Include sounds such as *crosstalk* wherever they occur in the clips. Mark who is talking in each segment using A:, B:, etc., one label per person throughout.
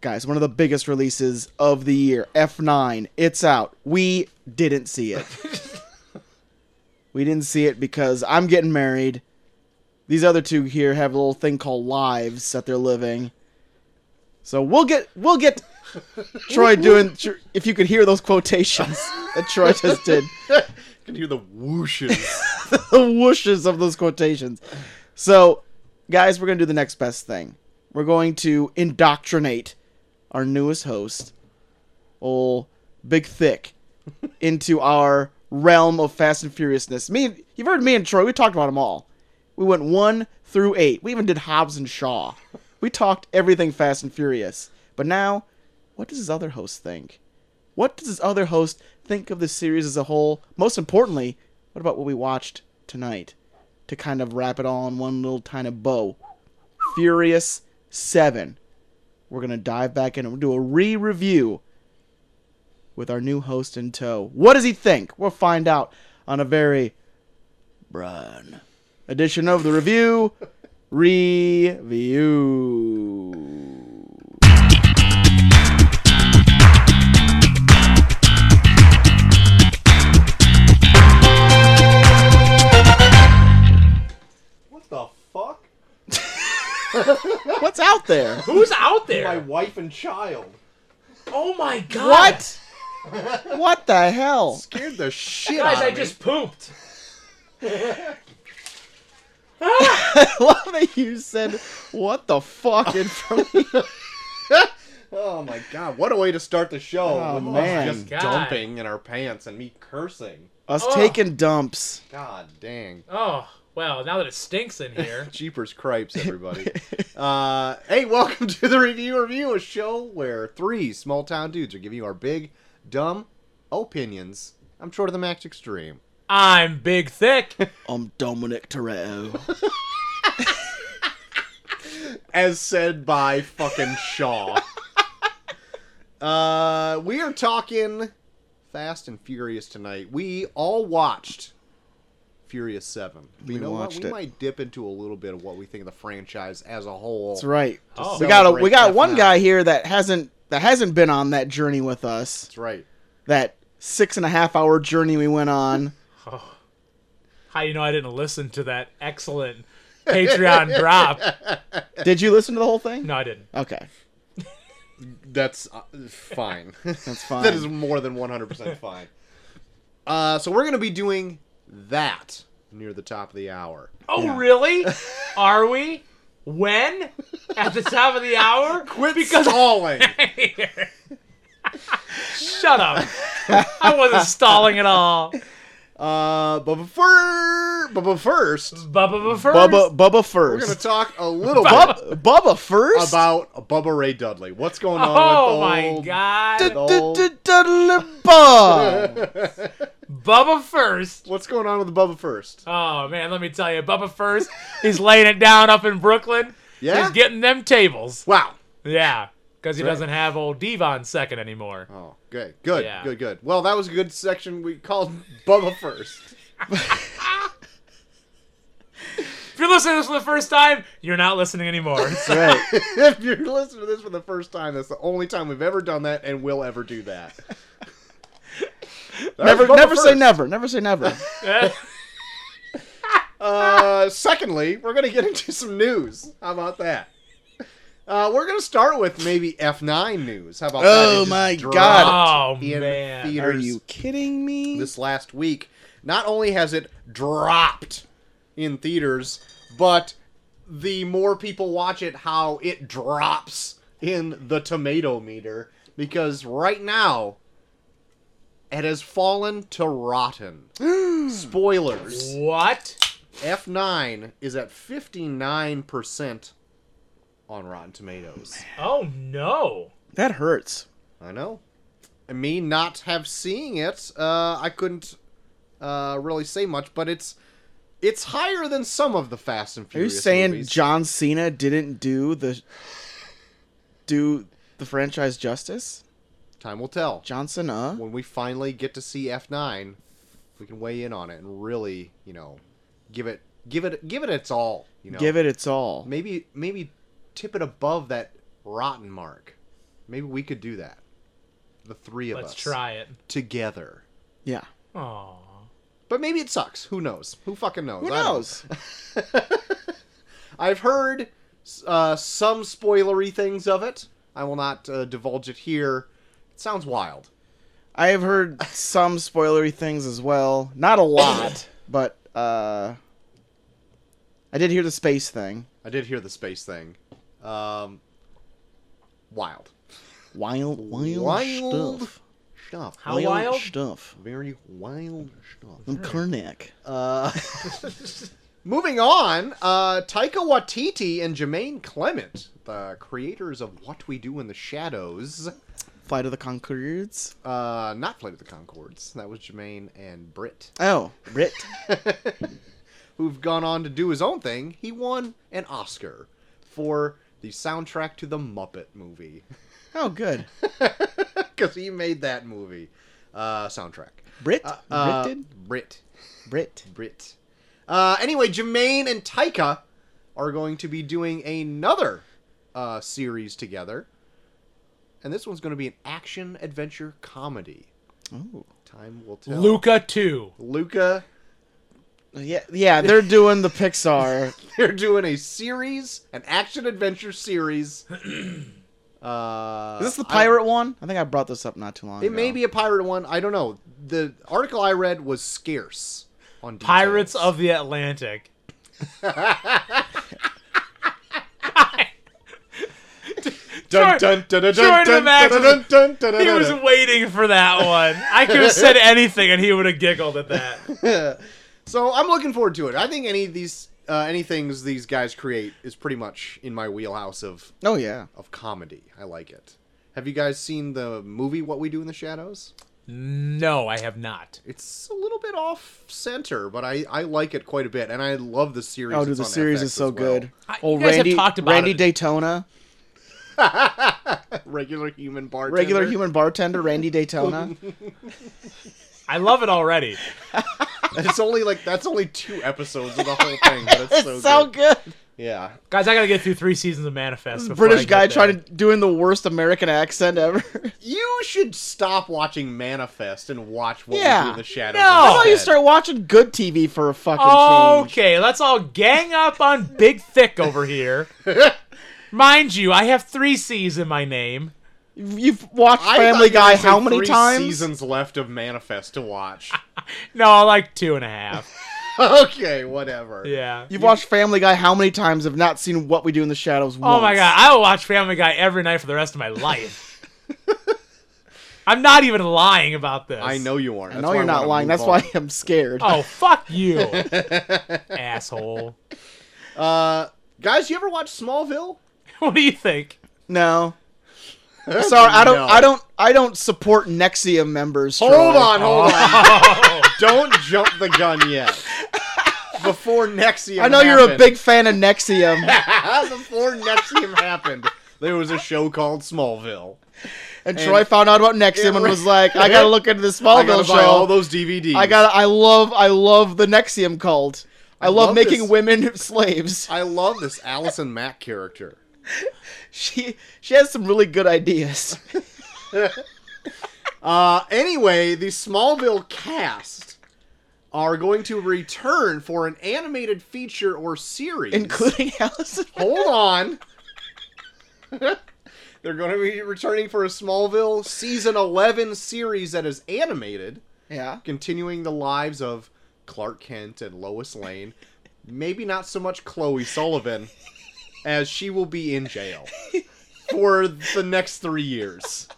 A: guys, one of the biggest releases of the year, F9. It's out. We didn't see it. we didn't see it because I'm getting married. These other two here have a little thing called lives that they're living. So we'll get we'll get Troy doing Tr- if you could hear those quotations that Troy just did
B: *laughs* can hear the whooshes.
A: *laughs* the whooshes of those quotations. So, guys, we're going to do the next best thing. We're going to indoctrinate our newest host, old Big Thick, into our realm of Fast and Furiousness. Me, and- you've heard me and Troy. We talked about them all. We went one through eight. We even did Hobbs and Shaw. We talked everything Fast and Furious. But now, what does his other host think? What does his other host think of the series as a whole? Most importantly, what about what we watched tonight? To kind of wrap it all in one little tiny bow. Furious 7. We're going to dive back in and we'll do a re review with our new host in tow. What does he think? We'll find out on a very Brian edition of the review. *laughs* Review.
B: *laughs* what the fuck?
A: What's out there?
C: Who's out
B: My
C: there?
B: wife and child
C: Oh my god!
A: What? What the hell?
B: scared the shit
C: Guys,
B: out
C: I
B: of me.
C: just pooped.
A: I love that you said what the fuck in front of me.
B: Oh my god, what a way to start the show!
A: Oh,
B: with
A: man.
B: us just
C: God.
B: dumping in our pants and me cursing.
A: Us
C: Ugh.
A: taking dumps.
B: God dang.
C: Oh, well, now that it stinks in here. *laughs*
B: Jeepers cripes, *laughs* everybody. uh, hey, welcome to the Review Review, a show where three small town dudes are giving you our big, dumb opinions. I'm short of the max extreme.
C: I'm big thick.
A: I'm Dominic Toretto.
B: as said by fucking
A: *laughs*
B: Shaw. uh, we are talking Fast and Furious tonight. We all watched Furious Seven.
A: We
B: you know
A: watched
B: what?
A: it.
B: We might dip into a little bit of what we think of the franchise as a whole.
A: That's right.
C: Oh.
A: We got a, we
B: Celebrate
A: got one
B: F9.
A: guy here that hasn't that hasn't been on that journey with us.
B: That's right.
A: That six and a half hour journey we went on.
C: Oh. How you know I didn't listen to that excellent Patreon drop?
A: Did you listen to the whole thing?
C: No, I didn't.
A: Okay,
B: That's uh, fine.
A: *laughs*
B: *laughs*
A: that's fine.
B: that is more than 100% fine. Uh, so we're going to be doing that near the top of the hour.
C: Oh,
A: Yeah.
C: really? *laughs* Are we? When? At the top of the hour?
B: Quit because stalling.
C: *laughs* Shut up. I wasn't stalling at all.
B: uh, but, before, but, but first,
C: Bubba first.
A: Bubba Bubba
B: We're gonna
A: first.
B: talk a little
C: *laughs*
B: bit
A: Bub, Bubba first.
B: about Bubba Ray Dudley. What's going on?
C: Oh
B: with
C: my
B: old-
C: god.
A: Du-du-du-du-du-bum.
C: Bubba first.
B: *laughs* What's going on with Bubba first?
C: Oh man, let me tell you, Bubba first. He's laying it down up in Brooklyn.
B: Yeah?
C: He's getting them tables.
B: Wow.
C: Yeah. Because he doesn't have old Devon second anymore.
B: Oh, good, good,
C: Yeah.
B: good, good. Well, that was a good section. We called *laughs* Bubba first.
C: If you're listening to this for the first time, you're not listening anymore. *laughs* So-
A: That's right.
B: *laughs* if you're listening to this for the first time, that's the only time we've ever done that, and will ever do
C: *laughs*
B: that. That was
A: Never
B: Bubba
A: never say
B: first.
A: never. Never say never.
B: Uh, secondly, we're gonna get into some news. How about that? Uh, we're gonna start with maybe F9 news. How about that? It
A: Oh
B: just
A: my
B: dropped
A: God.
C: Oh,
B: in
C: man.
A: Are
B: theaters
A: you kidding me?
B: this last week. Not only has it dropped in theaters, but the more people watch it, how it drops in the tomato meter. Because right now, it has fallen to
A: *gasps*
B: rotten. Spoilers.
C: what?
B: F9 is at 59% on Rotten Tomatoes.
C: Oh no.
A: that hurts.
B: I know. And me not have seeing it, uh, I couldn't uh, really say much, but it's it's higher than some of the Fast and
A: Are you
B: Furious.
A: saying
B: movies.
A: John Cena didn't do the do the franchise justice?
B: Time will tell.
A: Johnson, uh?
B: When we finally get to see F nine, we can weigh in on it and really, you know, give it give it give it its all. You know,
A: Give it its all.
B: maybe maybe tip it above that rotten mark. Maybe we could do that. The three of
C: Let's
B: us
C: try it.
B: together.
A: Yeah.
C: Oh,
B: But maybe it sucks. Who knows? Who fucking knows?
A: Who
B: I don't-
A: knows?
B: I've heard uh, some spoilery things of it. I will not uh, divulge it here. It sounds wild.
A: *laughs* I have heard some spoilery things as well. Not a
B: *coughs*
A: lot, but uh, I did hear the space thing.
B: I did hear the space thing. Um, wild.
A: Wild, wild,
B: Wild
A: stuff.
B: Stuff.
C: How wild?
A: stuff.
B: Very wild stuff.
A: I'm Karnak.
B: Uh, moving on, uh, Taika Waititi and Jermaine Clement, the creators of What We Do in the Shadows,
A: *laughs* Flight of the Concords.
B: uh, not Flight of the Concords. That was Jermaine and Britt, *laughs*
A: Oh, Brit.
B: who've gone on to do his own thing. He won an Oscar for the soundtrack to the Muppet movie *laughs*
A: Oh, good.
B: because he made that movie uh, soundtrack.
A: Brit.
B: Uh, uh,
A: Brit did.
B: Brit.
A: Brit.
B: Brit. Uh, anyway, Jermaine and Taika are going to be doing another uh, series together, and this one's going to be an action adventure comedy.
A: Oh.
B: Time will tell.
C: Luca two.
B: Luca, *laughs*
A: Yeah, yeah, they're doing the *laughs* Pixar.
B: they're doing a series, an action adventure series. *clears throat* uh,
A: Is this the
B: I don't-
A: pirate one? I think I brought this up not too long
B: It
A: ago.
B: may be a pirate one. I don't know. The article I read was scarce on details.
C: Pirates of the
A: *laughs*
C: Atlantic.
B: Dun,
C: Sure.
B: dun, dun, dun,
C: Sure,
B: dun, dun,
C: Max
B: dun,
C: was-
B: dun, dun, dun,
C: He
B: dun,
C: was
B: dun.
C: waiting for that one. I could have said anything, and he would have giggled at that.
A: *laughs*
B: So I'm looking forward to it. I think any of these uh, any things these guys create is pretty much in my wheelhouse of
A: Oh yeah.
B: of comedy. I like it. Have you guys seen the movie What We Do in the Shadows?
C: No, I have not.
B: It's a little bit off center, but I, I like it quite a bit, and I love the series.
A: Oh, dude,
B: that's
A: the
B: on
A: series
B: FX
A: is so
B: as well.
A: good.
C: I-
A: Oh,
C: you guys have
A: Randy,
C: talked about
A: Randy
C: it.
A: Daytona,
B: *laughs* Regular human bartender.
A: regular human bartender, Randy Daytona.
C: I love it already.
B: *laughs* It's only like that's only two episodes of the whole thing, but it's *laughs*
A: *laughs*
B: so,
A: it's so good.
B: Yeah,
C: Guys, I gotta get through three seasons of Manifest. before I
A: British
C: get
A: guy
C: there.
A: trying to doing the worst American accent ever. *laughs*
B: you should stop watching Manifest and watch What We
A: Yeah.
B: Do in the Shadows.
C: No.
A: Why don't you
B: instead.
A: start watching good TV for a fucking
B: Oh,
A: change?
C: Okay, let's all gang up on Big Thick
A: *laughs*
C: over here. Mind you, I have three C's in my name.
A: You've watched
B: I
A: Family
B: thought you were
A: Guy
B: gonna say
A: how many
B: three
A: times?
B: Seasons left of Manifest to watch. *laughs*
C: No, like two and
A: *laughs*
C: a half.
B: okay, whatever.
C: Yeah.
A: You've watched Family Guy how many times? Have not seen What We Do in the Shadows?
C: Oh my god, I will watch Family Guy every night for the rest of my life.
A: *laughs*
C: I'm not even lying about this.
B: I know you aren't.
A: I
B: That's
A: know
B: why
A: you're
B: wanna
A: not lying.
B: move
A: That's why
B: on.
A: I'm scared.
C: Oh
A: *laughs*
C: fuck you, asshole. *laughs*
B: Uh, guys, you ever watch Smallville?
C: What do you think?
A: No. *laughs* Sorry, I don't.
B: No. *laughs*
A: I don't. I don't support Nexium members.
B: Hold
A: Troy.
B: on, hold on.
C: Oh,
B: Don't jump the
A: *laughs*
B: gun yet. Before Nexium.
A: I know you're a
B: happened-
A: big fan of Nexium,
B: *laughs* Before Nexium happened, there was a show called Smallville.
A: and Troy found out about Nexium and
B: right. *laughs*
A: was like, "I gotta look into the
B: I gotta
A: Smallville
B: buy all
A: show.
B: those DVDs.
A: I gotta. I love. I love the Nexium cult. I,
B: I
A: love,
B: love
A: making
B: this-
A: women *laughs* slaves.
B: I love this Allison Mack character.
A: She she has some really good ideas. *laughs*
B: Uh, anyway, the Smallville cast are going to return for an animated feature or series. *laughs*
A: including Allison.
B: Hold on. *laughs* They're going to be returning for a Smallville season 11 series that is animated,
A: *laughs* Yeah.
B: continuing the lives of Clark Kent and Lois Lane. Maybe not so much Chloe Sullivan, as she will be in jail for the next three years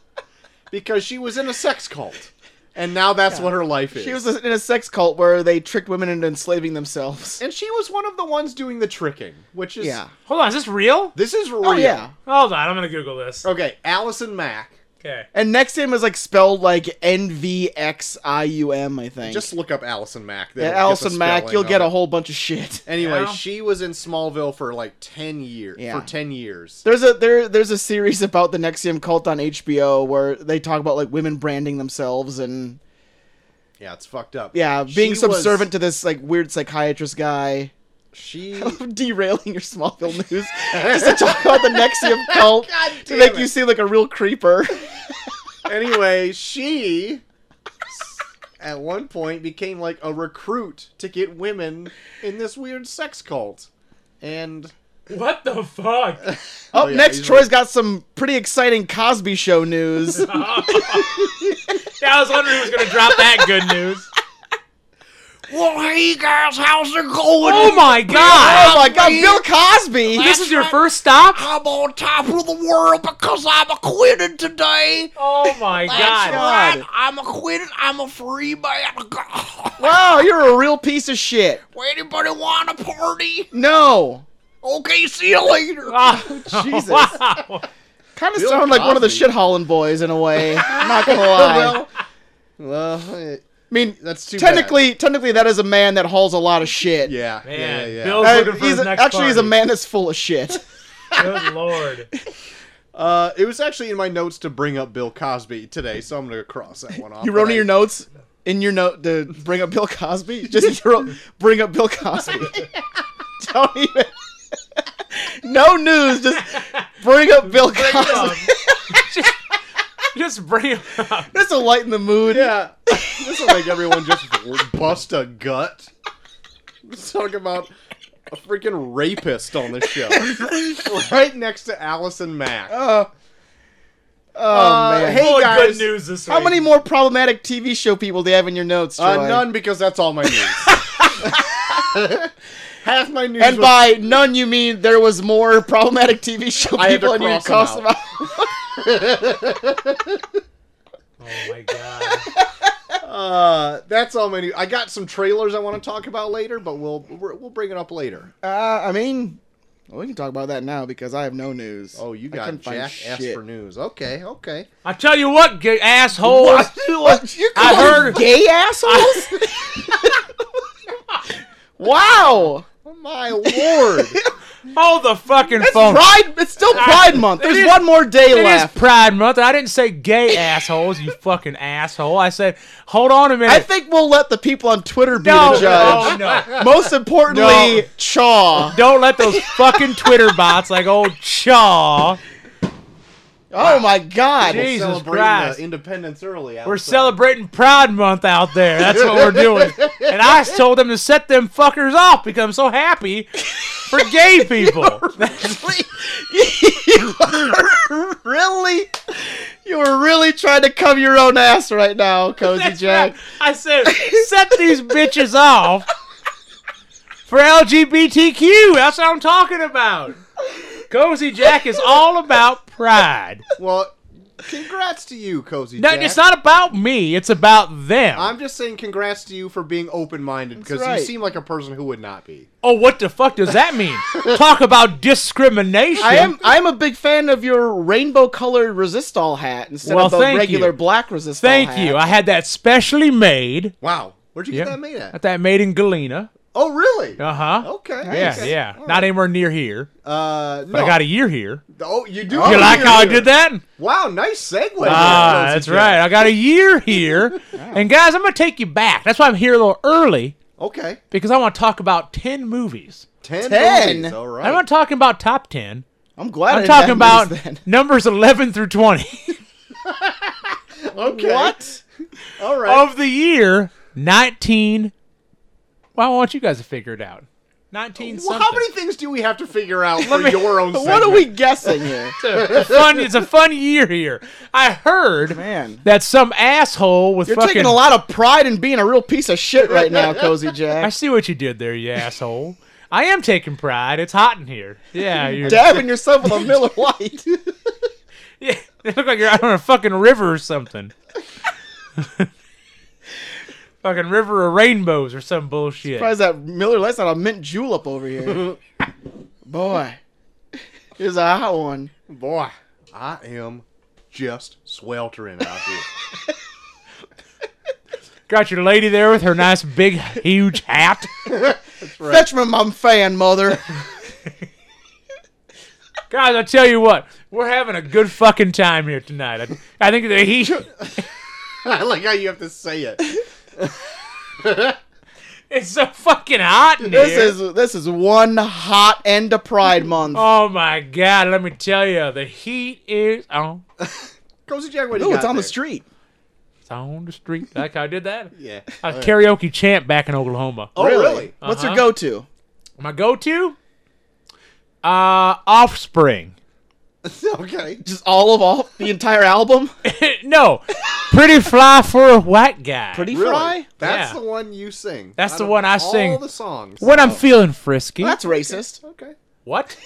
B: because she was in a sex cult, and now that's what her life is.
A: She was in a sex cult where they tricked women into enslaving themselves.
B: and she was one of the ones doing the tricking, which is
A: Yeah.
C: *laughs* hold on, is this real?
B: This is real.
A: Oh yeah.
C: Hold on, I'm gonna Google this.
A: Oh.
B: Okay, Allison Mack.
C: Okay.
A: And Nexium is like spelled like N V X I U M, I think.
B: Just look up Allison Mack.
A: yeah,
B: That'll get
A: Allison
B: the
A: Mack,
B: spelling
A: you'll
B: of
A: get a
B: it.
A: whole bunch of shit. *laughs*
B: Anyway,
C: Yeah.
B: she was in Smallville for like ten years.
A: Yeah.
B: For ten years.
A: There's a there there's a series about the Nexium cult on HBO where they talk about like women branding themselves and
B: Yeah, it's fucked up.
A: yeah, being
B: She
A: subservient
B: was,
A: to this like weird psychiatrist guy. *laughs*
B: She *laughs*
A: derailing your Smallville news just to talk about the Nexium cult
B: *laughs* God
A: to
B: damn
A: make
B: it.
A: you seem like a real
B: *laughs*
A: creeper. Oh,
B: anyway, she at one point became like a recruit to get women in this weird sex cult. And
C: What the fuck?
A: Up
B: Oh, yeah,
A: next,
B: he's
A: Troy's got some pretty exciting Cosby Show
B: *laughs*
A: news. Oh
C: *laughs* Yeah, I was wondering who was gonna drop that good news.
B: Well hey guys, how's it going?
C: Oh my
A: oh
C: god!
A: my God, Bill Cosby!
C: This is your first stop?
B: I'm on top of the world because I'm acquitted today.
C: Oh my god!
A: God. right.
B: I'm acquitted. I'm a free man.
A: Wow, you're a real piece of shit.
B: Anybody want a party?
A: No,
B: Okay, see you later.
C: *laughs* Oh,
A: Jesus.
C: Wow.
A: kind of
B: Bill
A: sound like one of the
B: Cosby.
A: shit hauling boys in a
B: *laughs*
A: way. I'm not gonna lie.
B: well, well, eh,
A: I mean,
B: that's too bad.
A: technically, technically, that is a man that hauls a lot of shit.
B: Yeah,
C: Man,
B: yeah, yeah.
C: Bill-
A: Uh,
C: Looking for
A: he's
C: his
A: a-
C: next
A: actually he's a
C: party.
A: man that's full of shit.
C: Good lord.
B: Uh, it was actually in my notes to bring up Bill Cosby today, so I'm gonna cross that
A: *laughs*
B: one off.
A: You wrote
B: but
A: in
B: I-
A: your notes in your note to bring up Bill Cosby. Just you wrote, bring up Bill Cosby. Don't even. *laughs* no news. Just bring up Bill
C: Um, *laughs*
A: Cosby.
C: just, just bring him up.
A: Just to lighten the mood.
B: Yeah, this will make everyone just bust a gut. Let's talk about a freaking rapist on the show, right next to Allison Mack.
A: Uh, oh
B: Uh,
A: man.
B: hey,
C: Boy,
B: guys.
C: good news this
A: How
C: week.
A: many more problematic TV show people do you have in your notes? Troy?
B: Uh, none because that's all my news. Half my news.
A: And
B: was-
A: by none, you mean there was more *laughs* problematic TV show
B: I had to
A: people, and you crossed
B: cross them
A: them out.
C: Oh my god.
B: uh, that's all my news. I got some trailers I want to talk about later, but we'll we're- we'll bring it up later.
A: *laughs* Uh, I mean, well, we can talk about that now because I have no news.
B: Oh, you
A: I couldn't
B: got
A: find
B: Jack asked
A: shit.
B: for news. Okay, okay.
C: I tell you what, gay assholes.
A: What? You
C: I
A: call them
C: heard-
A: gay assholes. wow,
B: Oh my *laughs* lord!
C: *laughs* Hold the fucking
A: it's
C: phone.
A: Pride. It's still Pride Month. There's
C: is-
A: one more day
C: It is
A: left.
C: Pride Month. I didn't say
A: *laughs*
C: gay assholes, you fucking asshole. I said, hold on a minute.
A: I think we'll let the people on Twitter be
C: no,
A: the judge.
C: no, no.
A: Most importantly,
C: No.
A: Chaw.
C: Don't let those fucking Twitter bots like old Chaw.
A: Oh my God.
C: Jeez. Jesus
B: Celebrating,
C: Christ.
B: uh, independence early.
C: We're
B: outside.
C: celebrating Pride Month out there. That's what we're doing. And I told them to set them fuckers off because I'm so happy for gay
A: *laughs*
C: people.
A: you are really, you were really trying to come your own ass right now, Cozy
C: That's
A: Jack.
C: right. I
B: *laughs*
C: said, set these bitches off for LGBTQ. That's what I'm talking about. Cozy Jack is all about pride.
B: Well, congrats to you, Cozy.
C: No,
B: Jack.
C: it's not about me. It's about them.
B: I'm just saying, congrats to you for being open-minded because
A: right.
B: you seem like a person who would not be.
C: oh, what the fuck does that mean? Talk about discrimination.
A: I am I am a big fan of your rainbow colored resistol hat instead
C: Well,
A: of the
C: thank
A: regular
C: you.
A: black resistol
B: Oh,
C: Thank
A: hat.
C: you. I had that specially made.
B: Wow, where'd you
C: Yeah.
B: get that made at?
C: Got that made in Galena.
B: Oh, really?
C: Uh huh.
B: Okay.
C: Yeah,
B: okay.
C: yeah.
B: All
C: Not
B: right.
C: anywhere near here,
B: Uh, no.
C: but I got a year here.
B: Oh, you do.
A: Oh,
C: you
B: have a
C: like
B: year
C: how I
B: here.
C: did that?
B: Wow, nice segue. there,
C: Ah,
B: Cozy
C: that's
B: Jack.
C: right. I got a year
A: *laughs*
C: here. And guys, I'm going to take you back. That's why I'm here a little early
B: Okay,
C: because I want to talk about 10 movies.
B: ten.
A: Ten.
B: movies, All right.
C: I'm not talking about top 10.
A: I'm glad I
C: I'm
A: didn't have
C: talking about
A: these then.
C: *laughs* numbers 11
A: *laughs*
C: through 20
B: okay.
A: What?
B: All right.
C: of the year 19. Well, I want you guys to figure it out. 19
B: Well, how
C: Oh, something.
B: many things do we have to figure
C: *laughs*
B: out for
C: me-
B: your own?
A: What are
B: segment?
A: we guessing
C: *laughs*
A: here?
C: it's, a *laughs* fun, it's a fun year here. I heard
A: Man.
C: that some asshole with
A: You're
C: fucking.
A: taking a lot of pride in being a real piece of shit right now, Cozy
C: *laughs* I
A: Jack.
C: see what you did there, you asshole. I am taking pride. It's hot in here.
A: *laughs*
C: Yeah, you're.
A: Dabbing yourself
C: *laughs*
A: with a Miller Lite.
C: Yeah, *laughs* they look like you're out on a fucking river or something. *laughs* fucking river of rainbows or some bullshit.
A: Surprised that Miller Lite's not a mint julep over
C: *laughs*
A: here. Boy, here's a hot one.
B: Boy, I am just sweltering out here. *laughs*
C: Got your lady there with her nice big huge hat.
A: Fetch me my fan,
C: *laughs*
A: mother.
C: Guys, I tell you what, we're having a good fucking time here tonight. I, I think the heat
B: I like how you have to say it.
C: It's so fucking hot in
A: This
C: here.
A: is this is one hot end of Pride Month.
C: oh my god, let me tell you, the heat is on.
B: Cozy Jack, what do
A: Ooh,
B: you
A: it's
B: got
A: on the
B: there?
A: street.
C: It's on the street. Like how I did that.
B: Yeah.
C: A
B: Okay.
C: karaoke chant back in Oklahoma.
B: Oh, really?
A: What's your
C: Uh-huh.
A: go-to?
C: My go-to, uh, Offspring.
B: *laughs* okay.
A: Just all of all the entire *laughs* album?
C: *laughs* no, Pretty Fly for a White Guy.
A: Pretty
B: Really?
A: Fry?
B: That's
C: Yeah.
B: the one you sing.
C: That's
B: out
C: the
B: of
C: one I
B: all
C: sing.
B: the songs. Oh,
C: when I'm feeling frisky.
A: That's racist.
B: Okay.
C: what?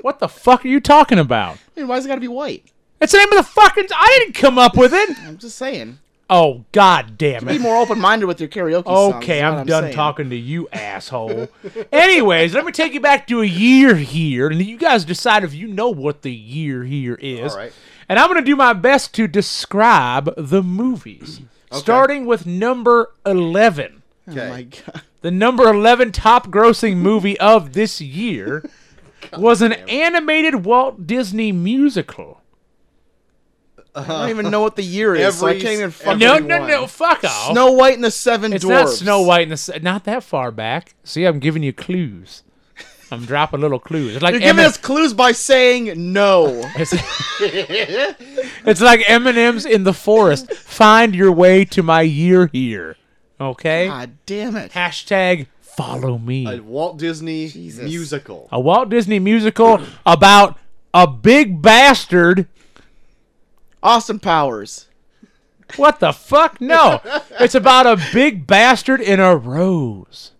C: what the fuck are you talking about?
A: I mean, why's it got to be white?
C: It's the name of the fucking. I didn't come up with it.
A: I'm just saying.
C: Oh god damn
A: Be
C: it.
A: more open-minded with your karaoke songs.
C: Okay,
A: is what
C: I'm, done
A: saying.
C: talking to you, asshole. Anyways, let me take you back to a year here, and you guys decide if you know what the year here is.
B: All right.
C: And I'm going to do my best to describe the movies, starting with number 11.
B: Okay.
A: Oh my god.
C: The number 11 top grossing movie of
A: *laughs*
C: this year was an animated Walt Disney musical.
A: I don't even know what the year is, so I
B: Every-
A: can't even fucking.
C: No, no, no,
B: Everyone.
C: fuck off.
A: Snow White and the Seven
C: It's
A: Dwarfs.
C: not Snow White and the Se- not that far back. See, I'm giving you clues. I'm dropping little clues. It's like
A: You're giving
C: Emin-
A: us clues by saying no.
C: *laughs* it's, it's like M&M's in the forest. Find your way to my year here. Okay?
A: *laughs* God damn it.
C: Hashtag follow me.
B: A Walt Disney musical.
C: a Walt Disney musical about a big bastard.
A: Austin Powers.
C: What the fuck? No. it's about a big bastard in a rose.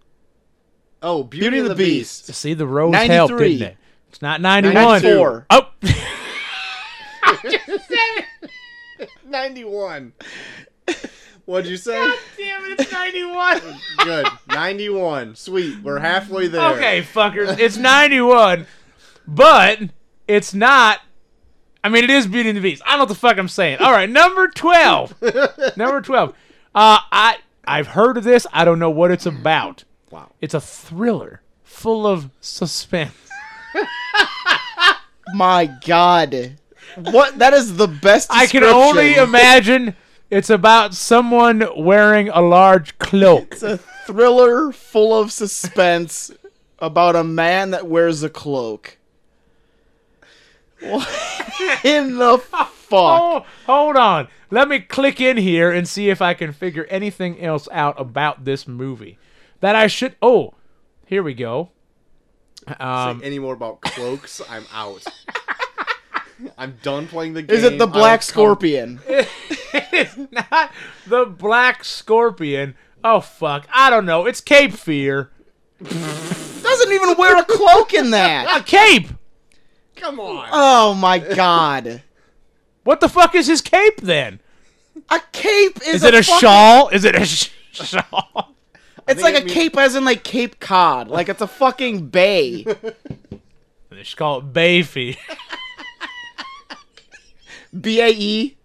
B: Oh, Beauty, and the, Beast. *laughs*
C: See, the rose helped,
A: 93.
C: didn't it? It's not 91.
A: 94.
C: Oh. *laughs*
B: 91. *laughs* What'd you say?
C: Damn it, it's 91.
B: Good. 91. Sweet. We're halfway there.
C: Okay, fuckers. It's 91, but it's not. I mean, it is Beauty and the Beast. I don't know what the fuck I'm saying. All right, number 12. number 12. Uh, I, I've heard of this. I don't know what it's about.
B: Wow.
C: It's a thriller full of suspense.
A: My God. What? That is the best
C: I can only
A: description.
C: imagine it's about someone wearing a large cloak.
A: It's a thriller full of suspense about a man that wears a cloak. What in the fuck?
C: Oh, hold on. Let me click in here and see if I can figure anything else out about this movie that I should. Oh, here we go. *laughs* Um,
B: Any more about cloaks? I'm out. I'm done playing the game.
A: Is it the
B: I'll
A: Black
B: come-
A: Scorpion?
C: it's not the Black Scorpion. Oh fuck, I don't know. It's Cape Fear.
A: Doesn't even wear a cloak in that.
C: A cape.
B: Come on.
C: Uh,
A: Oh my God.
C: What the fuck is his cape then?
A: A cape is,
C: Is it a
A: fucking-
C: shawl? Is it a sh- shawl?
A: It's like
B: think it
A: a
B: means-
A: cape, as in like Cape Cod. Like it's a fucking bay.
C: They should call it Bay Fear.
A: B A E.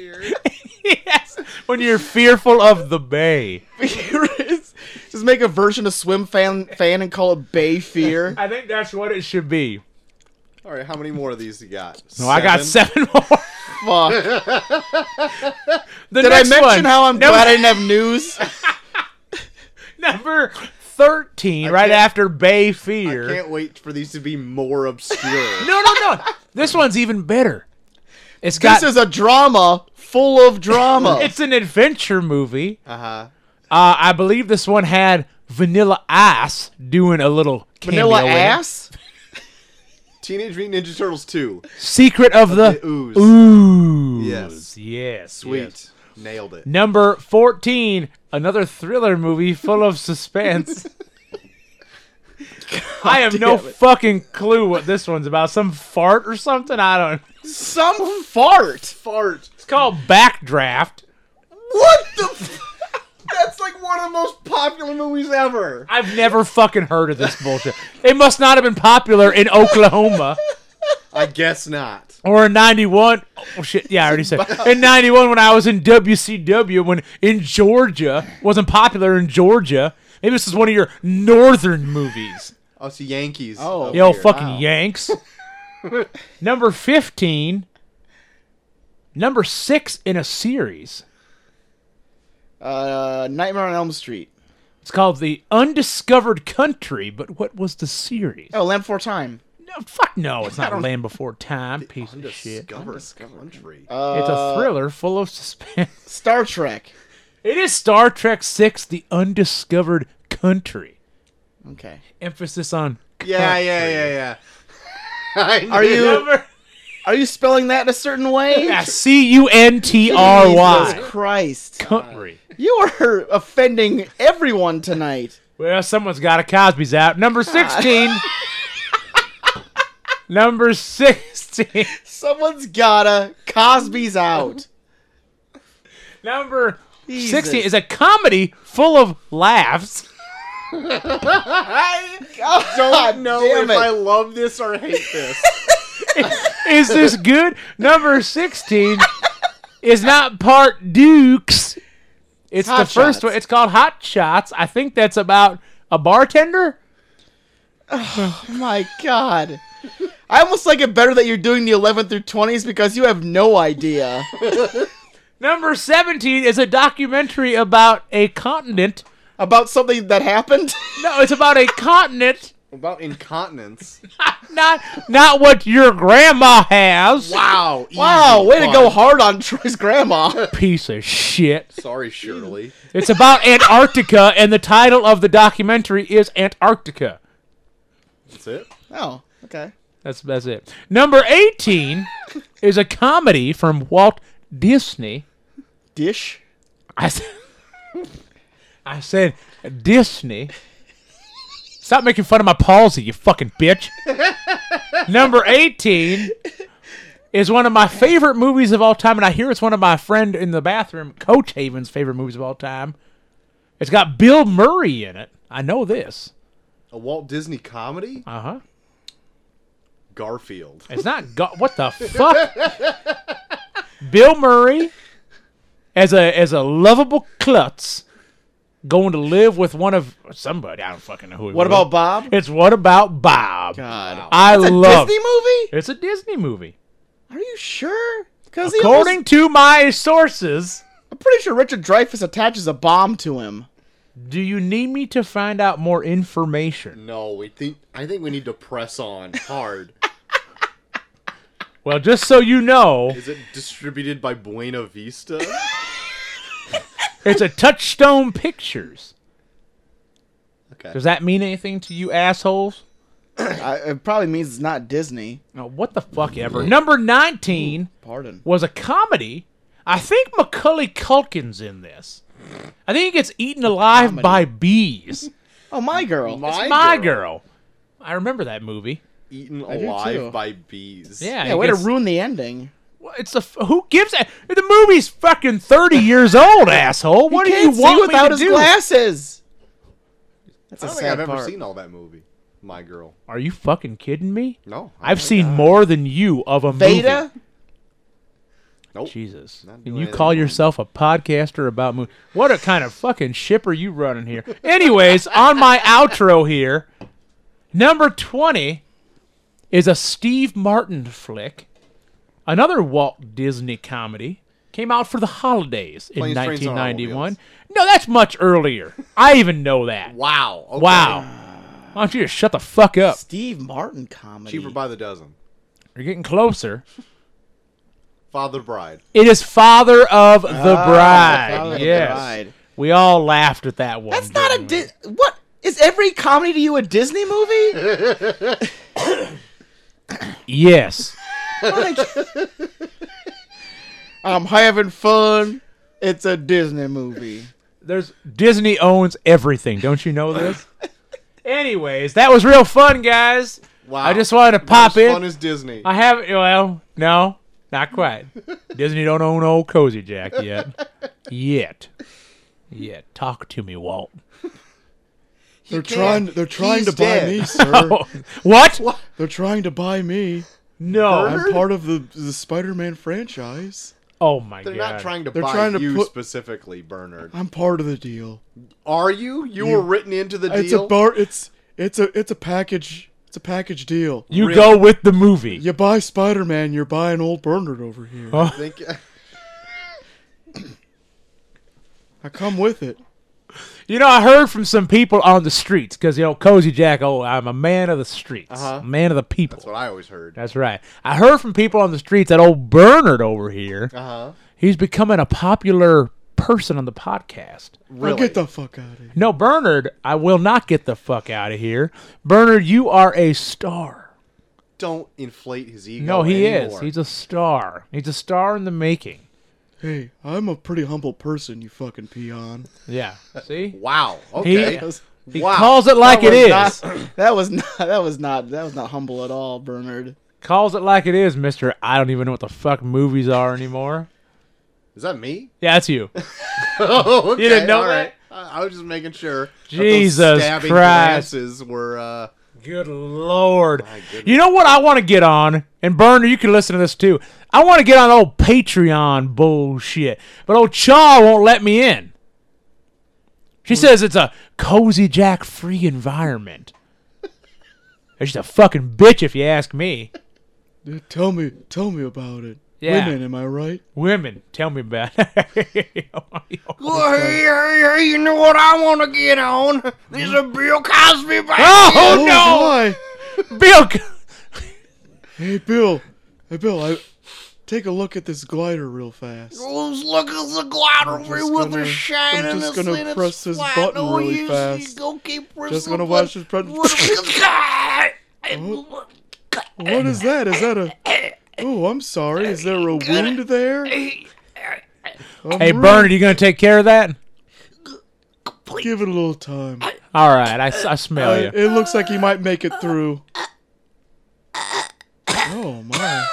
C: yes, when you're fearful of the bay.
A: Just make a version of Swim Fan fan and call it Bay Fear.
C: I think that's what it should be.
B: All right, how many more of these you got?
C: No, Oh, I got seven more. *laughs*
A: Fuck.
C: The
A: Did I
C: next
A: mention
C: one.
A: how I'm
C: number,
A: glad I didn't have news?
C: *laughs* number thirteen, right
B: can't-
C: after Bay
B: I
C: Fear?
B: can't wait for these to be more obscure.
C: *laughs* No, no,
A: *laughs*
C: no. this one's even better. It's got.
A: this is a drama full of drama.
C: *laughs* it's an adventure movie.
B: Uh
A: Uh-huh.
B: huh.
C: Uh, I believe this one had Vanilla Ice doing a little
A: vanilla
C: cameo in it.
A: ass.
B: Teenage Mutant Ninja Turtles
C: *laughs*
B: 2.
C: Secret of the,
B: The Ooze.
C: Ooze.
B: Yes.
C: yes,
B: Sweet.
C: yes.
B: Nailed it.
C: Number fourteen, another thriller movie full of suspense. I have no
A: damn it.
C: fucking clue what this one's about. Some fart or something. I don't.
A: Some fart.
B: Fart.
C: It's called Backdraft.
B: What *laughs* the? F- That's like one of the most popular movies ever.
C: I've never fucking heard of this bullshit. It must not have been popular in Oklahoma
B: I guess not.
C: or in '91. Oh shit! Yeah, I already said in '91 when I was in WCW. When in Georgia wasn't popular in Georgia. Maybe this is one of your northern movies.
B: Oh, it's the Yankees.
A: Oh.
B: up
C: Yo,
B: here.
C: fucking Yanks.
A: *laughs*
C: Number 15. Number six in a series.
A: Uh, Nightmare on Elm Street.
C: It's called The Undiscovered Country, but what was the series?
A: Oh, Land Before Time.
C: No, fuck no, it's not Land Before Time, piece of shit.
B: Undiscovered country.
A: Uh,
C: It's a thriller full of suspense. *laughs*
A: Star Trek.
C: It is Star Trek Six: The Undiscovered Country.
A: Okay.
C: Emphasis on.
B: yeah, yeah, yeah, yeah. *laughs* I
A: Are
B: knew-
A: you are you spelling that in a certain
C: *laughs*
A: way?
C: C U N T R
A: Jesus
C: Y.
A: *laughs* Christ.
C: Country.
A: You are offending everyone tonight.
C: Well, someone's got a Cosby's out. Number 16.
A: *laughs*
C: Number 16.
A: Someone's gotta. Cosby's out.
C: Number
A: Jesus.
C: 16 is a comedy full of laughs.
A: *laughs*
B: I
A: God
B: don't know
A: damn
B: if
A: it.
B: I love this or hate *laughs* this.
C: Is this good? Number 16 is not part Dukes. It's
A: Hot
C: the first
A: Shots.
C: one. It's called Hot Shots. I think that's about a bartender.
A: My God. I almost like it better that you're doing the 11 through 20s because you have no idea.
C: Number 17 is a documentary about a continent.
A: About something that happened?
C: No, it's about a continent
B: About incontinence.
C: not not what your grandma has.
B: *laughs* Wow.
A: Wow,
B: easy
A: way to
B: fun.
A: go hard on Troy's grandma. *laughs*
C: Piece of shit.
B: Sorry, Shirley.
C: It's about Antarctica, and the title of the documentary is Antarctica.
B: That's it.
A: Oh, okay.
C: That's that's it. Number eighteen is a comedy from Walt Disney.
A: Dish?
C: I said, *laughs* I said Disney. Stop making fun of my palsy, you fucking bitch. Number 18 is one of my favorite movies of all time, and I hear it's one of my friend in the bathroom, Coach Haven's favorite movies of all time. It's got Bill Murray in it. I know this.
B: A Walt Disney comedy?
C: Uh huh.
B: Garfield.
C: It's not. Go- what the fuck? Bill Murray as a as a lovable klutz going to live with one of somebody. I don't fucking know who. it
A: What
C: was.
A: about Bob?
C: It's what about Bob?
A: God.
C: I
A: It's a
C: love.
A: Disney movie?
C: It's a Disney movie.
A: Are you sure? Because
C: According to my sources,
A: I'm pretty sure Richard Dreyfuss attaches a bomb to him.
C: do you need me to find out more information?
B: No, we think I think we need to press on hard.
C: Well, just so you know,
B: Is it distributed by Buena *laughs* Vista?
C: it's a Touchstone Pictures.
B: Okay.
C: Does that mean anything to you assholes?
A: I, it probably means it's not Disney.
C: Oh, what the fuck ever. Number 19
A: Pardon.
C: was a comedy. I think Macaulay Culkin's in this. I think he gets eaten alive by bees.
A: Oh, my girl.
B: My,
C: My girl. I remember that movie.
B: eaten
A: do too.
B: alive by bees.
C: Yeah,
A: yeah,
C: he
A: way
C: gets-
A: to ruin the ending.
C: Well, It's a f- who gives a the movie's fucking thirty
A: *laughs*
C: years old, asshole. What
A: he
C: do you
A: can't
C: want
A: see
C: me
A: without
C: to
A: his
C: do?
A: glasses. That's
B: I
A: a
B: don't
A: sad
B: think I've ever
A: part.
B: seen all that movie. My girl.
C: Are you fucking kidding me?
A: Oh
B: No. I
C: I've
B: don't
C: seen more than you of a
A: Veda.
C: movie.
B: think- Nope.
C: Jesus,
B: Not
C: and
B: doing
C: you
B: it
C: call yourself a podcaster about movies? What a kind of fucking ship are you running here? Anyways, *laughs* on my outro here, number twenty is a Steve Martin flick, another Walt Disney comedy. Came out for the holidays in
B: Planes, Trains, and
C: 1991.
B: Automobiles.
C: No, that's much earlier. I even know that.
B: Wow. okay.
C: Wow. Why don't you just shut the fuck up?
A: Steve Martin comedy.
B: Cheaper by the dozen.
C: You're getting closer.
B: Father Bride.
C: It is Father of the
B: Ah,
C: Bride.
A: Father of the
C: yes.
A: Bride.
C: We all laughed at that one.
A: That's not a
C: didn't we?
A: Di- what is every comedy to you a Disney movie?
C: Yes.
B: *laughs*
A: I'm having fun. It's a Disney movie.
C: There's Disney owns everything. Don't you
A: *laughs*
C: know this? Anyways, that was real fun, guys.
B: Wow.
C: I just wanted to
B: Not
C: pop
B: as
C: in.
B: fun as Disney.
C: I have well, no, not quite. Disney don't own old Cozy Jack yet. yet. Yet. Talk to me, Walt. *laughs*
A: They're
B: trying- they're trying He's to buy dead. me, *laughs*
A: sir.
C: what?
A: They're trying to buy me.
C: No.
B: Burger? I'm
A: part of the the Spider-Man franchise.
C: Oh my
B: They're
C: god.
B: not trying to
A: They're
B: buy
A: trying to
B: you
A: put-
B: specifically, Bernard.
A: I'm part of the deal.
B: Are you? You were written into the
A: It's
B: deal.
A: a bar. It's it's a it's a package. It's a package deal.
C: You
B: Really?
C: go with the movie.
A: You buy Spider-Man, you're
B: *laughs*
C: *laughs*
A: buying old Bernard over here.
C: Oh.
B: Think-
A: I come with it.
C: You know, I heard from some people on the streets because you know, Cozy Jack. Oh, I'm a man of the streets,
B: Uh-huh.
C: man of the people.
B: That's what I always heard.
C: That's right. I heard from people on the streets that old Bernard over here,
B: Uh huh.
C: he's becoming a popular person on the podcast.
A: Now
B: Really?
A: Get the fuck out of here.
C: No, Bernard, I will not get the fuck out of here. Bernard, you are a star.
B: Don't inflate his ego.
C: No, he
B: anymore.
C: is. He's a star. He's a star in the making.
A: Hey, I'm a pretty humble person, you fucking peon.
C: Yeah. See?
B: Wow. Okay.
C: He- He
B: wow.
C: calls it like
A: That
C: it is.
A: was not- *coughs* that was not. That was not. That was not humble at all, Bernard.
C: Calls it like it is, Mister. I don't even know what the fuck movies are anymore.
B: Is that me?
C: Yeah, that's you.
B: *laughs* oh, okay.
C: You didn't know
B: all right.
C: that?
B: I, I was just making sure. that those
C: Jesus
B: stabbing
C: Christ.
B: glances were. Uh,
C: Good lord.
B: My goodness.
C: You know what I want to get on? And Burner, you can listen to this too. I want to get on old Patreon bullshit. But old Chaw won't let me in. She says it's a cozy jack free environment. *laughs* And She's a fucking bitch if you ask me.
A: Uh, Tell me, tell me about it.
C: Yeah.
A: Women, am I right?
C: Women, tell me about it. *laughs*
B: well, hey, hey, hey, you know what I want to get on? This is a Bill Cosby.
C: Oh,
A: oh
C: no!
A: boy.
C: Bill C-
A: Hey Bill, hey Bill, I take a look at this glider real fast.
B: Let's look at the glider
A: just
B: with
A: gonna-
B: the shine
A: I'm
B: and
A: just
B: the
A: gonna
B: thing that's
A: press this
B: flat.
A: button
B: No,
A: really
B: you- you
A: fast.
B: Go keep pressing
A: Just gonna
B: the
A: watch this
B: button.
A: button.
B: What?
A: What is that? Is that a? Oh, I'm sorry. Is there a wound there? I'm
C: Hey
A: really-
C: Bernard, you gonna take care of that?
A: give it a little time.
C: Alright, I, s- I
A: Uh,
C: smell you.
A: It looks like he might make it through. Oh my!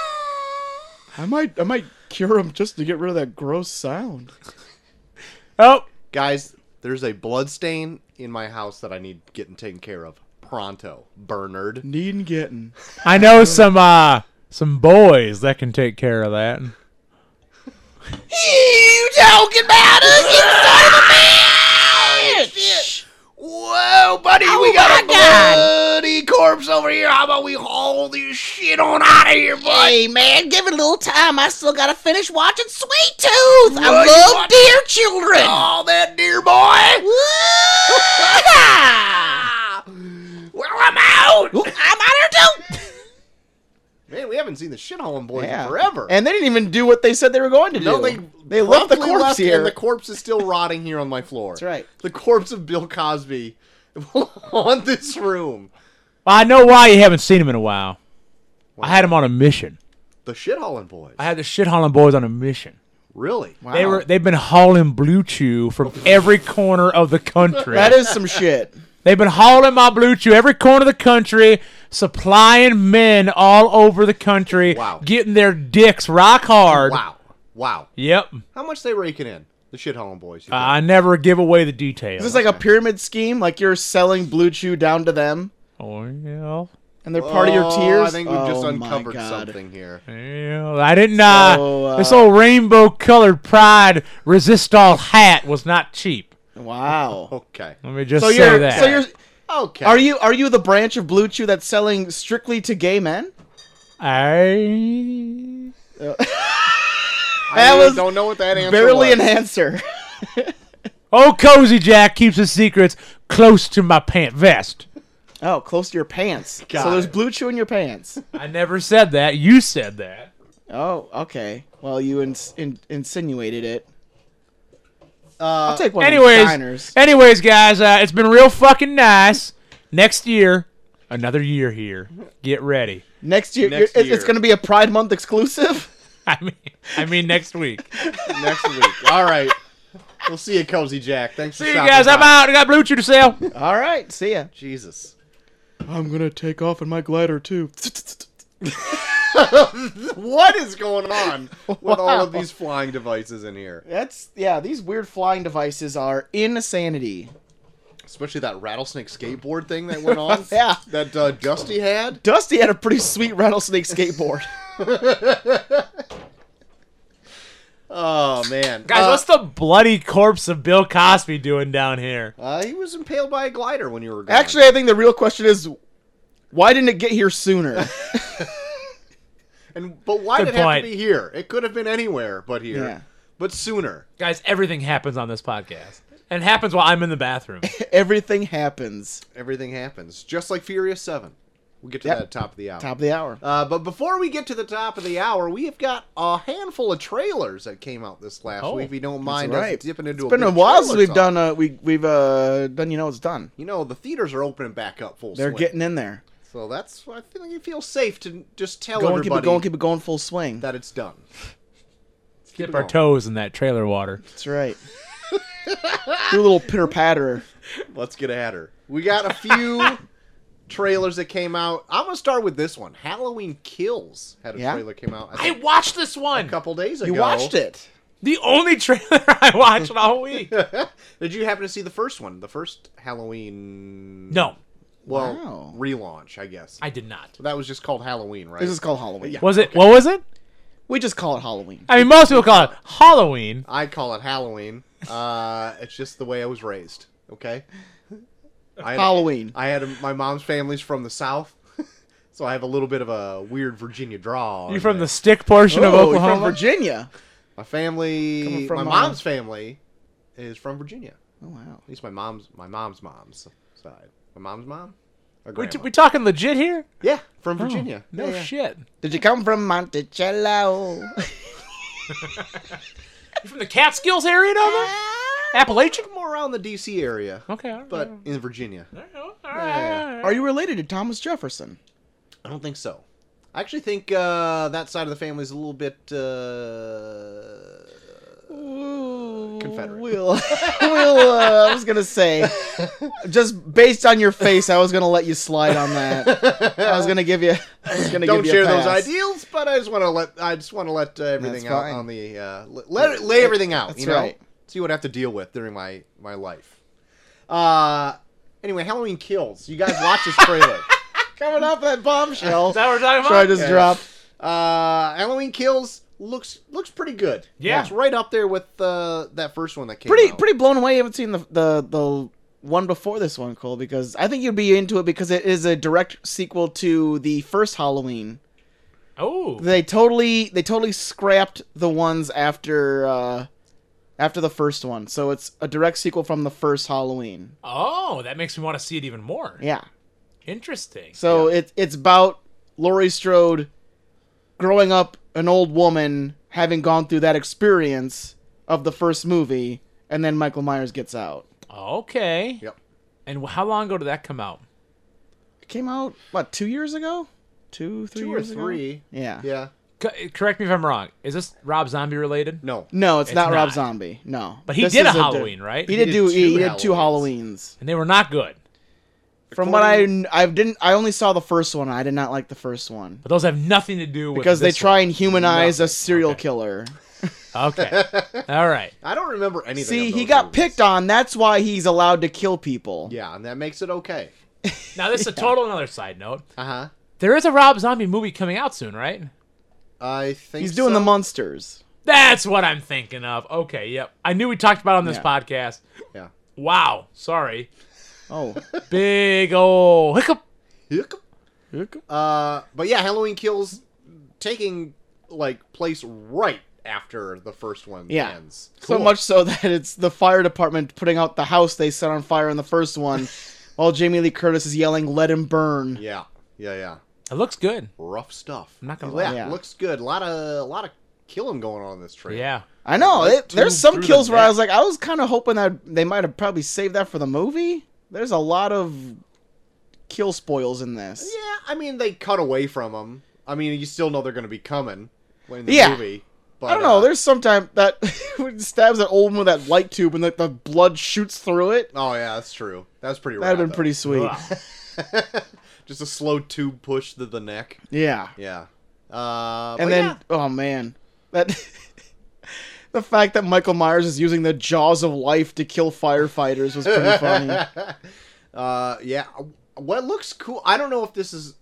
A: I might, I might cure him just to get rid of that gross sound.
C: Oh,
B: Guys, there's a blood stain in my house that I need getting taken care of. Pronto, Bernard.
A: Needin' getting.
C: I know some uh some boys that can take care of that.
B: You talking about us,
D: *laughs*
B: you son of a bitch! Whoa, buddy, we got a bloody corpse over here. How about we haul this shit on out of here, buddy?
D: Hey man, give it a little time. I still gotta finish watching Sweet Tooth. I
B: Well, you
D: love
B: watch-
D: dear children.
B: Oh, that dear
D: *laughs*
B: boy! well, I'm out!
D: I'm out here too.
B: Man, we haven't seen the shithole boys
A: Yeah.
B: in forever.
A: And they didn't even do what they said they were going to do.
B: no, they
A: they left the
B: promptly
A: corpse
B: left,
A: here.
B: and the corpse is still rotting here on my floor. That's
A: right.
B: The corpse of Bill Cosby *laughs* on this room.
C: I know why you haven't seen him in a while. I had him on a mission.
B: The shithole boys.
C: I had the shit hauling boys on a mission.
B: really? Wow.
C: They were they've been hauling blue chew from every corner of the country.
A: that is some shit.
C: they've been hauling my blue chew every corner of the country, supplying men all over the country,
B: Wow.
C: getting their dicks rock hard.
B: Wow. Wow.
C: Yep.
B: How much they raking in? The shithole boys. you
A: Uh,
C: I never give away the details.
A: Is this like a pyramid scheme? Like you're selling Blue Chew down to them,
C: oh, yeah.
A: and they're
B: think?
A: part of your
B: Oh,
A: tears?
B: I think we've just
A: Oh my
B: uncovered
A: God.
B: something here.
C: Yeah, I didn't. Uh,
A: So, uh,
C: this old rainbow-colored Pride resist all hat was not cheap.
B: *laughs*
A: Wow.
B: Okay.
C: Let me just
A: So
C: say
A: you're,
C: that.
A: so you're,
B: Okay.
A: are you, are you the branch of Blue Chew that's selling strictly to gay men?
C: I...
B: I
A: that was
B: don't know what that answer
A: Barely
B: was.
A: an *laughs* answer.
C: Oh, cozy Jack keeps his secrets close to my pant vest.
A: Oh, close to your pants.
B: Got
A: so there's
B: it.
A: Blue Chew in your pants.
C: I never said that. You said that.
A: Oh, okay. Well, you ins- in- insinuated it. Uh,
B: Uh,
A: I'll take one of these
C: Anyways,
A: diners.
C: anyways, guys, uh, it's been real fucking nice. Next year, another year here. Get ready. *laughs*
A: Next year,
B: Next
A: you're- it's- it's
B: year.
A: going to be a Pride Month exclusive. *laughs*
C: I mean, I mean next week.
B: next week. All right. We'll see you, Cozy Jack. Thanks
C: See
B: for
C: you
B: stopping
C: guys. I'm
B: by.
C: out. I got blue chew to sell.
A: All right, see ya.
B: Jesus. *laughs*
A: I'm gonna take off in my glider *laughs* too.
B: What is going on with all of
A: *laughs* Wow.
B: these flying devices in here?
A: That's yeah. These weird flying devices are insanity.
B: Especially that rattlesnake skateboard thing that went on.
A: *laughs* Yeah.
B: That uh, Dusty had.
A: Dusty had a pretty sweet rattlesnake skateboard. *laughs*
B: Oh man,
C: Guys,
B: Uh,
C: what's the bloody corpse of Bill Cosby doing down here?
B: uh, he was impaled by a glider when you were gone.
A: Actually, I think the real question is, why didn't it get here sooner? *laughs*
B: and but why
C: Good
B: did it have
C: point.
B: to be here? It could have been anywhere but here.
A: Yeah.
B: but sooner.
C: Guys, everything happens on this podcast. And happens while I'm in
A: *laughs*
C: the bathroom.
A: Everything happens.
B: Everything happens, just like Furious Seven. We'll get to
A: Yep.
B: that at top of the hour.
A: Top of the hour.
B: Uh, but before we get to the top of the hour, we have got a handful of trailers that came out this last
C: Oh,
B: week. If you don't mind
A: That's
B: us dipping into
A: it's been
B: big
A: a while since
B: trailer
A: we've
B: talk.
A: done a we we've uh done you know it's done.
B: You know, the theaters are opening back up full.
A: They're
B: swing.
A: getting in there.
B: so that's. I think you feel safe to just tell
A: Go and keep it
B: everybody
A: going, keep it going full swing.
B: that it's done.
C: Dip
B: it
C: our
B: going.
C: toes in that trailer water.
A: That's right. *laughs* Do a little pitter patter.
B: Let's get at her. We got a few
A: *laughs*
B: trailers that came out. I'm gonna start with this one. Halloween Kills had a
A: Yeah?
B: trailer came out.
C: I
B: I think,
C: watched this
B: a
C: one.
B: couple days ago.
A: You watched it.
C: The only *laughs* trailer I watched all
A: *laughs*
C: week.
B: *laughs* Did you happen to see the first one? The first Halloween.
C: No,
B: Well,
A: Wow.
B: relaunch, I guess.
C: I did not.
B: that was just called Halloween, right?
A: This is called Halloween.
B: Yeah.
C: Was it? What was it?
A: We just call it Halloween.
C: I mean, most people call it Halloween.
B: I call it Halloween. Uh, it's just the way I was raised. Okay. I
A: *laughs*
B: had,
A: Halloween.
B: I had my mom's family's from the south, *laughs* so I have a little bit of a weird Virginia draw.
C: You
B: on
C: from
B: there.
C: the stick portion of
A: Oh, you're
C: Oklahoma?
A: from Virginia.
B: my family?
A: Coming from,
B: my
A: uh,
B: mom's family is from Virginia.
A: Oh wow.
B: At least my mom's my mom's mom's side. My mom's mom. Or
C: We,
B: grandma.
C: t- we talking legit here?
B: yeah, from Virginia.
C: No
B: Yeah, yeah.
C: shit.
A: Did you come from Monticello?
C: You from the Catskills area down there?
A: Ah.
C: Appalachian?
B: More around the D.C. area,
C: Okay. all right,
B: but
C: all right,
B: in Virginia.
C: all right, all right.
A: Are you related to Thomas Jefferson?
B: I don't think so. I actually think uh, that side of the family is a little bit. Uh... Confederate.
A: We'll, we'll uh, I was gonna
B: *laughs*
A: say, just based on your face, I was gonna let you slide on that. *laughs* I was gonna give you. I was gonna
B: Don't
A: give you a
B: share those
A: pass.
B: ideals, but I just want to let I just want to let uh, everything
A: That's
B: out
A: fine.
B: on the uh, l- let it- lay everything out.
A: That's
B: you know,
A: right.
B: see what I have to deal with during my my life. Uh, anyway, Halloween kills. You guys watch
A: *laughs*
B: this trailer.
A: Coming off that bombshell,
C: Is that what we're talking about?
A: which I just
B: Yeah.
A: dropped.
B: Uh, Halloween Kills looks looks pretty good.
C: Yeah.
B: it's right up there with uh, that first one that came.
A: Pretty
B: out.
A: pretty blown away. I haven't seen the the the one before this one, Cole, because I think you'd be into it because it is a direct sequel to the first Halloween.
C: Oh.
A: They totally they totally scrapped the ones after uh after the first one, so it's a direct sequel from the first Halloween.
C: Oh, that makes me want to see it even more.
A: Yeah.
C: Interesting.
A: So it it's about Laurie Strode growing up an old woman, having gone through that experience of the first movie, and then Michael Myers gets out.
C: Okay.
B: Yep.
C: And how long ago did that come out?
A: It came out what two years ago? Two, three
B: Two or
A: years ago?
B: three.
A: Yeah.
B: Yeah.
C: C- uh, correct me if I'm wrong. Is this Rob Zombie related?
B: No.
A: No, it's,
C: It's
A: not, Rob
C: not.
A: Zombie. No,
C: But he
A: This
C: did a
A: is di-
C: Halloween, right?
A: He did,
B: did
A: do. He,
B: two
A: did two Halloweens.
C: And they were not good.
A: From what I kn- I didn't I only saw the first one. I did not like the first one
C: But those have nothing to do with
A: because they
C: this
A: try and humanize
B: Nothing.
A: a serial
C: Okay.
A: killer.
C: one.
A: *laughs*
C: Okay. All right.
B: I don't remember anything.
A: See, he got picked on. That's why he's allowed to kill people.
B: Yeah, and that makes it okay.
C: Now this is a total another side note.
B: Uh huh.
C: There is a Rob Zombie movie coming out soon, right?
B: I think
A: He's doing
B: so.
A: the monsters.
C: That's what I'm thinking of. Okay, yep. I knew we talked about it on this
A: Yeah.
C: podcast.
B: Yeah.
C: Wow. Sorry.
A: *laughs* Oh,
C: Big ol' hiccup.
B: Hiccup. Uh, but yeah, Halloween Kills taking like place right after the first one
A: Yeah.
B: ends.
A: so much so that it's the fire department putting out the house they set on fire in the first
B: *laughs*
A: one, while Jamie Lee Curtis is yelling "Let him burn."
B: Yeah. Yeah. Yeah.
C: It looks good.
B: Rough stuff.
C: I'm not gonna
B: yeah,
C: lie.
A: Yeah.
B: looks good. A lot of a lot of killing going on in this trailer.
C: Yeah.
A: I know.
B: Like,
A: it, there's
B: two
A: some
B: through
A: kills
B: the
A: where I
B: neck.
A: was like, I was kind of hoping that they might have probably saved that for the movie. There's a lot of kill spoils in this.
B: Yeah, I mean they cut away from them. I mean you still know they're going to be coming in the
A: Yeah.
B: movie. But,
A: I don't know.
B: uh,
A: There's sometimes that *laughs* when he stabs that old one with that light tube and like the blood shoots through it.
B: oh yeah, that's true. That's pretty.
A: That'd
B: rad,
A: have been pretty sweet.
C: Ugh.
B: though. *laughs* Just a slow tube push to the neck.
A: Yeah.
B: Yeah. Uh,
A: And then, oh man, that *laughs* the fact that Michael Myers is using the jaws of life to kill firefighters was pretty *laughs*
B: *laughs*
A: funny.
B: uh, yeah. What looks cool? I don't know if this is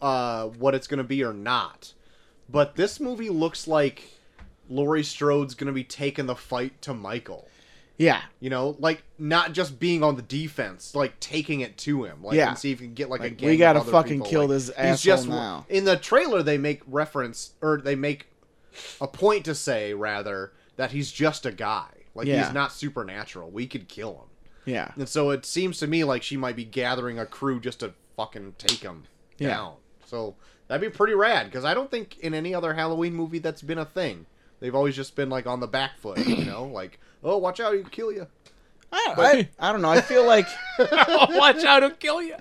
B: uh, what it's going to be or not, but this movie looks like Laurie Strode's going to be taking the fight to Michael.
A: Yeah.
B: You know, like not just being on the defense, like taking it to him, like
A: Yeah.
B: and see if you can get like, a
A: Like,
B: gang
A: we gotta
B: of other
A: fucking
B: people,
A: kill
B: like,
A: this asshole
B: he's just,
A: now.
B: In the trailer, they make reference or they make a point to say rather that he's just a guy. Like
A: Yeah.
B: he's not supernatural. We could kill him.
A: Yeah.
B: And so it seems to me like she might be gathering a crew just to fucking take him
A: Yeah.
B: down. So that'd be pretty rad because I don't think in any other Halloween movie that's been a thing. They've always just been like on the back foot, you
A: *coughs*
B: know, like oh watch out, he'll kill you.
A: I, I, I don't know. I feel like
C: *laughs* Watch out, it'll kill you.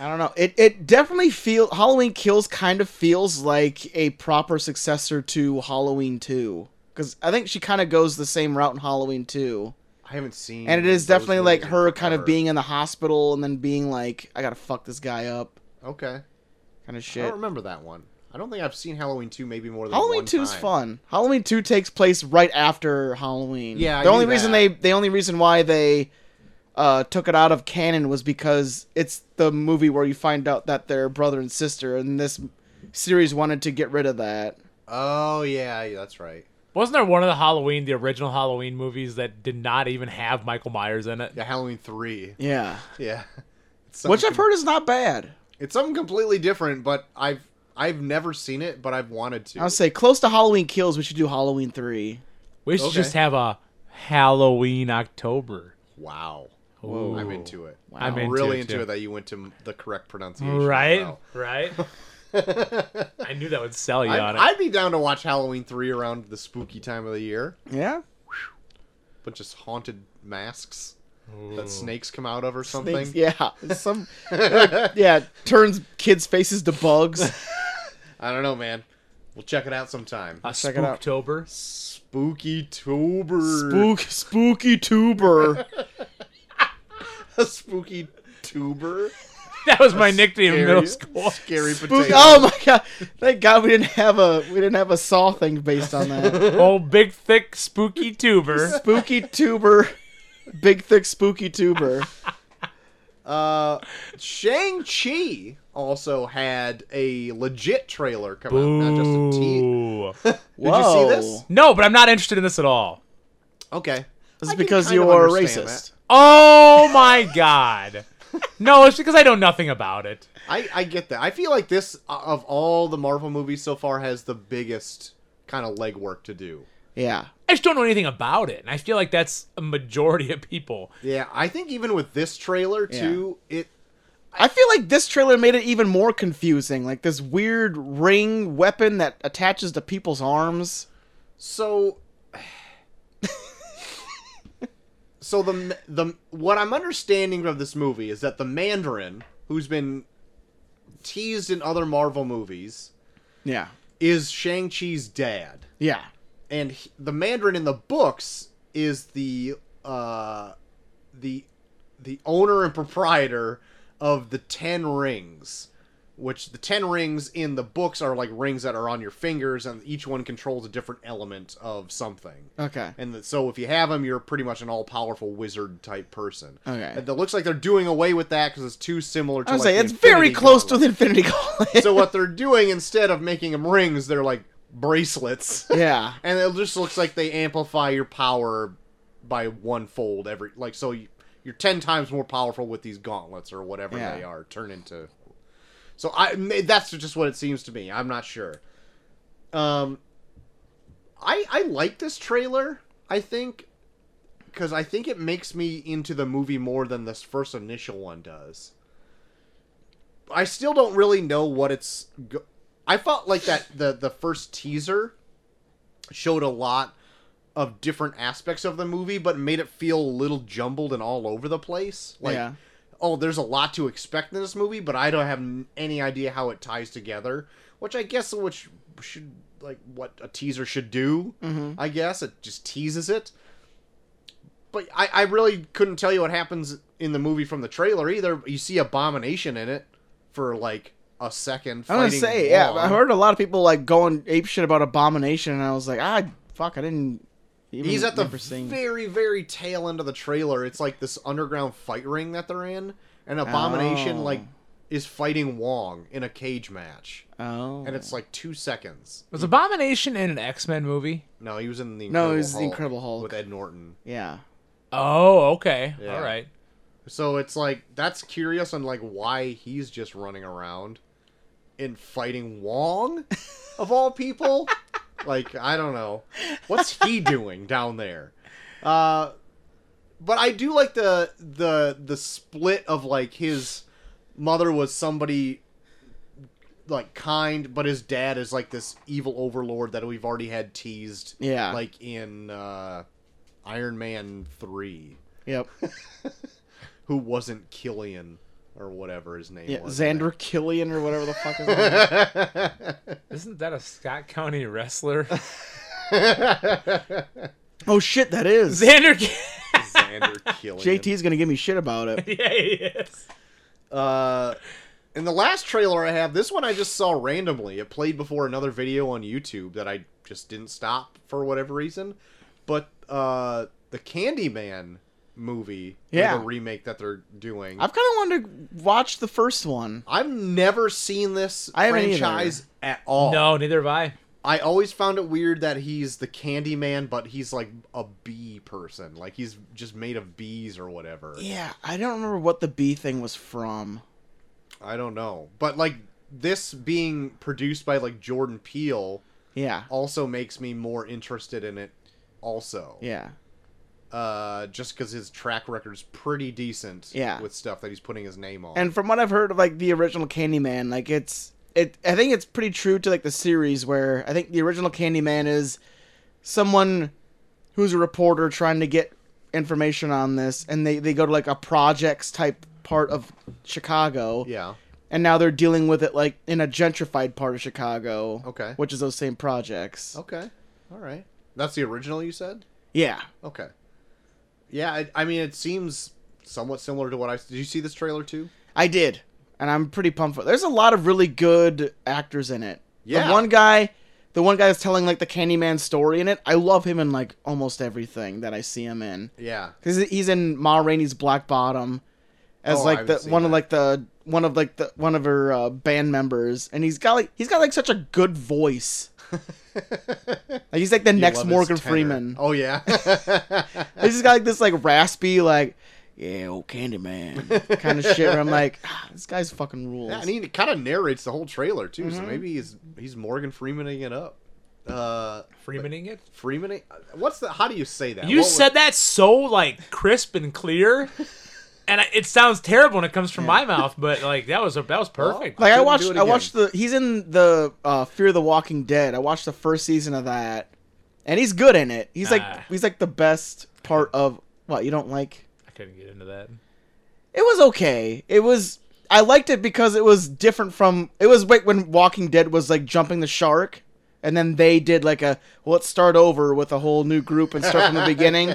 A: I don't know. It it definitely feel Halloween Kills kind of feels like a proper successor to Halloween 2 cuz I think she kind of goes the same route in Halloween 2.
B: I haven't seen.
A: And it is
B: those
A: definitely like
B: movies in
A: her kind of
B: forever.
A: being in the hospital and then being like I got to fuck this guy up
B: okay.
A: kind of
B: I
A: shit.
B: don't remember that one. I don't think I've seen Halloween two maybe more than
A: Halloween
B: one
A: 2 is
B: time.
A: fun. Halloween 2 takes place right after Halloween.
B: Yeah, I
A: The only
B: knew
A: reason they
B: that.
A: the only reason why they uh, took it out of canon was because it's the movie where you find out that they're brother and sister and this series wanted to get rid of that.
B: Oh yeah, yeah, that's right.
C: Wasn't there one of the Halloween, the original Halloween movies that did not even have Michael Myers in it?
B: Yeah, Halloween
A: *laughs*
B: three.
A: Yeah.
B: Yeah, It's something
A: Which I've
B: com-
A: heard is not bad.
B: It's something completely different, but I've I've never seen it, but I've wanted to.
A: I'll say close to Halloween kills we should do Halloween 3.
C: We should
B: Okay.
C: just have a Halloween October.
B: Wow,
C: Whoa.
B: I'm into it. Wow.
C: I'm into
B: really
C: it,
B: into
C: too.
B: it that you went to m- the correct pronunciation. as *laughs*
C: Right?
B: well.
C: Right? I knew that would sell you on
B: I'd,
C: it.
B: I'd be down to watch Halloween three around the spooky time of the year.
A: Yeah.
B: Bunch of haunted masks that snakes come out of or something.
A: Yeah. Some *laughs* yeah, turns kids faces to bugs.
B: *laughs* I don't know, man. We'll check it out sometime.
C: a
A: check it out.
C: Spooktober. *laughs*
B: Spooky tuber.
A: Spook spooky tuber.
B: *laughs* a spooky tuber.
C: That was my nickname in
B: Scary-
C: middle school.
B: Scary
A: Spook-
B: potato.
A: oh my god! Thank God we didn't have a we didn't have a saw thing based on that.
C: Old big thick spooky tuber.
A: spooky tuber, big thick spooky tuber.
B: Uh, Shang Chi also had a legit trailer come out, *laughs* not just a tease.
C: Ooh.
A: Did
B: you see this?
C: No, but I'm not interested in this at all.
B: Okay,
A: This
B: I
A: is
B: can
A: because
B: kind
A: you
B: of
A: are
B: understand
A: racist.
C: Oh my god. No, it's because I know nothing about it.
B: that. I I get that. I feel like this uh, of all the Marvel movies so far has the biggest kind of legwork to do.
A: Yeah,
C: I just don't know anything about it, and I feel like that's a majority of people.
B: Yeah, I think even with this trailer too, it
A: I feel like this trailer made it even more confusing. Like this weird ring weapon that attaches to people's arms.
B: So, *sighs* so the the what I'm understanding of this movie is that the Mandarin, who's been teased in other Marvel movies,
A: Yeah,
B: is Shang Chi's dad,
A: yeah,
B: and he, the Mandarin in the books is the uh, the the owner and proprietor of the Ten Rings. Which the ten rings in the books are like rings that are on your fingers, and each one controls a different element of something.
A: okay.
B: And that so if you have him, you're pretty much an all-powerful wizard type person.
A: Okay.
B: And it looks like they're doing away with that because it's too similar to.
A: I was
B: like,
A: like,
B: the
A: it's very
B: Infinity
A: close to
B: Gauntlet.
A: the Infinity
B: *laughs*
A: Gauntlet.
B: so what they're doing instead of making them rings, they're like
A: *laughs*
B: bracelets,
A: yeah,
B: and it just looks like they amplify your power by one fold every. Like so, you, you're ten times more powerful with these gauntlets or whatever
A: Yeah.
B: they are. Turn into. So I that's just what it seems to me. I'm not sure. Um, I I like this trailer. I think because I think it makes me into the movie more than this first initial one does. I still don't really know what it's. Go- I felt like that the the first teaser showed a lot of different aspects of the movie, but made it feel a little jumbled and all over the place. Like,
A: Yeah.
B: oh, there's a lot to expect in this movie, but I don't have n- any idea how it ties together. Which I guess which should like what a teaser should do. I guess it just teases it but I, I really couldn't tell you what happens in the movie from the trailer either. You see Abomination in it for like a second.
A: I'm gonna
B: fighting
A: say, yeah.
B: Wong.
A: I heard a lot of people like going ape shit about Abomination, and I was like, ah, fuck, I didn't. Even
B: he's at the
A: remember seeing-
B: very very tail end of the trailer. It's like this underground fight ring that they're in, and Abomination
A: Oh.
B: like is fighting Wong in a cage match,
A: Oh.
B: and it's like two seconds.
C: Was Abomination in an X Men movie?
B: No, he was in the
A: No,
B: Incredible
A: he was the
B: Hulk
A: Incredible Hulk.
B: with Ed Norton.
A: yeah.
C: Oh, okay.
B: Yeah.
C: All right.
B: So it's like that's curious on like why he's just running around and fighting Wong of all people. Like I don't know, what's he doing down there? Uh, but I do like the the the split of like his mother was somebody like kind, but his dad is like this evil overlord that we've already had teased.
A: Yeah.
B: like in uh, Iron Man three,
A: Yep.
B: who wasn't Killian or whatever his name
A: Yeah.
B: was.
A: Xander Killian or whatever the fuck his name. is.
C: Isn't that a Scott
B: *laughs*
C: County wrestler?
A: Oh shit, that is.
C: Xander.
B: *laughs* Xander Killian.
A: JT's gonna give me shit about it.
C: *laughs* yeah, he is.
B: Uh, and the last trailer I have, this one I just saw randomly. It played before another video on YouTube that I just didn't stop for whatever reason. But uh, the Candyman movie, or
A: Yeah.
B: the remake that they're doing. I've,
A: I've kind of wanted to watch the first one.
B: never seen this
A: I haven't either.
B: franchise at all.
C: No, neither have I.
B: I always found it weird that he's the Candyman, but he's like a bee person. Like he's just made of bees or whatever.
A: Yeah, I don't remember what the B thing was from.
B: I don't know. But like this being produced by like Jordan Peele
A: Yeah.
B: also makes me more interested in it also.
A: Yeah.
B: Uh just cuz his track record's pretty decent
A: Yeah.
B: with stuff that he's putting his name on.
A: And from what I've heard of like the original Candyman, like it's it I think it's pretty true to like the series where I think the original Candyman is someone who's a reporter trying to get information on this and they, they go to like a projects type part of Chicago.
B: yeah.
A: And now they're dealing with it like in a gentrified part of Chicago.
B: Okay.
A: Which is those same projects.
B: Okay. All right. That's the original you said?
A: Yeah.
B: Okay. Yeah, I, I mean it seems somewhat similar to what I Did you see this trailer too?
A: I did, and I'm pretty pumped for. There's a lot of really good actors in it.
B: Yeah.
A: The one guy, the one guy that's telling like the Candyman story in it. I love him in like almost everything that I see him in.
B: Yeah.
A: Cause he's in Ma Rainey's Black Bottom, as
B: Oh, I
A: like
B: haven't
A: the
B: seen
A: one of
B: that.
A: like the one of like the one of her uh, band members, and he's got like he's got like such a good
B: *laughs*
A: voice. Like he's like the
B: You
A: next
B: love his
A: Morgan
B: tenor.
A: Freeman. *laughs*
B: Oh yeah.
A: He's just got like this like raspy like. Yeah, old
B: *laughs*
A: Candyman kind of shit. Where I'm like, ah, this guy's fucking rules.
B: Yeah, and he kind of narrates the whole trailer too,
A: Mm-hmm.
B: so maybe he's he's Morgan Freemaning it up. Uh,
C: Freemaning it.
B: Freemaning. What's the? How do you say that?
C: You
B: What was-
C: said that so like crisp and
B: *laughs*
C: clear, and I, it sounds terrible when it comes from my mouth. But like that was a, that was perfect.
A: Like I
B: Couldn't do
A: watched,
B: it
A: I
B: again.
A: watched the. He's in the uh, Fear the Walking Dead. I watched the first season of that, and he's good in it. He's
C: Nah.
A: like, he's like the best part of what you don't like.
C: I couldn't get into that.
A: It was okay. It was. I liked it because it was different from. It was like when Walking Dead was like jumping the shark, and then they did like a well, let's start over with a whole new group and start from
B: *laughs*
A: the beginning.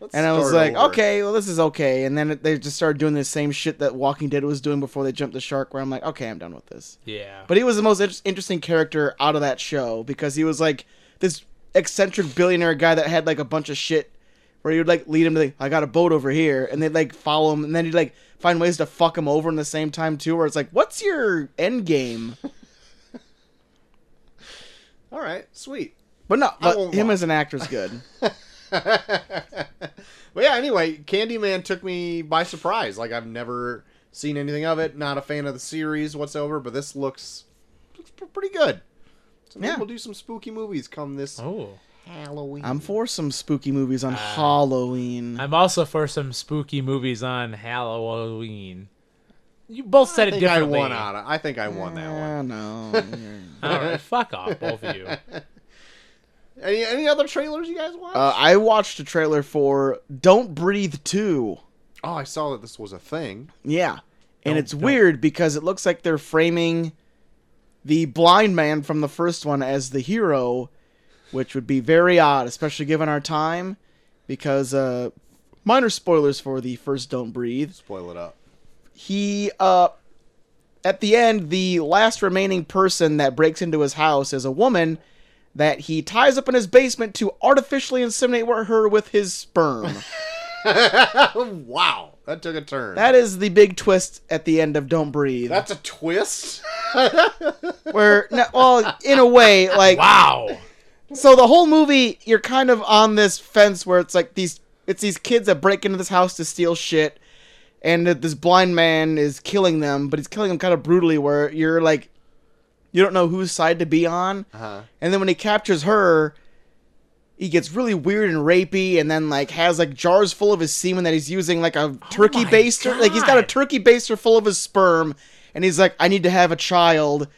B: Let's
A: And I was
B: start
A: like,
B: over.
A: okay, well, this is okay. And then it- they just started doing the same shit that Walking Dead was doing before they jumped the shark. Where I'm like, okay, I'm done with this.
C: Yeah.
A: But he was the most inter- interesting character out of that show because he was like this eccentric billionaire guy that had like a bunch of shit where he would like lead him to like, I got a boat over here and they'd like follow him and then he'd like find ways to fuck him over in the same time too where it's like, what's your end game?
B: all right, sweet. *laughs*
A: But no, but
B: won't
A: him
B: lie.
A: as an actor
B: *laughs*
A: is good.
B: But yeah, anyway, Candyman took me by surprise. Like I've never seen anything of it. Not a fan of the series whatsoever. But this looks looks p- pretty good. So maybe
A: Yeah.
B: we'll do some spooky movies come this
C: Oh.
B: Halloween.
A: I'm for some spooky movies on
B: Ah.
A: Halloween.
C: I'm also for some spooky movies on Halloween. You both said
B: I
C: it
B: think I
C: differently.
B: won out. Of, I think I won that one.
A: I know.
C: All right, fuck off, both of you.
B: Any any other trailers you guys watch?
A: uh, I watched a trailer for Don't Breathe 2.
B: oh, I saw that this was a thing.
A: Yeah. And
C: Don't-
A: it's
C: don't.
A: weird because it looks like they're framing the blind man from the first one as the hero, which would be very odd, especially given our time, because uh minor spoilers for the first Don't Breathe.
B: Spoil it up.
A: He uh at the end the last remaining person that breaks into his house is a woman that he ties up in his basement to artificially inseminate her with his sperm.
B: wow, that took a turn.
A: that is the big twist at the end of Don't Breathe.
B: That's a twist.
A: where no, well in a way like
C: Wow.
A: so the whole movie you're kind of on this fence where it's like these it's these kids that break into this house to steal shit and that this blind man is killing them but he's killing them kind of brutally where you're like You don't know whose side to be on.
B: Uh-huh.
A: And then when he captures her, he gets really weird and rapey, and then like has like jars full of his semen that he's using like a turkey
C: my
A: baster. Like he's got a
C: God.
A: turkey baster full of his sperm, and he's like, "I need to have a child,"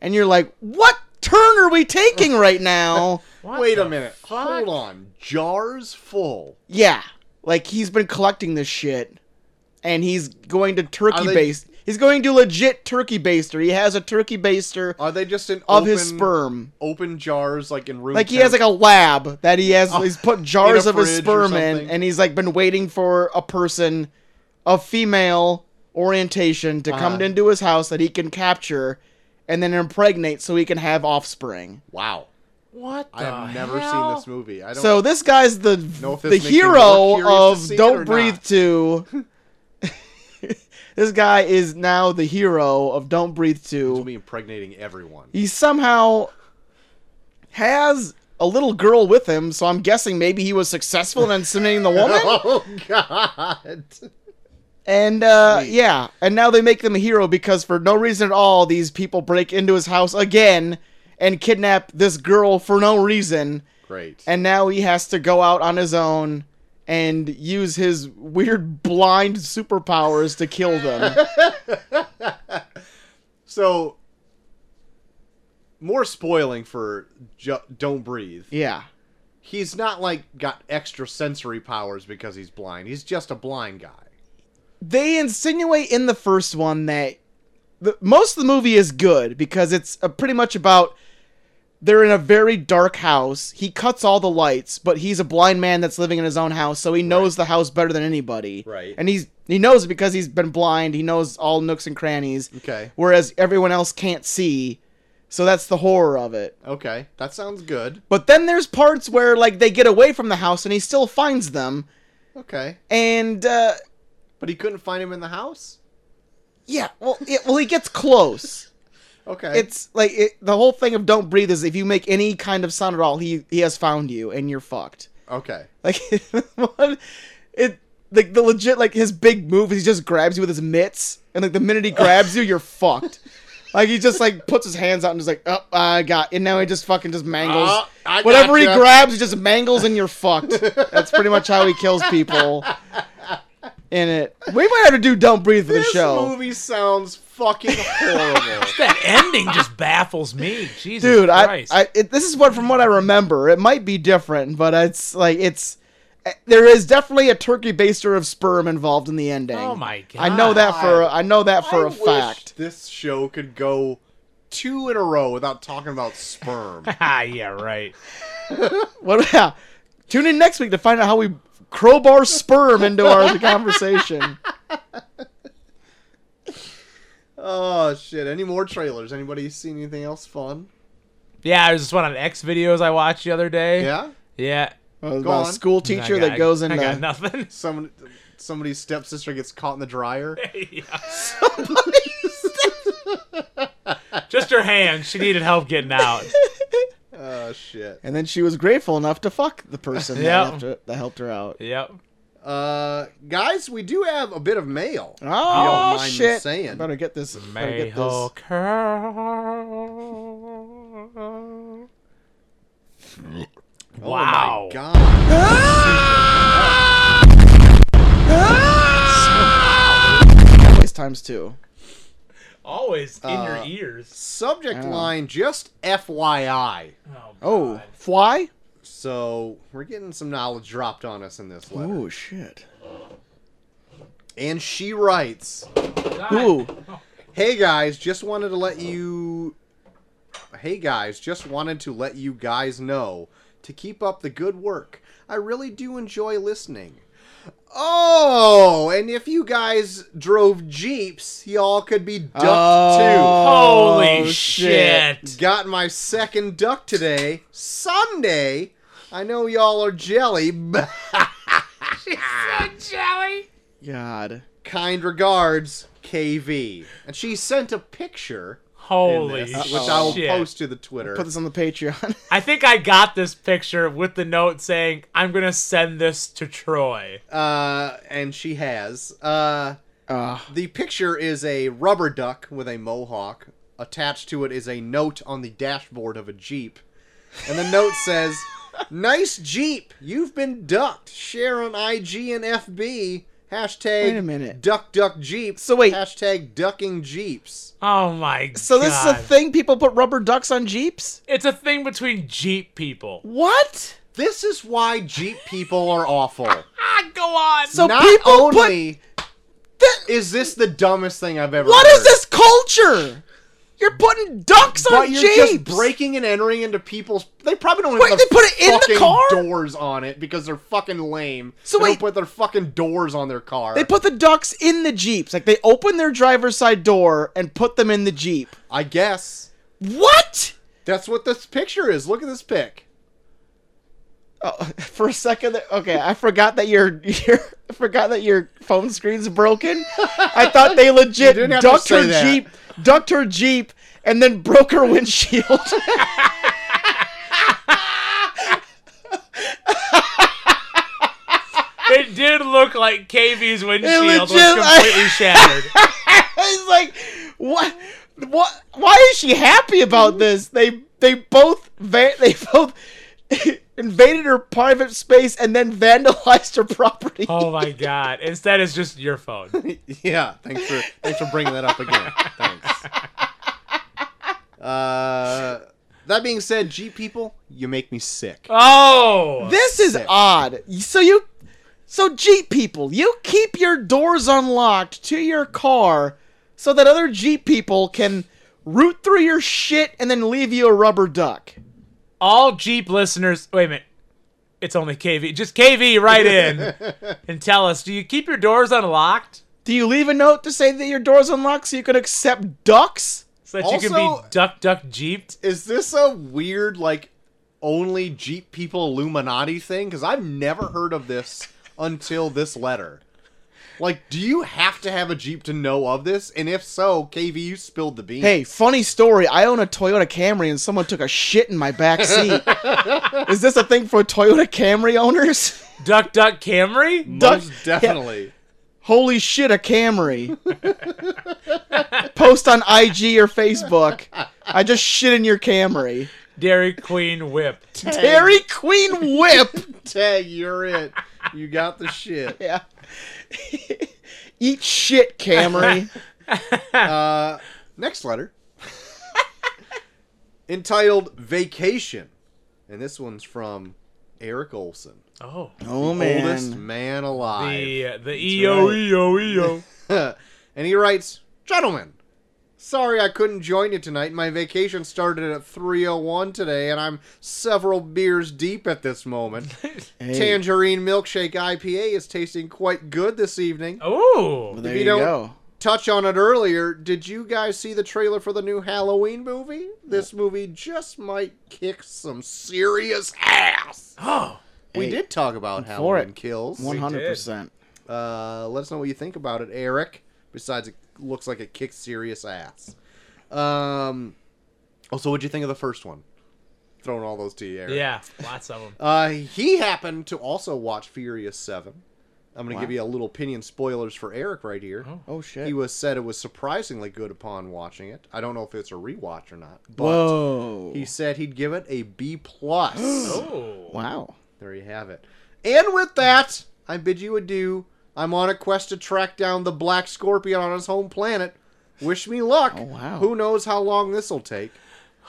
A: and you're like, "What turn are we taking right now?"
C: What
B: *laughs* Wait
C: the
B: a minute.
C: fuck?
B: Hold on. Jars full.
A: yeah, like he's been collecting this shit, and he's going to turkey
B: they-
A: baste. He's going to legit turkey baster. He has a turkey baster
B: Are they just in
A: of
B: open,
A: his sperm.
B: Open jars like in room.
A: Like he has like a lab that he has. he's put jars
B: Oh, in a
A: of his
B: fridge or
A: sperm in,
B: something.
A: and he's like been waiting for a person of female orientation to come
B: Uh-huh.
A: into his house that he can capture and then impregnate so he can have offspring.
B: wow.
C: What?
B: I have
C: the
B: never
C: hell?
B: seen this movie. I don't.
A: So this guy's the
B: Know if this
A: the
B: makes you more
A: hero
B: curious to
A: of
B: see it
A: Don't
B: or
A: Breathe
B: not. *laughs*
A: 2. *laughs* this guy is now the hero of Don't Breathe 2.
B: He'll be impregnating everyone.
A: he somehow has a little girl with him, so I'm guessing maybe he was successful in
B: *laughs*
A: inseminating the woman.
B: *laughs* Oh God!
A: And uh, yeah, and now they make them a hero because for no reason at all, these people break into his house again and kidnap this girl for no reason.
B: Great.
A: And now he has to go out on his own and use his weird blind superpowers to kill them.
B: so, more spoiling for Ju- Don't Breathe.
A: yeah.
B: He's not like got extra sensory powers because he's blind. He's just a blind guy.
A: they insinuate in the first one that the, most of the movie is good because it's uh pretty much about they're in a very dark house. He cuts all the lights, but he's a blind man that's living in his own house, so he knows the house better than anybody.
B: Right.
A: And he's he knows it because he's been blind. He knows all nooks and crannies.
B: Okay.
A: Whereas everyone else can't see. So that's the horror of it.
B: Okay, that sounds good.
A: But then there's parts where like they get away from the house and he still finds them
B: Okay,
A: and uh
B: but he couldn't find him in the house.
A: yeah, well, yeah, well he gets close.
B: *laughs* Okay,
A: it's like it, the whole thing of don't breathe is if you make any kind of sound at all, he he has found you and you're fucked. *laughs*
B: okay.
A: Like what- it like the legit like his big move is he just grabs you with his mitts and *laughs* like the minute he grabs you, you're fucked. Like he just like puts his hands out and just like oh I got and now he just fucking just mangles
B: Ah, I
A: whatever he
B: gotcha.
A: grabs he just mangles and you're fucked. That's pretty much how he kills people. In it, we might have to do don't breathe for the
B: This
A: show.
B: movie sounds *laughs* fucking horrible.
C: That ending just baffles me. Jesus
A: dude I,
C: Christ.
A: I it, this is what from what i remember it might be different but it's like it's eh, there is definitely a turkey baster of sperm involved in the ending
C: Oh my
A: i know that for
B: God.
A: i know that for
B: I
A: a
B: wish
A: fact
B: This show could go two in a row without talking about sperm.
C: *laughs* ah, yeah, right.
A: what *laughs* yeah tune in next week to find out how we crowbar sperm into our the conversation
B: *laughs* oh shit! Any more trailers? Anybody seen anything else fun?
C: Yeah, there's this one on X videos I watched the other day.
B: Yeah.
C: Yeah.
A: About
B: Go
A: a
B: on.
A: school teacher
C: I
A: that
C: got-
A: goes
C: I got
A: into
C: nothing.
B: Some somebody's stepsister gets caught in the *laughs* dryer.
C: *laughs* Just her hand. She needed help
A: *laughs*
C: getting out.
B: Oh shit.
A: *laughs* and then she was grateful enough to fuck the person
B: *laughs*
C: Yeah.
A: that, helped her, that helped her out
C: Yep.
B: Uh, guys, we do have a bit of mail.
A: oh
B: mind me
A: shit
B: saying.
A: better get this better get
C: Mayho
A: this
C: curl.
B: Oh
C: Wow.
B: my god.
A: always times two
C: Always in
B: Uh,
C: your ears.
B: Subject
A: Ow.
B: line just FYI.
C: Oh.
A: oh
C: God.
A: fly
B: So we're getting some knowledge dropped on us in this letter.
A: oh shit
B: And she writes.
C: God.
A: Ooh.
B: Hey guys, just wanted to let you. Hey guys, just wanted to let you guys know to keep up the good work. I really do enjoy listening. Oh, and if you guys drove jeeps, y'all could be ducked
C: Holy
A: Oh,
C: shit.
B: too. Got my second duck today, Sunday. I know y'all are jelly. but *laughs*
A: God.
B: kind regards, KV. And she sent a picture. in
C: Holy
B: this, uh,
C: shit.
B: which I will post to the Twitter.
A: Put this on the Patreon. *laughs*
C: I think I got this picture with the note saying, I'm going to send this to Troy.
B: uh, and she has. Uh,
A: Uh,
B: the picture is a rubber duck with a mohawk Attached to it is a note on the dashboard of a Jeep. And the note says, Nice Jeep. You've been ducked. Share on IG and FB. Hashtag
A: Wait a minute.
B: duck duck Jeep.
A: So wait-
B: Hashtag ducking Jeeps.
C: Oh my god.
A: So this is a thing people put rubber ducks on jeeps?
C: It's a thing between Jeep people.
A: What?
B: This is why Jeep people are awful.
C: Ah, go on.
A: So
B: Not
A: people put
B: only is this the dumbest thing I've ever
A: What
B: heard.
A: is this culture? You're putting ducks on
B: But you're
A: jeeps.
B: just breaking and entering into people's. They probably don't
A: Wait,
B: even
A: they put it in the
B: fucking
A: car?
B: doors on it because they're fucking lame.
A: So
B: they
A: wait-
B: don't put their fucking doors on their car.
A: They put the ducks in the jeeps. Like they open their driver's side door and put them in the jeep.
B: I guess
A: What?
B: that's what this picture is. Look at this pic. *laughs*
A: Oh, *laughs* for a second, there- okay, I forgot that your *laughs* your I forgot that your phone screen's broken. I thought they legit
B: You didn't have to
A: ducked her
B: say that.
A: jeep, ducked her jeep, and then broke her windshield. *laughs*
C: it did look like KV's windshield was
A: legit-
C: completely shattered.
A: It's like, what? What? Why is she happy about this? They they both va- they both *laughs* invaded her private space and then vandalized her property.
C: Oh my god. Instead, it's just your phone.
B: yeah, thanks for thanks for bringing that up again.
A: *laughs*
B: Thanks. Uh, that being said, Jeep people, you make me sick. *laughs*
C: Oh.
A: This is
B: Sick.
A: odd. So you, so Jeep people, you keep your doors unlocked to your car so that other Jeep people can root through your shit and then leave you a rubber duck.
C: all Jeep listeners, wait a minute. It's only KV. Just KV,
B: *laughs*
C: right in and tell us. Do you keep your doors unlocked
A: Do you leave a note to say that your door's unlocked so you can accept ducks?
C: so that you can
B: Also-
C: be duck duck jeeped?
B: is this a weird like only Jeep people Illuminati thing? Because I've never heard of this until this letter. Like, do you have to have a Jeep to know of this? And if so, KV, you spilled the beans.
A: Hey, funny story. I own a Toyota Camry and someone took a shit in my back seat. Is this a thing for Toyota Camry owners?
C: Duck duck Camry?
A: *laughs*
B: most
A: duck-
B: definitely.
A: Holy shit, a Camry. Post on IG or Facebook. I just shit in your Camry.
C: Dairy Queen whip.
A: Dairy Queen whip.
B: Tag, you're it. You got
A: *laughs*
B: the shit.
A: Yeah. Eat shit, Camry.
B: Uh, next letter, entitled "Vacation," and this one's from Eric Olson,
C: Oh.
A: *laughs* Oh
B: oldest
A: man.
B: man alive.
C: The E the EO EO EO.
B: *laughs* and he writes, "Gentlemen, sorry I couldn't join you tonight. My vacation started at 3:01 today and I'm several beers deep at this moment.
A: Hey,
B: Tangerine milkshake IPA is tasting quite good this *laughs* evening.
C: Oh.
A: there
B: if you
A: you
B: don't-
A: go.
B: Touch on it earlier. Did you guys see the trailer for the new Halloween movie? This movie just might kick some serious ass."
C: Oh.
B: We
A: Hey,
B: did talk about
A: for
B: Halloween
A: it.
B: kills.
A: One hundred percent.
B: Uh, let us know what you think about it, Eric. Besides, it looks like it kicks serious ass. Um, also, what'd you think of the first one? Throwing all those to you, Eric.
C: Yeah, lots of them.
B: Uh, he happened to also watch Furious Seven. I'm gonna
A: Wow.
B: give you a little opinion spoilers for Eric right here.
C: Oh.
A: Oh
B: He
A: shit.
B: was said it was surprisingly good upon watching it. I don't know if it's a rewatch or not, but
A: Whoa.
B: he said he'd give it a B
C: *gasps*
B: plus.
C: Oh.
A: Wow.
B: There you have it. And with that, I bid you adieu. I'm on a quest to track down the Black Scorpion on his home planet. Wish me luck.
A: Oh, wow.
B: Who knows how long this'll take?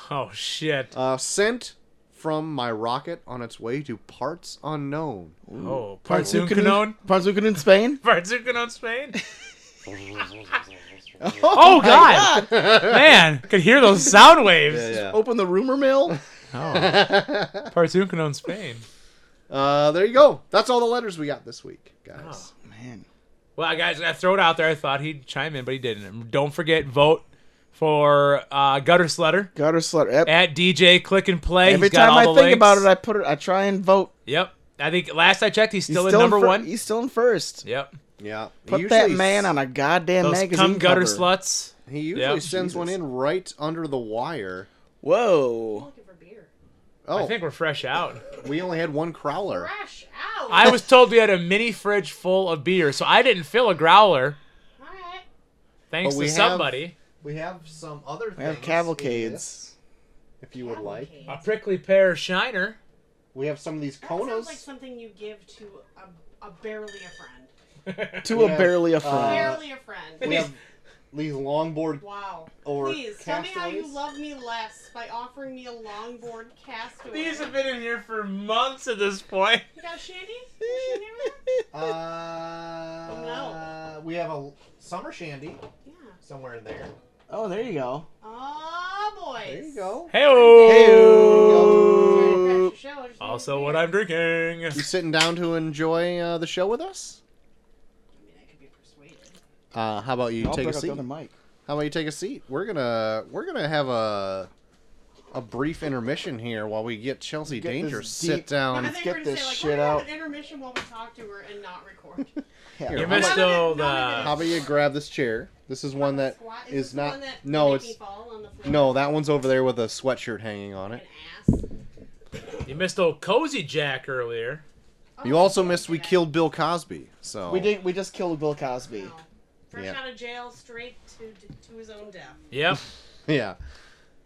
C: Oh shit.
B: Uh, sent from my rocket on its way to parts unknown.
C: Oh,
E: *laughs*
C: Parzucanon.
A: Parzucan in Spain?
C: Parzucanon Spain.
A: Oh,
C: Oh
A: my
C: god. Man, could hear those sound waves.
A: Open the rumor mill.
C: Oh.
A: *laughs*
C: Parzucanon Spain.
B: Uh, there you go. That's all the letters we got this week, guys.
A: Man.
C: Well, guys, I throw it out there. I thought he'd chime in, but he didn't. Don't forget, vote for uh, Gutter Slutter
A: Gutter slut. Yep.
C: at DJ Click and Play.
A: Every
C: He's got
A: time
C: all
A: I
C: the
A: think
C: links.
A: about it, I put it. I try and vote.
C: yep. I think last I checked, he's
A: He's
C: still, in number
A: fir-
C: one.
A: He's still in first.
C: Yep.
B: Yeah. He
A: Put
B: usually
A: that man on a goddamn
C: Those
A: magazine
C: cum gutter
A: cover.
C: sluts.
B: He usually
C: Yeah.
B: sends one
A: Jesus.
B: in right under the wire.
A: Whoa.
F: looking for beer.
B: Oh,
C: I think we're fresh out.
B: we only had one crowler.
F: Fresh out.
C: I was told we had a mini fridge full of beer, so I didn't fill a growler.
F: All right.
C: Thanks
B: But
C: to
B: we have-
C: somebody.
B: We have some other things.
A: We have
B: in this,
A: cavalcades.
B: if you would like.
C: A prickly pear shiner.
B: We have some of these
F: That sounds
B: Konos.
F: like something you give to a, a barely a friend.
A: To
B: We
A: a
B: have,
A: barely a
B: uh,
F: *laughs*
A: friend.
F: barely a friend.
B: we have these longboard.
F: wow.
B: or
F: Please tell me how you
B: castaways?
F: love me less by offering me a longboard castaway.
C: These have been in here for months at this point.
F: You got shandy? Is shandy around?
B: Uh,
F: Oh,
B: We have a summer shandy
F: Yeah.
B: somewhere in there.
A: oh, there you go.
F: Oh boys.
B: There you go.
A: Hey-o.
F: Sorry to crash your show, I just
C: Also,
F: needed
C: what
F: to-
C: I'm drinking.
B: You sitting down to enjoy uh, the show with us?
F: I mean, I could be persuaded.
B: Uh, how about you
A: I'll
B: take a
A: pick up the
B: seat?
A: other mic.
B: How about you take a seat? We're gonna we're gonna have a a brief intermission here while we get Chelsea
A: Get this
B: Danger
A: deep-
B: sit
A: *laughs*
F: I
B: down.
F: think
A: get
F: we're gonna
A: this
F: say, like,
A: shit
F: we're gonna
A: out.
F: Have an intermission while we talk to her and not record.
A: Yeah.
B: Here,
C: You
B: how
C: missed
B: about-
C: all the.
B: How about you grab this chair? This is one that
F: Squat-
B: is
F: this the
B: not.
F: one that
B: no,
F: made
B: it's
F: me fall on the floor?
B: no. That one's over there with a sweatshirt hanging on
F: An
B: it.
F: ass.
C: You missed old Cozy Jack earlier.
F: Oh,
B: You also
F: yeah,
B: missed we
F: did I?
B: killed Bill Cosby. So
A: We did. We just killed Bill Cosby.
F: Wow. Oh, Fresh
B: Yeah.
F: out of jail, straight to to his own death.
C: Yep.
B: *laughs* Yeah.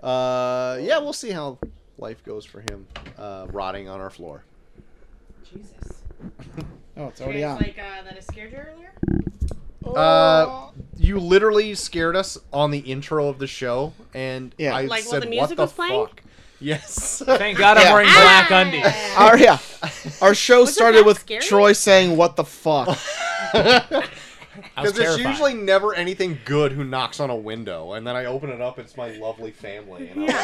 B: Uh, yeah. We'll see how life goes for him. Uh, rotting on our floor.
F: Jesus.
A: Oh, it's already
F: Already
A: on.
F: Like uh, that I scared you earlier.
C: Oh.
B: Uh, you literally scared us on the intro of the show, and
A: Yeah.
B: I
F: Like, while
B: said,
F: the
B: "What
F: music
B: the
F: was playing?" *laughs*
B: fuck?" Yes.
C: Thank God I'm
A: Yeah.
C: wearing black
F: Ah!
C: undies.
A: Our Oh, yeah, our show
F: Wasn't
A: started
F: that
A: with
F: scary?
A: Troy saying "What the fuck."
C: I was
B: *laughs* Because it's
C: terrified.
B: usually never anything good who knocks on a window, and then I open it up, it's my lovely family. And I'm like,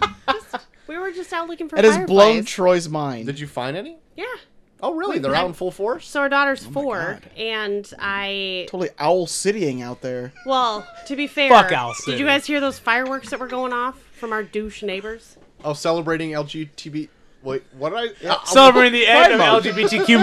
B: "What the hell?"
F: We were just out looking for.
A: It has blown Troy's mind.
B: Did you find any?
F: Yeah.
B: Oh, really? They're out in full force?
F: So our daughter's
A: my
F: four,
A: God.
F: and I.
A: totally owl citying out there?
F: Well, to be fair,
C: Fuck Owl
F: did
C: City.
F: you guys hear those fireworks that were going off from our douche neighbors?
B: Oh, celebrating LGBT. Wait, what did I? Uh,
C: Celebrating the end
A: Pride
C: of LGBTQ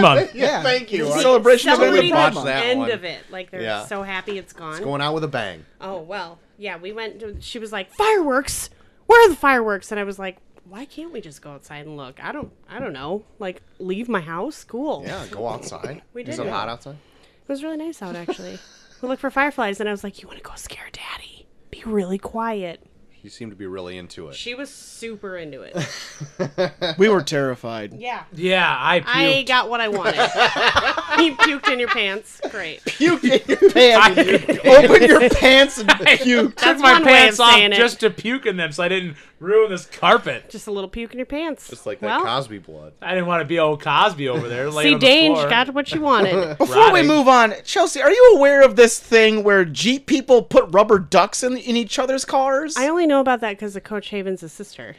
B: *laughs*
F: *laughs*
C: month.
B: yeah,
A: Yeah.
B: thank you.
A: It's a
B: I-
A: celebration of
F: Celebrating
A: Gender Pride
F: the
B: Watch
A: Month.
B: that
F: end
B: one.
F: of it, like they're
B: Yeah.
F: so happy it's gone.
B: Going out with a bang.
F: oh well, yeah. We went. to- She was like, "Fireworks! Where are the fireworks?" And I was like, "Why can't we just go outside and look? I don't. I don't know. Like, leave my house. Cool.
B: Yeah, go outside.
F: We
B: Is
F: did
B: it
F: it.
B: hot outside?
F: It was really nice out actually. we looked for fireflies, and I was like, "You want to go scare Daddy? Be really quiet."
B: You seem to be really into it.
F: She was super
C: *laughs*
F: into it.
A: We were terrified.
F: yeah.
C: Yeah, I puked.
F: I
C: I,
F: got what
C: *laughs*
F: I wanted. he puked in your pants. Great.
A: Puke in your pants. *laughs* Open your pants
B: *laughs*
A: and puke.
C: took
F: That's
C: my
F: one way of
C: pants off
F: saying it.
C: just to puke in them so I didn't ruin this carpet.
F: Just a little puke in your pants.
B: Just like that
F: well,
B: Cosby blood.
C: I didn't want to be old Cosby over there. laying
F: See,
C: on the
F: Dange
C: floor.
F: got what she wanted.
C: *laughs*
A: Before we
C: Rotting.
A: move on, Chelsea, are you aware of this thing where Jeep people put rubber ducks in, in each other's cars?
F: I only know about that because of Coach Haven's sister.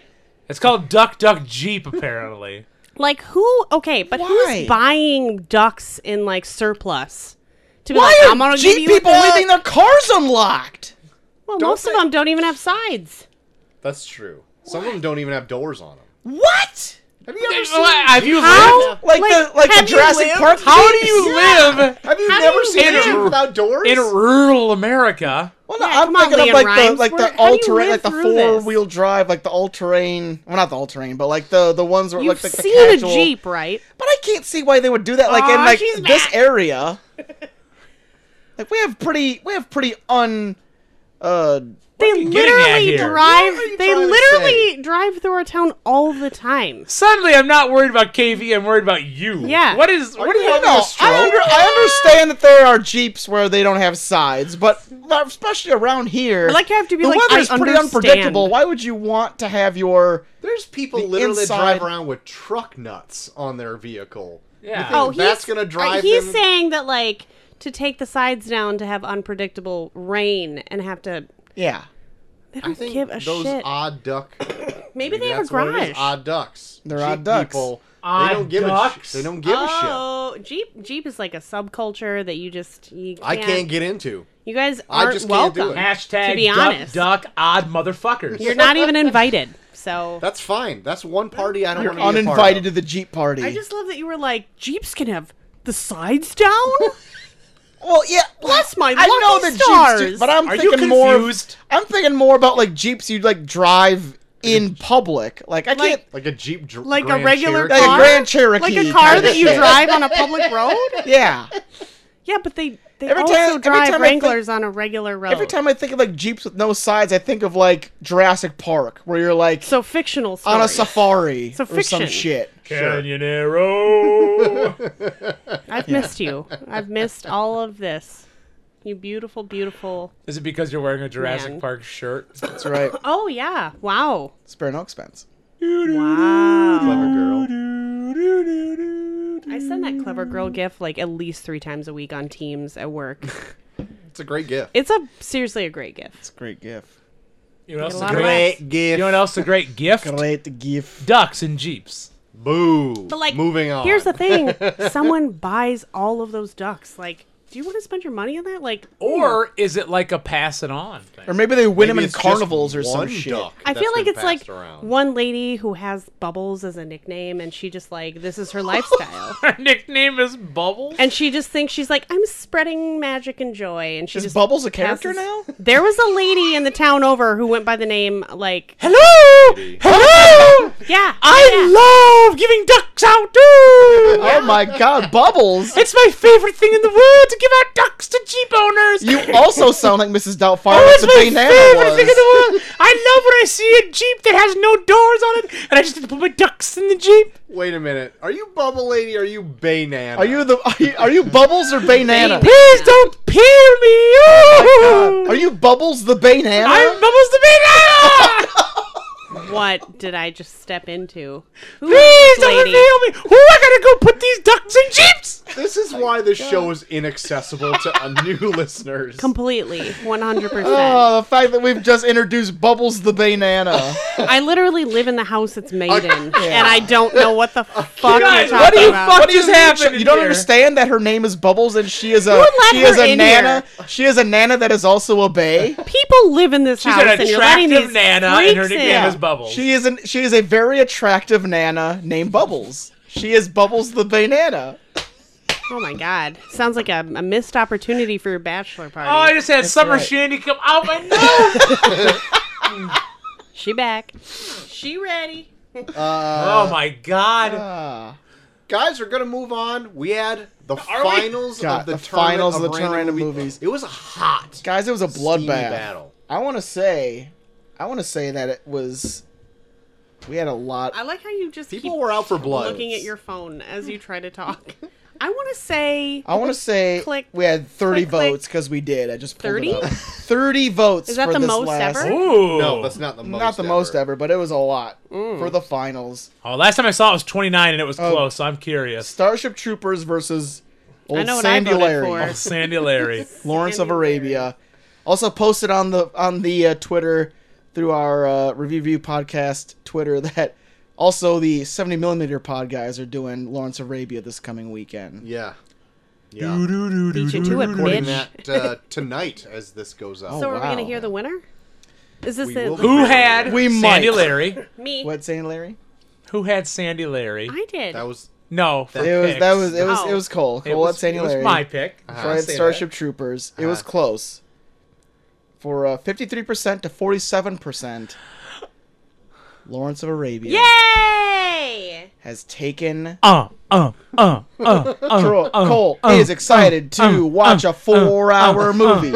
C: It's called Duck Duck Jeep, apparently.
F: Like who? Okay, but
A: Why?
F: who's buying ducks in like surplus? To be
A: Why
F: like,
A: are
F: I'm gonna give
A: Jeep
F: you a
A: people
F: duck."
A: leaving their cars unlocked?
F: Well,
B: Don't
F: most of
B: they-
F: them don't even have sides.
B: That's true. Some of them don't even have doors on them.
A: What?
B: Have you ever seen?
C: Have you
F: How?
C: lived?
A: Like,
F: Like,
A: the like the
F: have you
A: Jurassic
F: lived?
A: Park?
C: How do you live
B: Have you
F: How do
B: never
F: you
B: seen a
C: live?
B: Jeep without doors?
C: in rural America?
A: Well,
F: Yeah,
A: I'm
F: come on,
A: thinking of
F: Leon
A: like
F: Rimes.
A: the like
F: Where-
A: the
F: how do you
A: all terrain,
F: live
A: like the
F: through this?
A: four wheel drive, like the all terrain. Well, not the all terrain, but like the the ones where
F: You've
A: like the,
F: seen
A: the casual,
F: a jeep, right?
A: But I can't see why they would do that. Like in
F: Aw,
A: like
F: she's
A: this *laughs*
F: back.
A: area, like we have pretty we have pretty un uh
F: They
C: you getting at
F: literally
C: here?
F: drive.
B: What are you
F: They
B: trying to
F: literally drive through our town all the time.
C: Suddenly, I'm not worried about KV. I'm worried about you.
F: Yeah.
C: What is? What do
B: you
C: you
B: having
C: having
B: a
A: No,
C: a
A: I,
B: stroke?
C: stroke?
A: under, I understand that there are jeeps where they don't have sides, but especially around here,
F: I like you have to be
A: the
F: like,
A: weather's
F: I
A: pretty
F: understand.
A: unpredictable. Why would you want to have your?
B: There's people
A: The
B: literally that
A: inside-
B: drive around with truck nuts on their vehicle.
C: Yeah.
B: You think
F: Oh,
B: that's
F: he's-
B: gonna
F: uh,
B: drive
F: He's
B: them.
F: saying that like to take the sides down to have unpredictable rain and have to.
A: Yeah,
F: They don't
B: I think
F: give a
B: those
F: shit.
B: odd duck.
F: Maybe they have a
B: that's what it is,
F: garage.
B: Odd ducks.
A: They're odd ducks.
B: People,
C: Odd
B: they don't give a
C: ducks?
B: shit. They don't give a shit.
F: oh, Jeep Jeep is like a subculture that you just you can't,
B: I can't get into.
F: you guys
B: I
F: aren't
B: just can't do
F: welcome.
B: it.
C: *laughs* Hashtag
F: To be
C: duck,
F: honest.
C: duck odd motherfuckers.
F: You're not even invited. So
B: That's fine. That's one party I don't
A: you're
B: want to be a part
A: uninvited to
B: of.
A: the jeep party.
F: I just love that you were like Jeeps can have the sides down. *laughs*
A: well, yeah,
F: Bless my
A: I know
F: lucky
A: the jeeps, do-
F: stars.
A: but I'm
C: Are you
A: thinking more.
C: confused?
A: I'm thinking more about like jeeps you like drive in public. Like I can't.
B: Like a jeep. Dr-
F: Like a
B: Grand
F: regular
B: Cherokee.
A: Like a
F: car?
A: Grand Cherokee,
F: like a car
A: kinda
F: that you
A: shit. *laughs*
F: drive on a public road.
A: Yeah,
F: Yeah, but they they
A: Every
F: also
A: time- every
F: drive
A: time I think-
F: Wranglers on a regular road.
A: Every time I think of like Jeeps with no sides, I think of like Jurassic Park, where you're like
F: so fictional story.
A: on a safari
F: So
A: or some
F: fiction.
A: shit.
F: *laughs*
C: Canyonero.
F: I've missed you. I've missed all of this. You beautiful, beautiful.
C: Is it because you're wearing a Jurassic
F: Man.
C: Park shirt?
A: That's right.
F: Oh yeah! Wow!
A: Spare no expense.
F: Wow!
B: Clever girl.
F: I send that clever girl gif like at least three times a week on Teams at work.
B: It's a great gift.
F: It's a seriously a great gift.
A: It's a great gift.
C: You know what else
F: Get
C: is
F: a
C: a
F: lot of
C: great?
F: Great
B: gift.
C: You know what else is a great gift?
A: Great gift.
C: Ducks and jeeps.
B: Boo.
F: But like,
B: moving on.
F: Here's
B: *laughs*
F: the thing: someone buys all of those ducks. Like, do you want to spend your money on that? Like,
C: Or is it like a pass it on? Thing? *laughs*
A: Or maybe they win
B: Maybe
A: them in
B: it's just
A: carnivals or some
B: one
A: shit.
B: duck
F: I
B: that's
F: feel like
B: been
F: it's like
B: passed around.
F: one lady who has bubbles as a nickname, and she just like
B: *laughs*
F: this is her lifestyle,
C: Her nickname is Bubbles.
F: and she just thinks she's like I'm spreading magic and joy, and she
A: Is
F: just
A: Bubbles a character
F: passes- *laughs*
A: now?
F: There was a lady in the town over who went by the name like
C: Hello, hello.
F: yeah, yeah.
C: I love giving ducks out too.
A: *laughs* Oh my god, Bubbles!
C: It's my favorite thing in the world to give out ducks to jeep owners.
A: You also sound like Mrs. Doubtfire.
C: Oh,
A: with
C: it's
A: the
C: my
A: banana
C: favorite
A: was.
C: thing in the world. I love when I see a jeep that has no doors on it, and I just have to put my ducks in the jeep.
B: Wait a minute. Are you Bubble Lady or are you Banana?
A: Are you the are you, are you Bubbles or
C: *laughs*
A: Banana?
F: Baby.
C: Please don't peel me. Oh
A: Are you Bubbles the Banana?
C: I'm Bubbles the
A: *laughs*
C: banana.
F: What did I just step into? Who is
C: Please
F: this
C: don't peel
F: lady?
C: me. Ooh, I gotta go put these ducks in jeeps.
B: This is why this show is inaccessible to uh,
F: *laughs*
B: new listeners.
F: Completely, one hundred percent.
A: Oh, the fact that we've just introduced Bubbles the Banana.
F: I literally live in the house it's made in, and I don't know what the fuck you're
C: Guys,
F: talking
C: what do you
F: about.
C: fuck
A: do you
C: just
A: mean?
C: happened?
A: You don't
C: here?
A: understand that her name is Bubbles and she is a
F: would let
A: she is
F: her
A: a
F: in
A: nana. She is a nana that is also a
C: *laughs*
A: bay.
F: People live in this
C: She's
F: house,
C: an
F: and you're letting
C: attractive
F: these
C: nana, and her
F: freaks
C: nickname
F: in.
C: is Bubbles.
A: She is an she is a very attractive nana named Bubbles. She is Bubbles the banana.
F: Oh my god! Sounds like a, a missed opportunity for your bachelor party.
C: Oh, I just had summer
A: right.
C: shandy come out
F: *laughs*
C: my
F: Uh,
C: nose.
F: she back. She ready?
B: Uh,
C: oh my god.
F: uh,
A: Ah,
B: guys, we're gonna move on. We had the
C: we?
B: finals
A: God,
B: of the,
A: the finals
B: tournament
A: of the tournament
B: random
A: movies.
B: It was hot.
A: guys, it was a
B: steamy
A: bloodbath.
B: battle.
A: I want to say, I want to say that it was. We had a lot.
F: I like how you just
B: People
F: keep
B: were out for blood.
F: looking at your phone as you try to talk. I want to say
A: I want to say
F: Click,
A: we had 30
F: click, click.
A: votes because we did. I just pulled
F: 30?
A: it up. 30 votes.
F: Is that
A: for
F: the
A: this
F: most
A: last-
F: ever?
C: Ooh.
B: No, that's not the most.
A: Not the
B: ever.
A: most ever, but it was a lot
F: Mm.
A: for the finals.
C: Oh, last time I saw it was 29 and it was
F: Oh.
C: close, so I'm
F: *laughs*
C: curious.
A: Starship Troopers versus old
F: know what I
A: Sandy
F: voted
A: Larry,
F: for.
C: Oh, Sandy Larry.
A: Lawrence of
F: Sandy Larry.
A: Arabia. Also posted on the on the uh, Twitter through our uh, review view podcast Twitter that also the 70 millimeter pod guys are doing Lawrence of Arabia this coming weekend.
B: Yeah. Yeah.
F: beat you to it,
B: Recording
F: bitch.
B: that
F: *laughs*
B: uh, tonight as this goes up.
F: So are we
A: wow.
F: gonna hear the winner? Is this
B: We
F: the
B: will be-
A: *laughs*
C: Who had
A: We
C: Sandy
A: might.
C: Larry?
F: me?
A: What Sandy Larry?
C: Who had Sandy Larry?
F: I did.
B: that was
C: No, for
A: It was
C: picks.
A: that was it was it
F: Oh.
A: was Cole. Cole
C: It was,
A: had Sandy
C: it was
A: Larry.
C: my pick. Uh-huh.
A: So I had Starship Troopers. It was
B: Uh-huh.
A: close. For uh, 53% to 47%, Lawrence of Arabia
F: Yay!
A: has taken.
C: Uh, uh, uh, uh,
A: *laughs*
C: uh,
A: Cole, Cole is excited to watch a four-hour movie.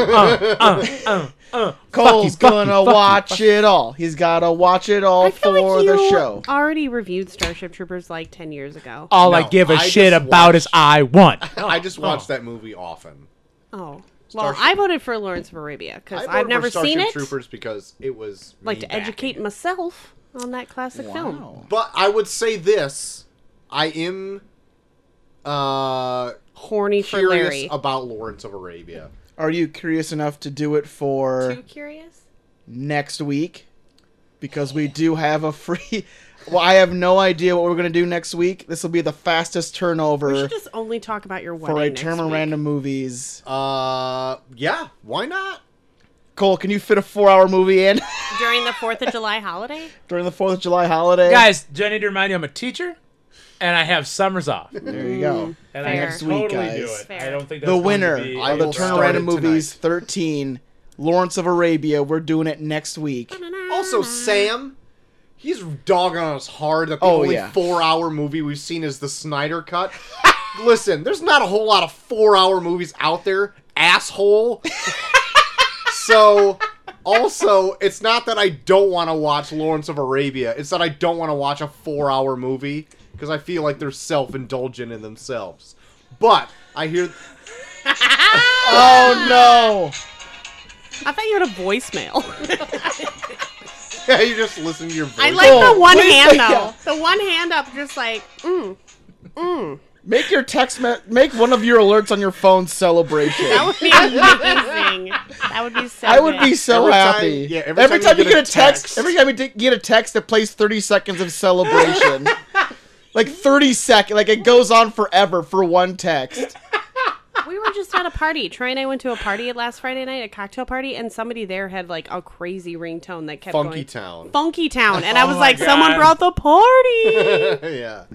A: *laughs* Cole's
C: fuck you,
A: gonna
C: fuck you,
A: watch it all. He's gotta watch it all
F: I feel
A: for
F: like you
A: the show.
F: already reviewed Starship Troopers like ten years ago.
C: All I
B: No,
C: give a
B: I
C: shit
B: just
C: about is I want.
B: I just watched that movie often.
F: Oh. Well,
B: Starship-
F: I voted for Lawrence of Arabia because
B: I
F: I've
B: voted
F: never
B: for Starship
F: seen it.
B: Troopers because it was
F: like to
B: me back.
F: educate myself on that classic film.
B: But I would say this: I am uh,
F: Horny for
B: curious
F: Larry.
B: about Lawrence of Arabia.
A: Are you curious enough to do it for
F: Too curious?
A: next week? Because we do have a free. *laughs* Well, I have no idea what we're gonna do next week. This will be the fastest
F: We
A: turnover
F: should just only talk about your wedding.
A: for a
F: next
A: term of
F: week.
A: random movies.
B: Uh, yeah, why not?
A: Cole, can you fit a four-hour movie in *laughs*
F: during the Fourth of July holiday.
A: during the Fourth of July holiday?
C: Guys, do I need to remind you I'm a teacher, and I have summers off.
A: there you go.
C: And I
F: Fair.
C: can totally
A: Sweet,
C: do
A: guys.
C: it.
F: Fair.
C: I don't think that's
A: the
C: going to
A: winner
C: be-
B: I
A: of the
B: will start
A: turnaround
B: it
A: of movies 13 lawrence of arabia we're doing it next week
B: Also,
F: Hmm.
B: Sam, he's dogging us hard that the
A: Oh,
B: only
A: yeah.
B: four-hour movie we've seen is the Snyder Cut. *laughs* Listen, there's not a whole lot of four hour movies out there, asshole. *laughs* so, also, it's not that I don't want to watch Lawrence of Arabia, it's that I don't want to watch a four hour movie because I feel like they're self indulgent in themselves. But I hear. *laughs*
A: Oh no!
F: I thought you had a voicemail.
B: Yeah, you just listen to your voice.
F: I like
A: Oh,
F: the one
A: please
F: hand
A: take
F: though.
A: out.
F: The one hand up, just like mm.
A: Make your text me- make one of your alerts on your phone celebration.
F: That would be amazing. that would be so.
A: I would be
F: good.
A: so
B: Every time-
A: happy.
B: yeah,
A: every, time, you get a text, every time you di- get a text that plays 30 seconds of *laughs* celebration. like 30 second, like it goes on forever for one text.
F: We were just at a party. Troy and I went to a party last Friday night, a cocktail party, and somebody there had like a crazy ringtone that kept
B: Funky
F: going,
B: Town. *laughs*
F: Funky Town,
A: Oh
F: and I was
C: my
F: like, someone
C: God.
F: brought the
A: *laughs*
F: party.
B: yeah.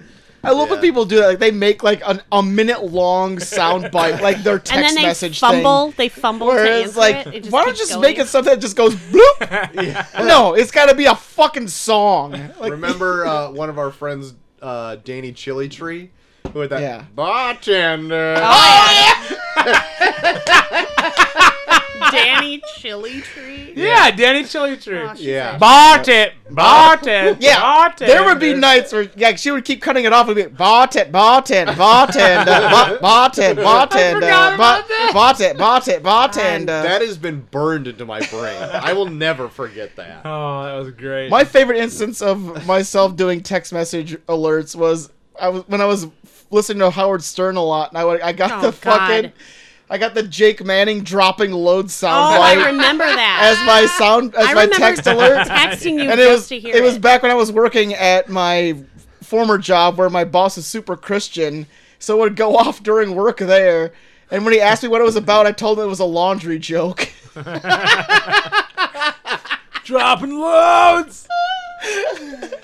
A: I love when
B: Yeah.
A: people do that. Like they make like an, a minute long
C: *laughs*
A: sound bite, like their text
F: and then they
A: message
F: fumble.
A: thing.
F: They fumble
A: Where
F: to
A: it's
F: answer
A: like,
F: it. It just
A: why don't
F: keeps
A: just
F: going.
A: make it
F: *laughs*
A: something that just goes
C: *laughs*
A: bloop? No, it's got to be a fucking song. Like,
B: *laughs* Remember uh, one of our friends, uh, Danny Chili Tree, who had that
A: Yeah.
B: bartender.
F: Danny Chili Tree?
C: Yeah, Danny Chili Tree.
F: Oh, she's
B: Yeah.
F: like,
C: Bartet, Bartet,
A: *laughs* Yeah,
C: Bartet.
A: there would be nights where like she would keep cutting it off and be like, bartend, bartend, bartender, ba-
C: *laughs*
A: bartend, bartender, ba- bartend, bartend, uh, bartender.
B: That has been burned into my brain. I will never forget
C: *laughs*
B: that.
C: Oh, that was great.
A: My favorite instance of myself doing text message alerts was I was when I was listening to Howard Stern a lot, and I would, I got
F: Oh,
A: the fucking
F: God.
A: I got the Jake Manning dropping load
F: Oh, I
A: soundbite
F: remember that.
A: as my sound as
F: I
A: my
F: remember
A: text alert.
F: texting you
A: and
F: just
A: it was
F: to hear
A: it, was back when I was working at my former job where my boss is super Christian, so it would go *laughs* off during work there. And when he asked me what it was about, I told him it was a laundry joke. *laughs*
C: dropping loads.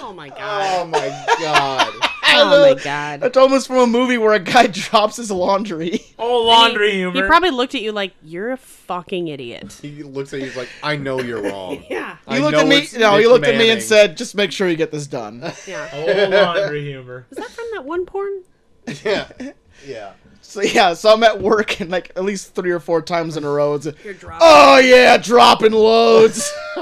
F: Oh my god.
B: Oh my god.
A: Oh my I
F: god.
A: told him it was from a movie where a guy *laughs* drops his laundry.
C: Oh, laundry humor.
F: He probably looked at you like you're a fucking idiot.
B: He looks at you he's like, I know you're
F: *laughs*
B: wrong.
F: Yeah.
A: He
B: I
A: looked
B: know
A: at me.
B: it's
A: No, he
B: Nick
A: looked at me and
B: Manning.
A: said, "Just make sure you get this done." *laughs*
F: Yeah.
C: Oh, laundry humor.
F: Is that from that one porn?
B: Yeah. *laughs* Yeah.
A: So yeah, so I'm at work and like at least three or four times in a row. It's,
F: You're dropping.
A: oh yeah, dropping loads. *laughs*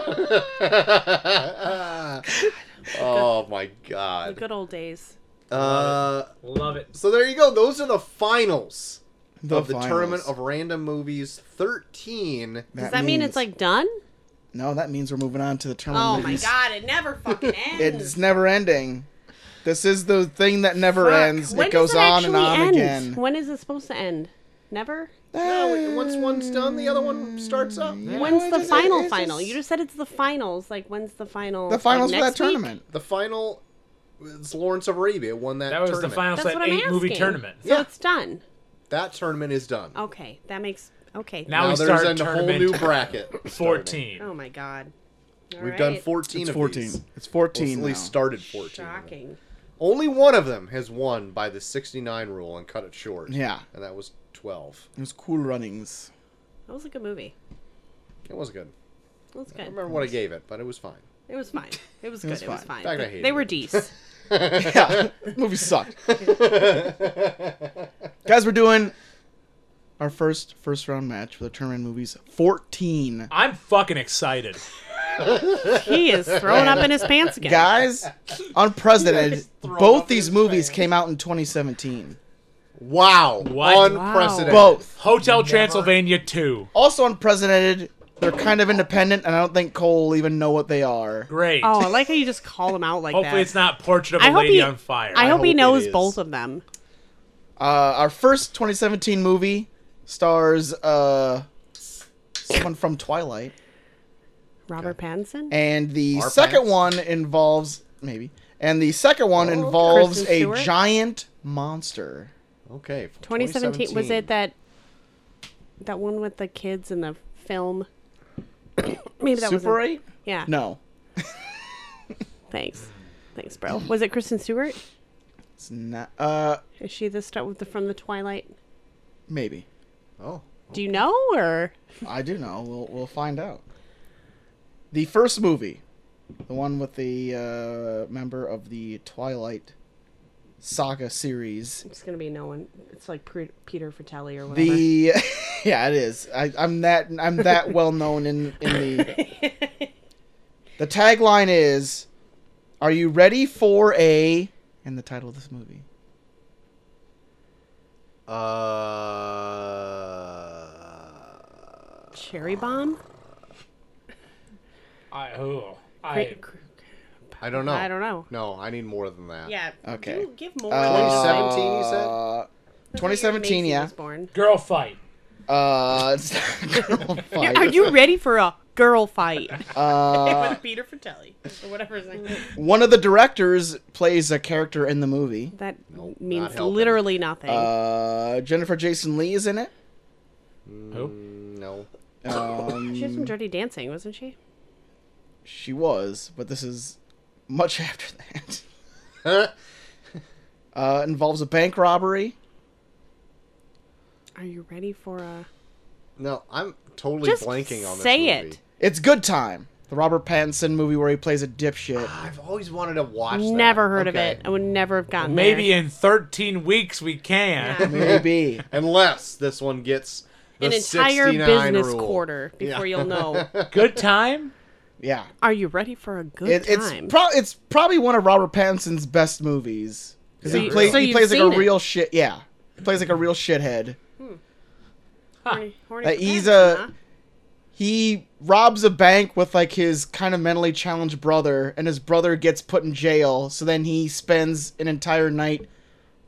B: oh my
F: The
B: god.
F: good old days.
B: Uh,
C: Love it.
B: so there you go. Those are the finals of the
A: finals.
B: tournament of random movies 13.
F: Does that, mean
A: means-
F: it's like done?
A: no? That means we're moving on to the
F: Oh
A: tournament.
F: my god,
A: *laughs*
F: it never fucking ends.
A: It's never ending. This is the thing that never
F: Fuck.
A: ends.
F: When
A: it
F: does
A: goes on and
F: actually
A: on
F: end?
A: again.
F: When is it supposed to end? Never?
B: No, once one's done, the other one starts up.
F: When's the
A: just-
F: final
A: it's
F: final?
A: just-
F: You just said it's the finals. Like when's the final?
A: the finals
F: like,
A: for that
F: next week?
A: tournament.
B: The final, it's Lawrence of Arabia won that,
C: That was
B: tournament.
C: the final
F: That's
C: set
F: what I'm
C: eight movie
F: asking.
C: tournament.
F: So
B: Yeah.
F: it's done.
B: That tournament is done.
F: Okay, that makes okay.
C: Now, we
B: there's
C: start
B: a whole
C: tournament
B: new
F: *laughs*
B: bracket. starting.
C: fourteen.
F: oh my god. All
B: We've
F: right.
B: done 14
A: It's
B: of
A: 14.
B: these.
A: It's
B: Well,
A: 14.
B: at least
A: now.
B: started 14.
F: Shocking.
B: Only one of them has won by the 69 rule and cut it short.
A: Yeah.
B: And that was 12.
A: It was cool runnings.
F: That was a good movie.
B: It was good.
F: That was
B: I
F: good.
B: don't remember what I gave it, but it was fine.
F: It was fine. It was good.
A: was
F: It was
A: fine.
F: fine.
B: Fact, I
F: They-
B: hated
F: They were
B: it.
F: D's.
A: *laughs* Yeah. *laughs* movie sucked. Guys, we're doing our first first round match for the tournament movies 14.
C: I'm fucking excited.
F: he is throwing up in
A: *laughs*
F: his pants again.
A: Guys, unprecedented.
C: throw
A: Both
C: up in
A: these
C: his
A: movies
C: face.
A: came out in 2017.
B: Wow.
C: What?
B: Unprecedented.
A: Both.
C: Hotel Transylvania two.
A: Also unprecedented. They're kind of independent, and I don't think Cole will even know what they are.
C: Great.
F: Oh, I like how you just call him out like
C: Hopefully
F: that.
C: it's not Portrait of
F: I
C: a
F: hope
C: Lady
F: he-
C: on Fire.
F: I, hope,
B: hope
F: he
B: it
F: knows
B: is.
F: both of them.
A: Uh, our first 2017 movie stars uh, someone from Twilight,
F: Robert Pattinson.
A: and the
B: Our
A: second
B: pants.
A: one involves maybe, and the second one involves
F: Oh, Kristen
A: a
F: Stewart?
A: giant monster.
B: Okay. for
F: 2017, was it that that one with the kids in the film? *coughs* Maybe that was
A: Super
F: in-
A: Eight?
F: Yeah.
A: No,
F: Thanks. Thanks, bro. Was it Kristen Stewart?
A: it's not. Uh,
F: Is she the stuff with the from the Twilight?
A: maybe
B: Oh.
F: Do you know or
A: I do know. We'll we'll find out. The first movie, the one with the uh, member of the Twilight saga series.
F: It's gonna be no one. It's like Pre- Peter Fratelli or whatever.
A: The *laughs* yeah, it is. I, I'm that I'm
F: *laughs*
A: that well known in in the. The tagline is, "Are you ready for a?" And the title of this movie.
B: Oh. Uh,
F: cherry bomb.
C: I oh. I,
F: Cra- cra-
B: I don't know.
F: I don't know.
B: No, I need more than that.
F: Yeah.
A: Okay.
F: do give more.
A: Uh,
B: 2017, you said?
A: Uh,
F: That's what year
A: 2017,
F: Macy
A: yeah.
F: was born.
C: girl fight.
A: Uh, it's *laughs* girl fight.
F: Are you ready for a girl fight
A: Uh,
F: with Peter Fratelli or whatever his name?
A: *laughs* one of the directors plays a character in the movie.
F: That
B: Nope, not
F: means
B: helping.
F: literally nothing.
A: Uh, Jennifer Jason Lee is in it. *laughs*
C: Who?
B: *laughs* No.
A: Um,
F: she was from Dirty Dancing, wasn't she?
A: she was, but this is much *laughs* after that. Uh, involves a bank robbery.
F: Are you ready for a?
B: no, I'm totally
F: Just
B: blanking on this
F: say
B: movie.
F: it.
A: It's Good Time, the Robert Pattinson movie where he plays a dipshit.
B: I've always wanted to watch that.
F: Never heard
B: Okay.
F: of it. I would never have gotten
C: Maybe
F: there.
C: in 13 weeks we can.
F: Yeah. *laughs*
A: Maybe.
B: Unless this one gets the
F: an entire
B: 69
F: business
B: rule.
F: quarter before
B: Yeah.
F: you'll know.
C: Good time?
A: Yeah.
F: Are you ready for a good
A: It, it's
F: time?
A: pro- it's probably one of Robert Pattinson's best movies. 'Cause
F: So
A: he
F: you-
A: plays
F: so
A: he
F: you've
A: plays like a
F: seen it.
A: real shit. Yeah, he plays like a real shithead.
F: Horny- horny
A: Uh,
F: for
A: he's
F: pants, huh?
A: a he robs a bank with like his kind of mentally challenged brother, and his brother gets put in jail. So then he spends an entire night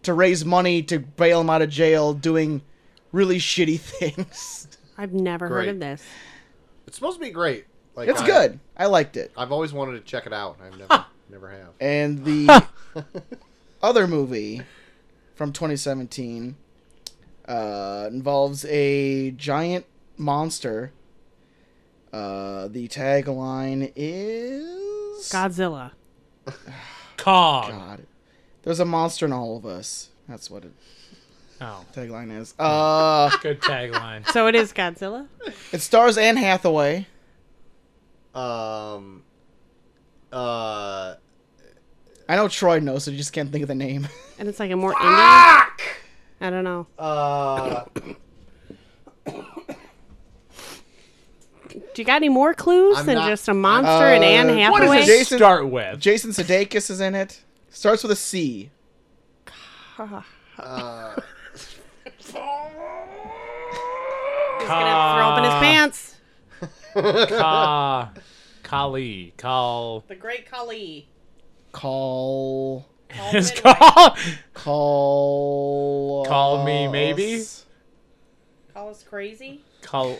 A: to raise money to bail him out of jail, doing really shitty *laughs* things.
F: I've never
B: Great.
F: heard of this.
B: It's supposed to be great. Like
A: It's
B: I-
A: good. I liked it.
B: I've always wanted to check it out. I've never, never have.
A: And the other movie from 2017 uh, involves a giant monster. Uh, the tagline is
F: Godzilla.
C: Kong.
A: God. There's a monster in all of us. That's what it
C: Oh,
A: tagline is. Uh, *laughs*
C: good tagline.
F: So it is Godzilla.
A: it stars Anne Hathaway.
B: Um, uh,
A: I know Troy knows, so you just can't think of the name. *laughs*
F: And it's like a more Indian. I don't know.
B: uh,
F: Do you got any more clues
B: I'm
F: than
B: not-
F: just a monster and
A: Uh,
F: Anne
A: what
C: What
F: Hathaway?
A: is
C: does
A: Wait.
C: it
A: Jason-
C: start
A: *laughs*
C: with?
A: Jason Sudeikis is in it. Starts with a C.
F: He's gonna throw up in his pants.
C: Ka, Kali, Kal.
F: The Great Kali.
A: Call.
C: It's *laughs* called.
A: Call.
C: Call me maybe?
A: us.
F: Call us crazy.
C: Col-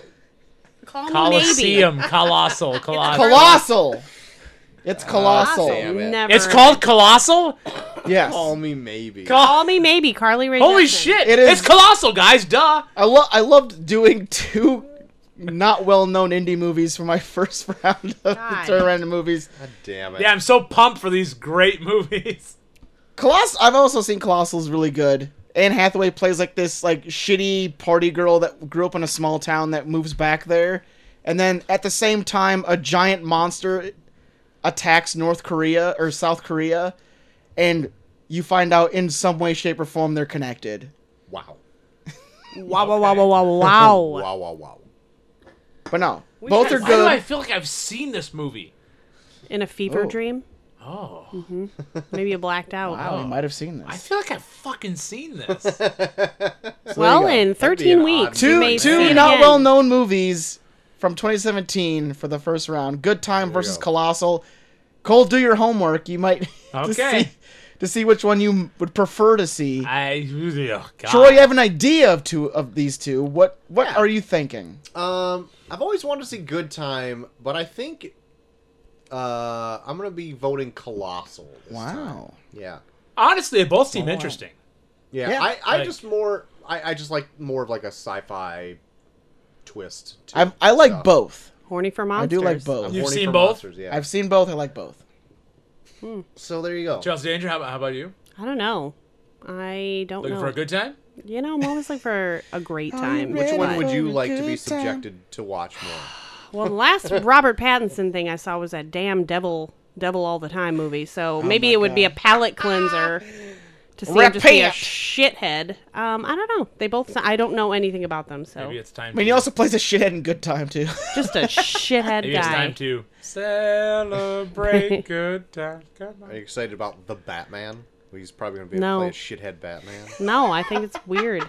F: Call
C: Colosseum, colossal, colossal.
A: Colossal. It's
C: Uh,
A: colossal.
B: damn it.
F: Never.
C: It's called colossal.
A: yes.
B: call me maybe.
C: Col-
F: Call Me Maybe. Carly Rae.
C: Holy
F: Jepsen.
C: shit!
A: It is-
C: It's colossal, guys. Duh.
A: I love. I loved doing *laughs* two not well-known indie movies for my *laughs* first round of
F: God.
A: the turnaround of movies.
B: God damn it.
C: Yeah, I'm so pumped for these great movies.
A: Coloss. I've also seen Colossal's really good. Anne Hathaway plays like this like shitty party girl that grew up in a small town that moves back there, and then at the same time a giant monster attacks North Korea or South Korea, and you find out in some way, shape, or form they're connected.
B: Wow.
F: Wow! Wow! Wow! Wow!
A: *laughs*
F: Wow! wow.
B: Wow, wow, wow.
A: But no, both are
C: Why do I *laughs*
A: good.
C: feel like I've seen this movie?
F: In a fever
A: Oh.
F: dream.
C: Oh,
F: Maybe you blacked out.
A: Wow, we might have seen this.
C: I feel like I've fucking seen this.
A: So there you
F: Well,
A: go.
F: in
B: be
F: 13
B: an
F: weeks,
B: odd
F: you
A: two
F: may
A: two
F: see it
A: not
F: again.
A: well known movies from 2017 for the first round. Good Time versus
B: go.
A: Colossal. Cole, do your homework. You might *laughs* to see
C: Okay.
A: to see which one you would prefer to
F: Uh,
A: see.
C: *laughs* I, oh, God.
A: Troy, you have an idea of two of these two. What what
B: Yeah.
A: are you thinking?
B: Um, I've always wanted to see Good Time, but I think uh, I'm gonna be voting Colossal. This Time.
A: Wow.
B: Yeah.
C: Honestly, they both seem interesting.
B: Yeah.
A: Yeah.
B: I, I
C: Like-
B: just more. I, I just like more of like a sci-fi twist. To
A: I I like
B: stuff.
A: both.
F: Horny for monsters.
A: do like both.
B: I'm
C: You've
B: horny
C: seen
B: for
C: both?
B: Monsters, yeah.
A: I've seen both. I like both.
B: So there you go.
C: Chelsea Danger, how about, how about you?
F: I don't know. I don't
C: Looking
F: know.
C: for a good time?
F: You know, I'm always looking for a great time.
A: Which
B: Which one
A: But-
B: would you like to
A: Good time.
B: be subjected to watch more?
F: Well,
A: *laughs*
F: the last Robert Pattinson thing I saw was that damn devil, devil all the time movie. So maybe
A: Oh my
F: it would be a
A: God. *laughs*
F: palate cleanser to see him just be a
A: Repent.
F: shithead. Um, I don't know. They both. I don't know anything about them, so
C: Maybe it's time.
A: I mean, he
C: to-
A: also plays a shithead in Good Time
B: *laughs*
A: too.
C: *laughs*
F: just a shithead
C: Maybe it's
F: guy.
C: time to celebrate good times. Come
B: Are
C: on.
B: you excited about the Batman? Well, he's probably gonna be
F: No.
B: able to play a shithead Batman.
F: No, I think it's
A: *laughs*
F: weird.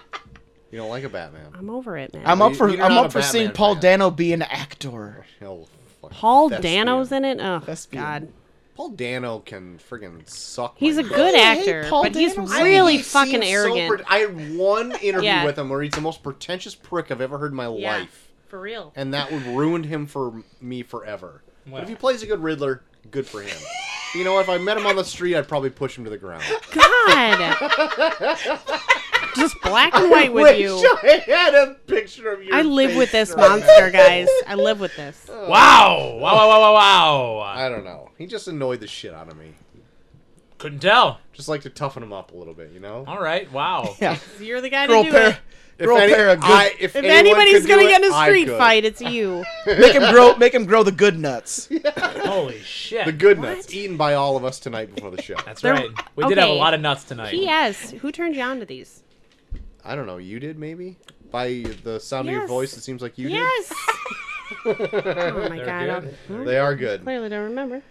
B: You don't like a Batman?
F: I'm over it, man.
A: I'm
B: Well,
A: up for
B: you're
A: I'm
B: not
A: up
B: a
A: for seeing
B: Batman
A: Paul
B: fan.
A: Dano be an actor.
B: Hell, fucking
F: Paul
B: thespian.
F: Dano's in it. Oh
A: Thespian.
F: God,
B: Paul Dano can friggin' suck.
F: he's
B: my
F: a
B: dick.
F: good
A: Hey,
F: actor,
A: Paul
F: but he's
A: Dano's-
B: I-
F: really
B: he
F: fucking
B: seems so
F: arrogant.
B: pret- I had
F: *laughs*
B: one interview
F: Yeah.
B: with him where he's the most pretentious prick I've ever heard in my life,
F: for real.
B: and that would ruin him for me forever. But if he plays a good Riddler, good for
F: *laughs*
B: him. you know, if I met him on the street, I'd probably push him to the ground.
A: *laughs*
F: God, just black and white with
B: Wish
F: you.
B: *laughs* I had a picture of you.
F: I live with this monster, guys. I live with this.
C: Oh. Wow! Wow! Wow! Wow! Wow! wow.
B: I don't know. He just annoyed the shit out of me.
C: Couldn't tell.
B: Just like to toughen him up a little bit, you know.
C: All right. Wow.
A: Yeah,
F: You're the guy to
A: girl
F: do it.
A: pair,
B: If,
A: girl
B: any-
A: pair of good.
B: I- if
F: If
B: anyone
F: anybody's
B: could
F: gonna
B: do
F: get in
B: it,
F: a
B: I
F: street
B: could.
F: fight, it's you.
A: make him grow.
F: *laughs*
A: Make him grow the good nuts.
C: Holy
B: *laughs*
C: shit.
B: the good nuts eaten by all of us tonight before the show.
C: That's
F: They're-
C: right. We did have a
F: okay.
C: lot of nuts tonight.
F: P.S. Who turned you on to these?
B: I don't know. You did maybe by the sound of your
F: Yes.
B: voice. It seems like you *laughs*
F: Yes. oh my
C: They're
F: god.
C: good.
F: I
B: did. They are good.
F: clearly don't remember.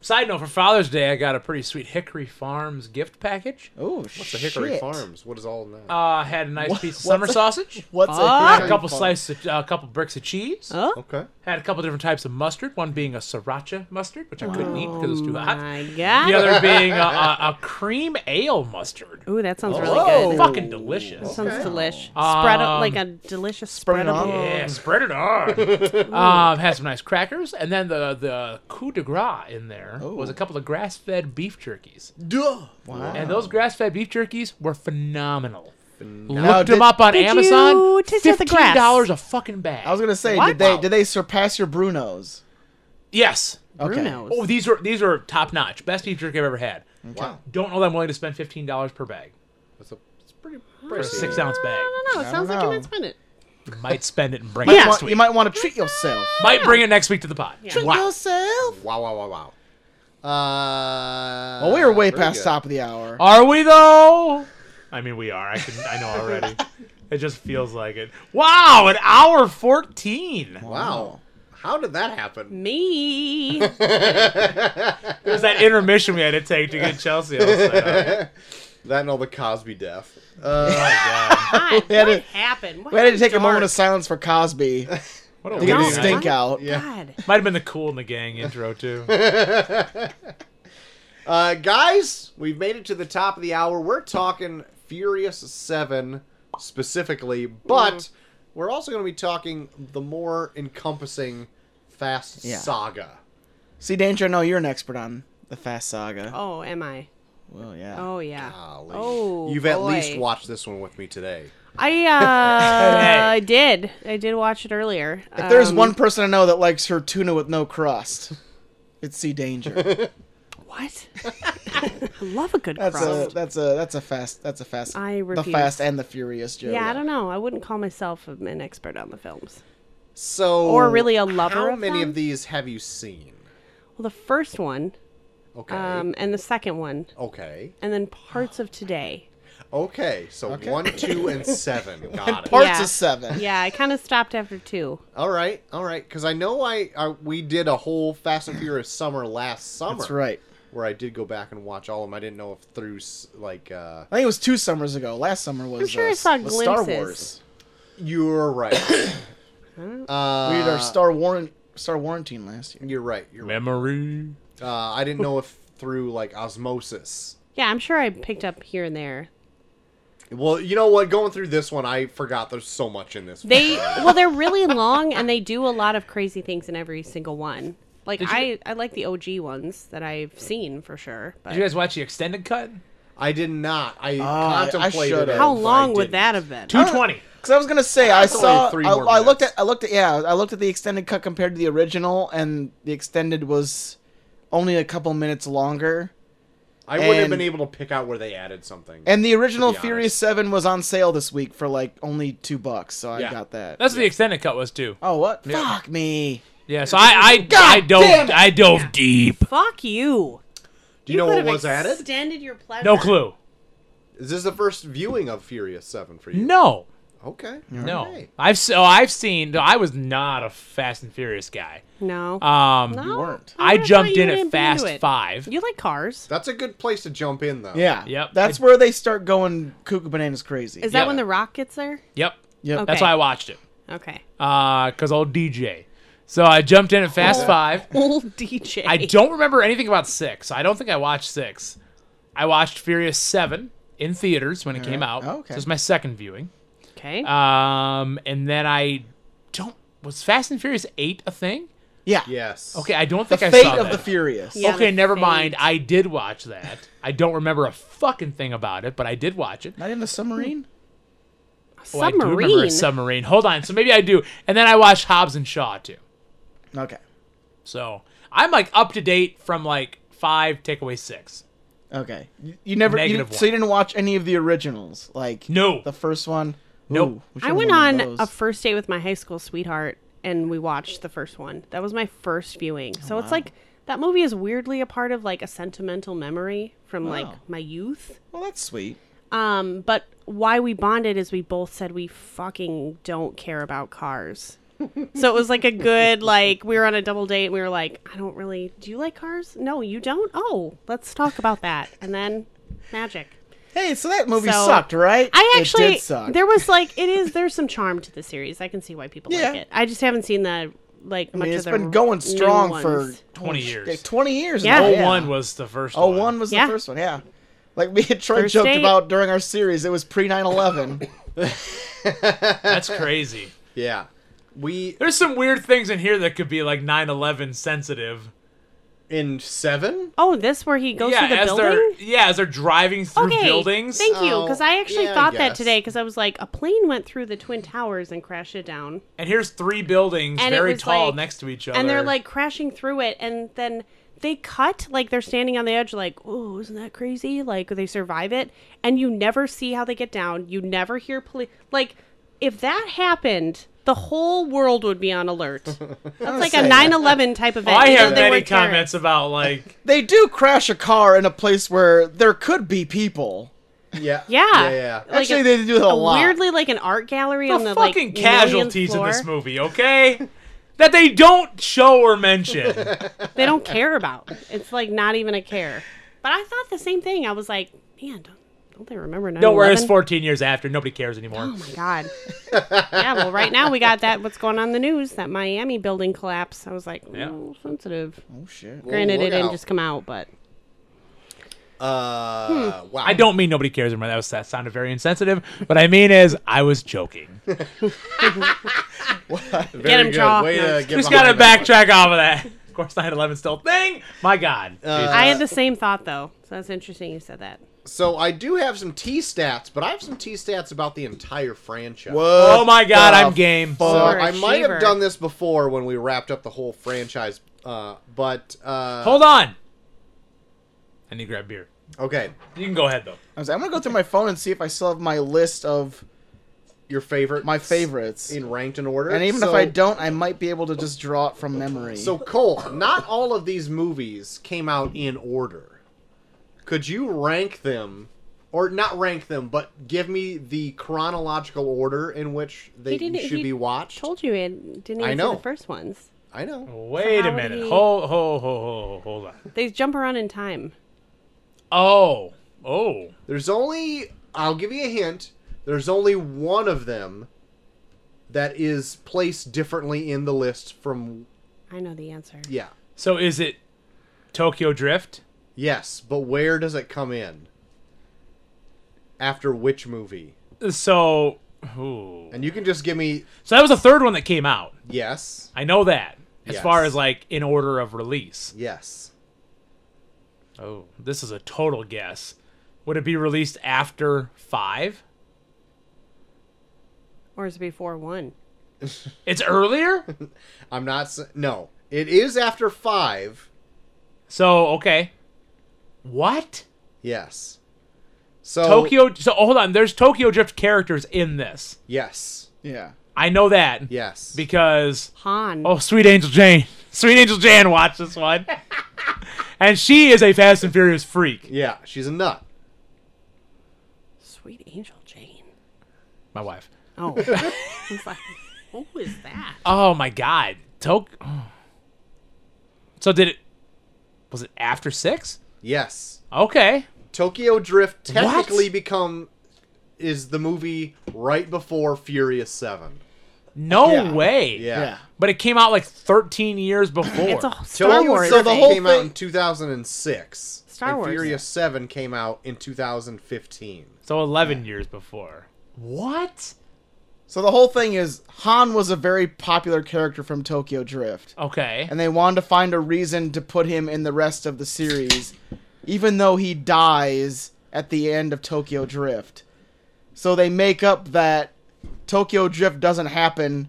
C: Side note for Father's Day, I got a pretty sweet Hickory Farms gift package.
A: Oh,
B: What's the Hickory Farms? What is all in that?
C: Uh, had a nice piece
A: what's
C: of summer
A: a-
B: *laughs*
C: sausage.
A: What's
F: Ah.
A: a
C: Had a couple slices, a couple bricks of cheese.
F: Oh
B: okay.
C: Had a couple different types of mustard. One being a sriracha mustard, which I couldn't eat because it was too hot.
F: Oh, my
C: The
F: god.
C: other being a,
F: *laughs*
C: a, a cream ale mustard.
F: Ooh, that sounds really
A: Whoa.
F: good.
C: Fucking delicious.
F: Sounds delish.
C: Um,
F: Spread up like a delicious
A: spread
F: spreadable.
A: on.
C: Yeah, spread
A: *laughs*
C: it on. um, had some nice crackers, and then the the coup de grace in there
A: Oh.
C: was a couple of grass fed beef jerkies,
B: Duh.
A: Wow.
C: and those grass fed beef jerkies were phenomenal.
A: Now,
C: Looked
A: did-
C: them up on
F: Did
C: Amazon.
F: you taste the
C: Fifteen
F: grass?
C: dollars a fucking bag.
A: I was gonna say,
F: What?
A: did they
F: Wow.
A: did they surpass your Brunos?
C: yes.
A: Okay.
F: Bruno's.
C: Oh, these are these are top notch. Best beef jerky I've ever had.
B: Wow.
C: Don't know that I'm willing to spend fifteen dollars per bag
B: That's a, it's pretty
C: for a
B: pricey.
C: six ounce bag.
F: I don't know. It
A: I
F: sounds
A: don't
F: like you
A: know.
F: might spend it.
C: Might spend it and bring
A: Might
C: it next
A: want-
C: week.
A: you might want to treat yourself.
C: Might bring it next week to the pot.
F: Yeah.
A: Treat
B: Wow.
A: yourself.
B: Wow! Wow! Wow! Wow! Uh.
A: Well, we were way
B: very
A: past
B: good.
A: top of the hour.
C: Are we though? I mean, we are. I can. I know already. it just feels like it. Wow, an hour fourteen.
B: Wow. How did that happen?
F: Me.
C: There's that intermission we had to take to get Chelsea. all set up.
B: That and all the Cosby death. Uh,
C: God,
F: God,
A: We had
F: what
A: to-
F: happened? Why
A: We had
F: are
A: to
F: you
A: take a moment of
F: dark?
A: silence for Cosby to
C: what a
A: get
C: weird
A: his
F: No.
C: night.
A: stink out.
B: Yeah.
F: God.
C: Might have been the cool in the gang intro too.
B: uh, guys, we've made it to the top of the hour. We're talking Furious Seven specifically, but
F: Mm.
B: we're also going to be talking the more encompassing Fast
A: Yeah.
B: Saga.
A: See, Danger, I know you're an expert on the Fast Saga.
F: Oh, am I?
A: Well, yeah.
F: Oh yeah.
B: Golly.
F: Oh,
B: You've at
F: boy.
B: least watched this one with me today.
A: *laughs*
F: I uh,
C: Hey.
F: I did. I did watch it earlier.
A: If there's
F: Um,
A: one person I know that likes her tuna with no crust, it's Sea Danger.
F: What? *laughs* I love a good
A: That's a
F: crust.
A: that's a that's a fast that's a fast
F: I
A: the
F: refuse.
A: fast and the furious joke.
F: yeah, I don't know. I wouldn't call myself an expert on the films.
B: So,
F: Or really a lover
B: How
F: of
B: many
F: them?
B: of these have you seen?
F: Well, the first one,
B: Okay.
F: um, and the second one,
B: okay.
F: and then parts of today.
B: Okay. So
F: *laughs*
B: one, two, and seven. Got it.
A: Parts
F: Yeah.
A: of seven. *laughs*
F: Yeah, I kind of stopped after two.
B: All right, all right. Because I know I, I we did a whole Fast and Furious summer last summer.
A: That's right.
B: Where I did go back and watch all of them. I didn't know if through s- like uh
A: I think it was two summers ago. Last summer was.
F: sure
A: uh,
F: I saw
A: was Star
F: glimpses.
A: Wars.
B: you're right. uh,
A: We did our Star Warren Star Warranting last year.
B: *coughs* You're right. You're right.
C: Memory.
B: Uh, I didn't know if through like osmosis.
F: Yeah, I'm sure I picked up here and there.
B: Well, you know what? Going through this one, I forgot there's so much in this.
F: They well, they're really long, and they do a lot of crazy things in every single one. Like I, I like the OG ones that I've seen for sure. But
C: Did you guys watch the extended cut?
B: I did not. I
A: I
B: contemplated.
A: should've.
B: it,
F: how
B: but I
F: long would
B: didn't.
F: that have been?
C: Two
F: Oh,
C: twenty.
A: Because I was gonna say I
B: That's only
A: saw
B: three
A: I,
B: more
A: I looked at
B: minutes.
A: I looked at yeah I looked at the extended cut compared to the original and the extended was only a couple minutes longer
B: I wouldn't have
A: And-
B: been able to pick out where they added something.
A: and the original
B: honest.
A: Furious Seven was on sale this week for like only two bucks so I
B: Yeah.
A: got that.
C: That's what the extended cut was too.
A: oh what? Fuck me.
C: Yeah. So I I I dove I dove deep.
F: Fuck you.
B: Do you, know what
F: could've
B: was added?
F: Extended your pleasure.
C: No clue.
B: Is this the first viewing of Furious Seven for you?
C: No,
B: Okay.
C: no.
B: Alright.
C: I've s- oh, I've seen. No, I was not a Fast and Furious guy.
F: No.
C: Um,
F: no. Oh,
A: weren't.
C: I
F: thought
C: jumped
F: you
C: in at
F: didn't be
C: Fast
F: into it.
C: Five.
F: You like cars?
B: That's a good place to jump in, though.
A: Yeah.
C: Yep.
A: That's where they start going cuckoo bananas crazy.
F: Is that
C: Yeah.
F: when the Rock gets there?
C: Yep.
A: Yep.
F: Okay.
C: That's why I watched it.
F: Okay.
C: Uh, cause old DJ. So I jumped
F: Oh.
C: in at Fast Five.
F: Old DJ.
C: I don't remember anything about six. I don't think I watched six. I watched Furious Seven in theaters when it came out.
A: Oh, okay.
C: So it's my second viewing.
F: Okay.
C: Um, and then I don't was Fast and Furious Eight a thing?
A: Yeah.
B: Yes.
C: Okay, I don't
A: The
C: think I
A: fate
C: saw
A: of
C: that.
A: the furious.
F: Yeah.
C: okay,
F: the
C: never
F: Fate.
C: mind. I did watch that. I don't remember a fucking thing about it, but I did watch it.
A: Not in the submarine.
C: Oh, I do remember a
F: Submarine.
C: submarine. Hold on. So maybe I do. And then I watched Hobbs and Shaw too.
A: Okay.
C: So I'm like up to date from like five, take away six.
A: Okay. You, you never. You,
C: Negative
A: didn't- so you
C: one.
A: didn't watch any of the originals, like
C: No.
A: the first one.
C: Nope.
A: Ooh, we
F: I
A: should've
F: went
A: done
F: on
A: those.
F: a first date with my high school sweetheart, and we watched the first one. That was my first viewing. So it's like that movie is weirdly a part of like a sentimental memory from like
A: Wow.
F: my youth.
A: well, that's sweet.
F: Um, but why we bonded is we both said we fucking don't care about cars. so it was like
A: *laughs*
F: a good like we were on a double date and we were like, I don't really do you like cars? No, you don't? Oh, let's talk about that. And then magic.
A: Hey, so that movie
F: So,
A: sucked, right?
F: I actually
A: it did suck.
F: there was like it is there's some charm to the series. I can see why people
A: Yeah.
F: like it. I just haven't seen the like
A: I
F: much
A: mean,
F: of
A: it's
F: the
A: been going
F: new
A: strong for
F: ones.
C: 20
A: sh-
C: years.
A: Twenty years.
F: Yeah.
A: now,
F: Oh,
A: yeah.
C: One was the first
A: Oh,
C: one.
A: one *laughs* was
F: Yeah.
A: the first one. Yeah. Like me and Troy
F: First
A: joked
F: date.
A: about during our series, it was pre 9/11.
C: That's crazy.
B: Yeah. We
C: There's some weird things in here that could be like 9 11 sensitive.
B: in seven.
F: Oh, this where he goes
C: yeah,
F: through the
C: as
F: building?
C: they're yeah, as they're driving through
F: okay,
C: buildings.
F: Thank you, because I
B: Oh,
F: actually
B: yeah, I
F: thought that
B: guess.
F: today because I was like, a plane went through the twin towers and crashed it down,
C: and here's three buildings
F: And it
C: very
F: was,
C: tall
F: like-
C: next to each other.
F: and they're like crashing through it, and then they cut like they're standing on the edge, like, oh, isn't that crazy? Like they survive it, and you never see how they get down. You never hear police. Like if that happened. The whole world would be on
A: *laughs*
F: alert. That's like a
A: saying.
F: 9 11 type event.
C: Oh, I
F: even
C: have
F: though they
C: many
F: weren't terrorists.
C: comments about like
F: *laughs*
A: they do crash a car in a place where there could be people.
B: Yeah.
F: Yeah.
B: Yeah. yeah.
F: Like
A: Actually,
F: a-
A: they do that a lot.
F: Weirdly, like an art gallery on
C: the
F: the
C: fucking
F: like, millionth
C: casualties in this
F: floor.
C: movie, okay? *laughs* that they don't show or
F: *laughs*
C: mention. *laughs*
F: they don't care about. It's like not even a care. But I thought the same thing. I was like, man, don't, don't they remember? 9/11?
C: Don't worry, it's 14 years after. Nobody cares anymore.
F: *gasps* Oh my god. yeah. Well, right now we got that. What's going on in the news? That Miami building collapse. I was like,
C: Yeah.
F: oh, sensitive.
A: Oh shit.
F: Granted,
B: look
F: it didn't
B: out.
F: just come out, but
B: Uh. Wow.
C: I don't mean nobody cares anymore. That, was, that sounded very insensitive. What I mean is, I
B: *laughs*
C: was joking. We
B: Very
F: Get him,
B: good.
F: Jaw.
B: Way
F: No,
B: to
F: just-
B: get
C: just
B: behind
C: gotta
B: that one.
C: backtrack off of that. Of course, 9 11 still a thing. My God.
B: Uh,
C: Jesus.
F: I had the same thought though. So that's interesting you said that.
B: So I do have some T stats, but I have some T stats about the entire franchise.
C: oh my God, I'm game.
B: So
F: Lord,
B: I might
F: Shaver.
B: have done this before when we wrapped up the whole franchise, uh, but uh,
C: Hold on. I need to grab beer.
B: okay,
C: You can go ahead though.
A: I was like, I'm gonna go through my phone and see if I still have my list of
B: your favorite,
A: my favorites.
B: in ranked in order,
A: And even if
B: So-
A: I don't, I might be able to just draw it from memory.
B: So Cole, not all of these movies came out in order. Could you rank them, or not rank them, but give me the chronological order in which they
F: He didn't-
B: should
F: he
B: be watched?
F: Told you it didn't
B: I
F: even see
B: know.
F: the first ones.
B: I know.
C: Wait
F: how
C: a
F: would
C: minute.
F: he-
C: Ho ho ho ho hold on.
F: They jump around in time.
C: Oh. Oh.
B: There's only. I'll give you a hint. There's only one of them that is placed differently in the list from.
F: I know the answer.
B: Yeah.
C: So is it Tokyo Drift?
B: Yes, but where does it come in? After which movie?
C: So ooh.
B: And you can just give me
C: So that was the third one that came out.
B: yes,
C: I know that. As
B: Yes.
C: far as like in order of release.
B: yes.
C: Oh, this is a total guess. Would it be released after 5?
F: Or is it before one?
C: It's earlier?
B: I'm not. s- No, it is after five.
C: so, okay. What?
B: Yes. So
C: Tokyo So hold on, there's Tokyo Drift characters in this.
B: Yes.
A: yeah.
C: I know that.
B: Yes.
C: Because
F: Han.
C: Oh, sweet Angel Jane. Sweet Angel Jane watched this one. and she is a Fast and Furious freak.
B: yeah, she's a nut.
F: Sweet Angel Jane.
C: My wife.
F: Oh. *laughs* I was like, who is that?
C: Oh my god. Tok. So did it? Was it after six?
B: Yes.
C: Okay.
B: Tokyo Drift technically become is the movie right before Furious 7.
C: No
A: Yeah.
C: way.
B: Yeah.
A: Yeah.
C: But it came out like 13 years before.
F: It's a Star
B: Tokyo
F: Wars.
B: Drift
A: the whole
B: came out
A: thing-
B: in 2006.
F: Star
B: and
F: Wars.
B: Furious 7 came out in 2015.
C: so 11 years before. What?
A: So the whole thing is Han was a very popular character from Tokyo Drift.
C: Okay.
A: and they wanted to find a reason to put him in the rest of the series, even though he dies at the end of Tokyo Drift. So they make up that Tokyo Drift doesn't happen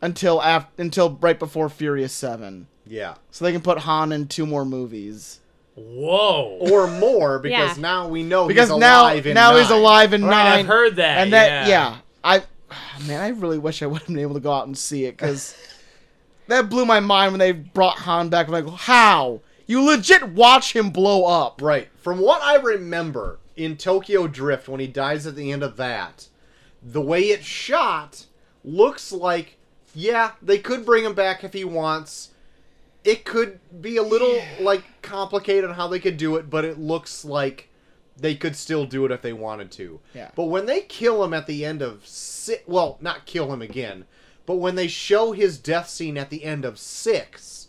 A: until af- until right before Furious Seven, *laughs*
B: Yeah.
A: so they can put Han in two more movies.
C: Whoa.
B: Or more because
F: Yeah.
B: now we know
A: Because
B: he's
A: now
B: alive in
A: now he's
B: nine.
A: alive in
C: Right,
A: nine.
C: I've heard that.
A: and that
C: yeah.
A: yeah, I man, I really wish I would have been able to go out and see it because that blew my mind when they brought Han back. I'm like, how you legit watch him blow up?
B: Right. From what I remember in Tokyo Drift, when he dies at the end of that, the way it's shot looks like, yeah, they could bring him back if he wants. It could be a little, like, complicated on how they could do it, but it looks like they could still do it if they wanted to.
A: Yeah.
B: But when they kill him at the end of six, well, not kill him again, but when they show his death scene at the end of six,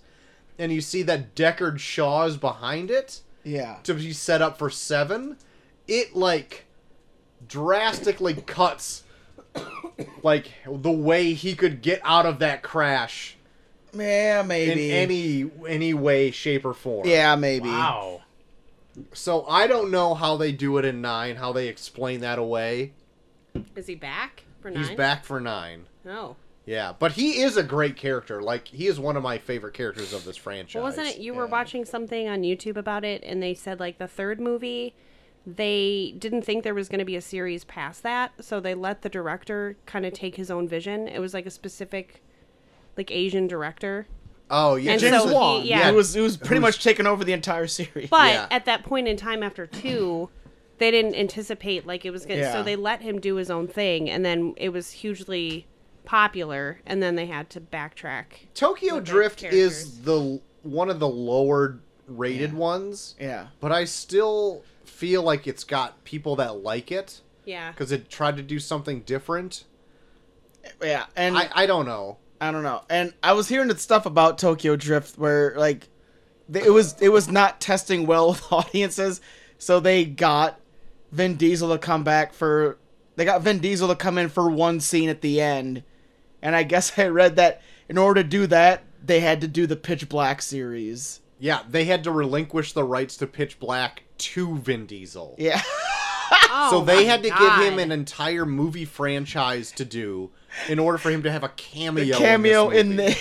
B: and you see that Deckard Shaw is behind it
A: Yeah,
B: to be set up for seven, it like drastically cuts like the way he could get out of that crash
A: yeah,
B: in
A: maybe.
B: any any way, shape, or form.
A: yeah, maybe.
C: Wow.
B: So I don't know how they do it in nine, how they explain that away.
F: Is he back for nine? Oh.
B: He's back for nine.
F: No.
B: Yeah, but he is a great character. Like he is one of my favorite characters of this franchise.
F: Well, wasn't it you were
A: yeah.
F: watching something on YouTube about it, and they said like the third movie, they didn't think there was going to be a series past that, so they let the director kind of take his own vision. It was like a specific, like Asian director,
B: Oh yeah,
F: And
A: James
F: so he-
A: Wan,
F: yeah.
A: who was who was pretty much taking over the entire series.
F: but
B: Yeah.
F: at that point in time after two. They didn't anticipate like it was gonna,
A: Yeah.
F: so they let him do his own thing, and then it was hugely popular, and then they had to backtrack.
B: Tokyo
F: with those
B: Drift is
F: characters.
B: the one of the lower rated ones.
A: yeah,
B: but I still feel like it's got people that like it
F: Yeah,
B: because it tried to do something different.
A: yeah, and
B: I, I don't know.
A: I don't know. And I was hearing that stuff about Tokyo Drift where like th- it was it was not testing well *laughs* with audiences, so they got Vin Diesel to come back for they got Vin Diesel to come in for one scene at the end. And I guess *laughs* I read that in order to do that, they had to do the Pitch Black series.
B: Yeah, they had to relinquish the rights to Pitch Black to Vin Diesel.
A: Yeah. *laughs*
B: so
F: Oh
B: they
F: my
B: had to
F: God.
B: give him an entire movie franchise to do in order for him to have a cameo.
A: Cameo
B: in
A: in
B: this. movie.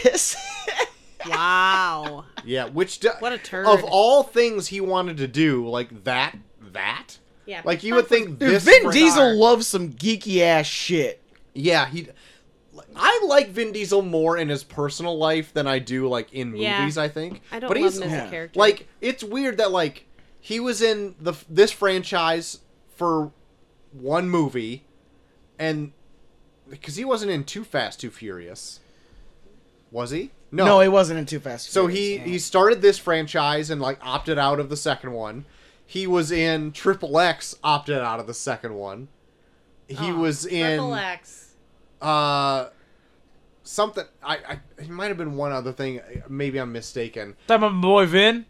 B: *laughs*
A: this.
F: wow.
B: Yeah, which do-
F: What a turd.
B: of all things he wanted to do, like that, that.
F: Yeah,
B: Like
F: Pitch
B: you would
F: Black was
B: think
A: Dude,
B: this
A: Vin
B: for-
A: Diesel loves some geeky ass shit.
B: Yeah, he. I like Vin Diesel more in his personal life than I do like in
F: Yeah.
B: movies. I think.
F: I don't
B: but
F: love
B: he's
F: him as
A: yeah.
F: a character.
B: like it's weird that like he was in the this franchise for one movie, and because he wasn't in Too Fast Too Furious, was he?
A: No, he wasn't in Too Fast.
B: So
A: Furious.
B: he he started this franchise and like opted out of the second one. He was in Triple X, opted out of the second one. He was in
F: Triple X.
B: uh something I, I it might have been one other thing maybe i'm mistaken
C: Talking about my boy Vin.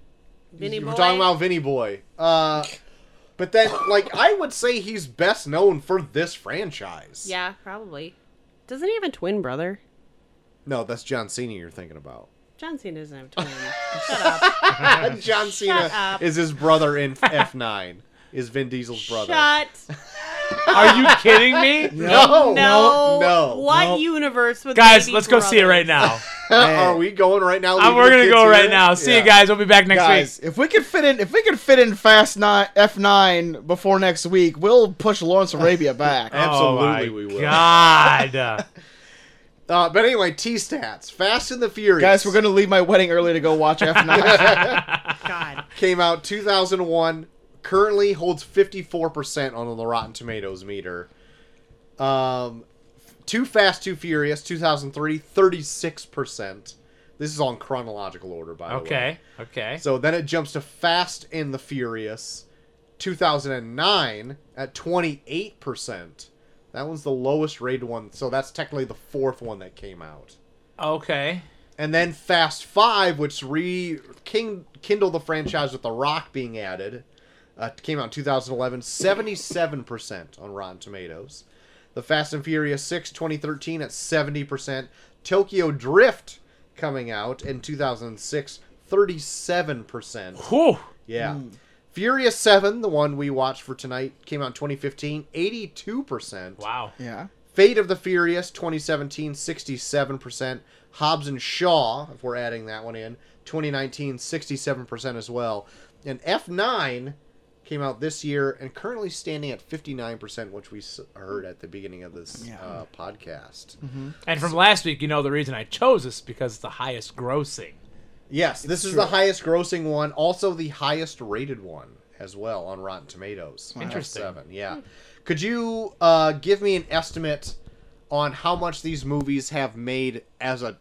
F: Vinny
B: we're
F: Boy.
B: talking about vinny boy uh but then like i would say he's best known for this franchise
F: yeah, probably. Doesn't he have a twin brother?
B: no that's john cena you're thinking about
F: John Cena doesn't have a twin.
B: *laughs*
F: Shut up.
B: john cena
F: up.
B: is his brother
F: *laughs*
B: in f9 is vin diesel's brother
F: Shut.
C: Are you kidding me?
B: *laughs* no
F: No.
B: no *laughs*
F: What
A: Nope.
F: universe would
C: Guys,
F: they be
C: let's go see it right
F: brothers?
C: *laughs* now.
B: are we going right now
C: Uh,
B: leaving
C: we're
B: the
C: going to
B: kids
C: go
B: here?
C: right now. See
B: Yeah.
C: you guys. We'll be back next
A: guys, if we could fit in, if we could fit in Fast Nine F nine before next week, we'll push Lawrence *laughs* Arabia back.
C: week.
B: absolutely
C: Oh my
B: we will
C: God.
B: Uh, but anyway t stats fast and the furious
A: Guys, we're
B: *laughs*
A: gonna leave my wedding early to go watch F nine.
F: God.
B: came out 2001 currently holds 54% on the Rotten Tomatoes meter. Um, Too Fast, Too Furious, 2003, 36%. This is on chronological order, by the way.
C: Okay. Okay.
B: So then it jumps to Fast and the Furious, 2009 at 28%. That one's the lowest rated one, so that's technically the fourth one that came out.
C: Okay.
B: And then Fast Five, which re king, kindled the franchise with The Rock being added, uh, came out in 2011, 77% on Rotten Tomatoes. The Fast and Furious 6, 2013 at 70%. Tokyo Drift coming out in 2006, 37%.
C: Whew.
B: Yeah. Furious 7, the one we watched for tonight, came out in 2015, 82%.
C: Wow.
E: Yeah.
B: Fate of the Furious 2017 67%, Hobbs and Shaw if we're adding that one in 2019 67% as well. And F9 came out this year and currently standing at 59% which we s- heard at the beginning of this
E: Yeah.
B: uh, podcast.
C: And from last week, you know the reason I chose this is because it's the highest grossing.
B: Yes, this is the highest grossing one, also the highest rated one as well on Rotten Tomatoes.
C: Interesting.
B: F7, yeah. Could you uh, give me an estimate on how much these movies have made as a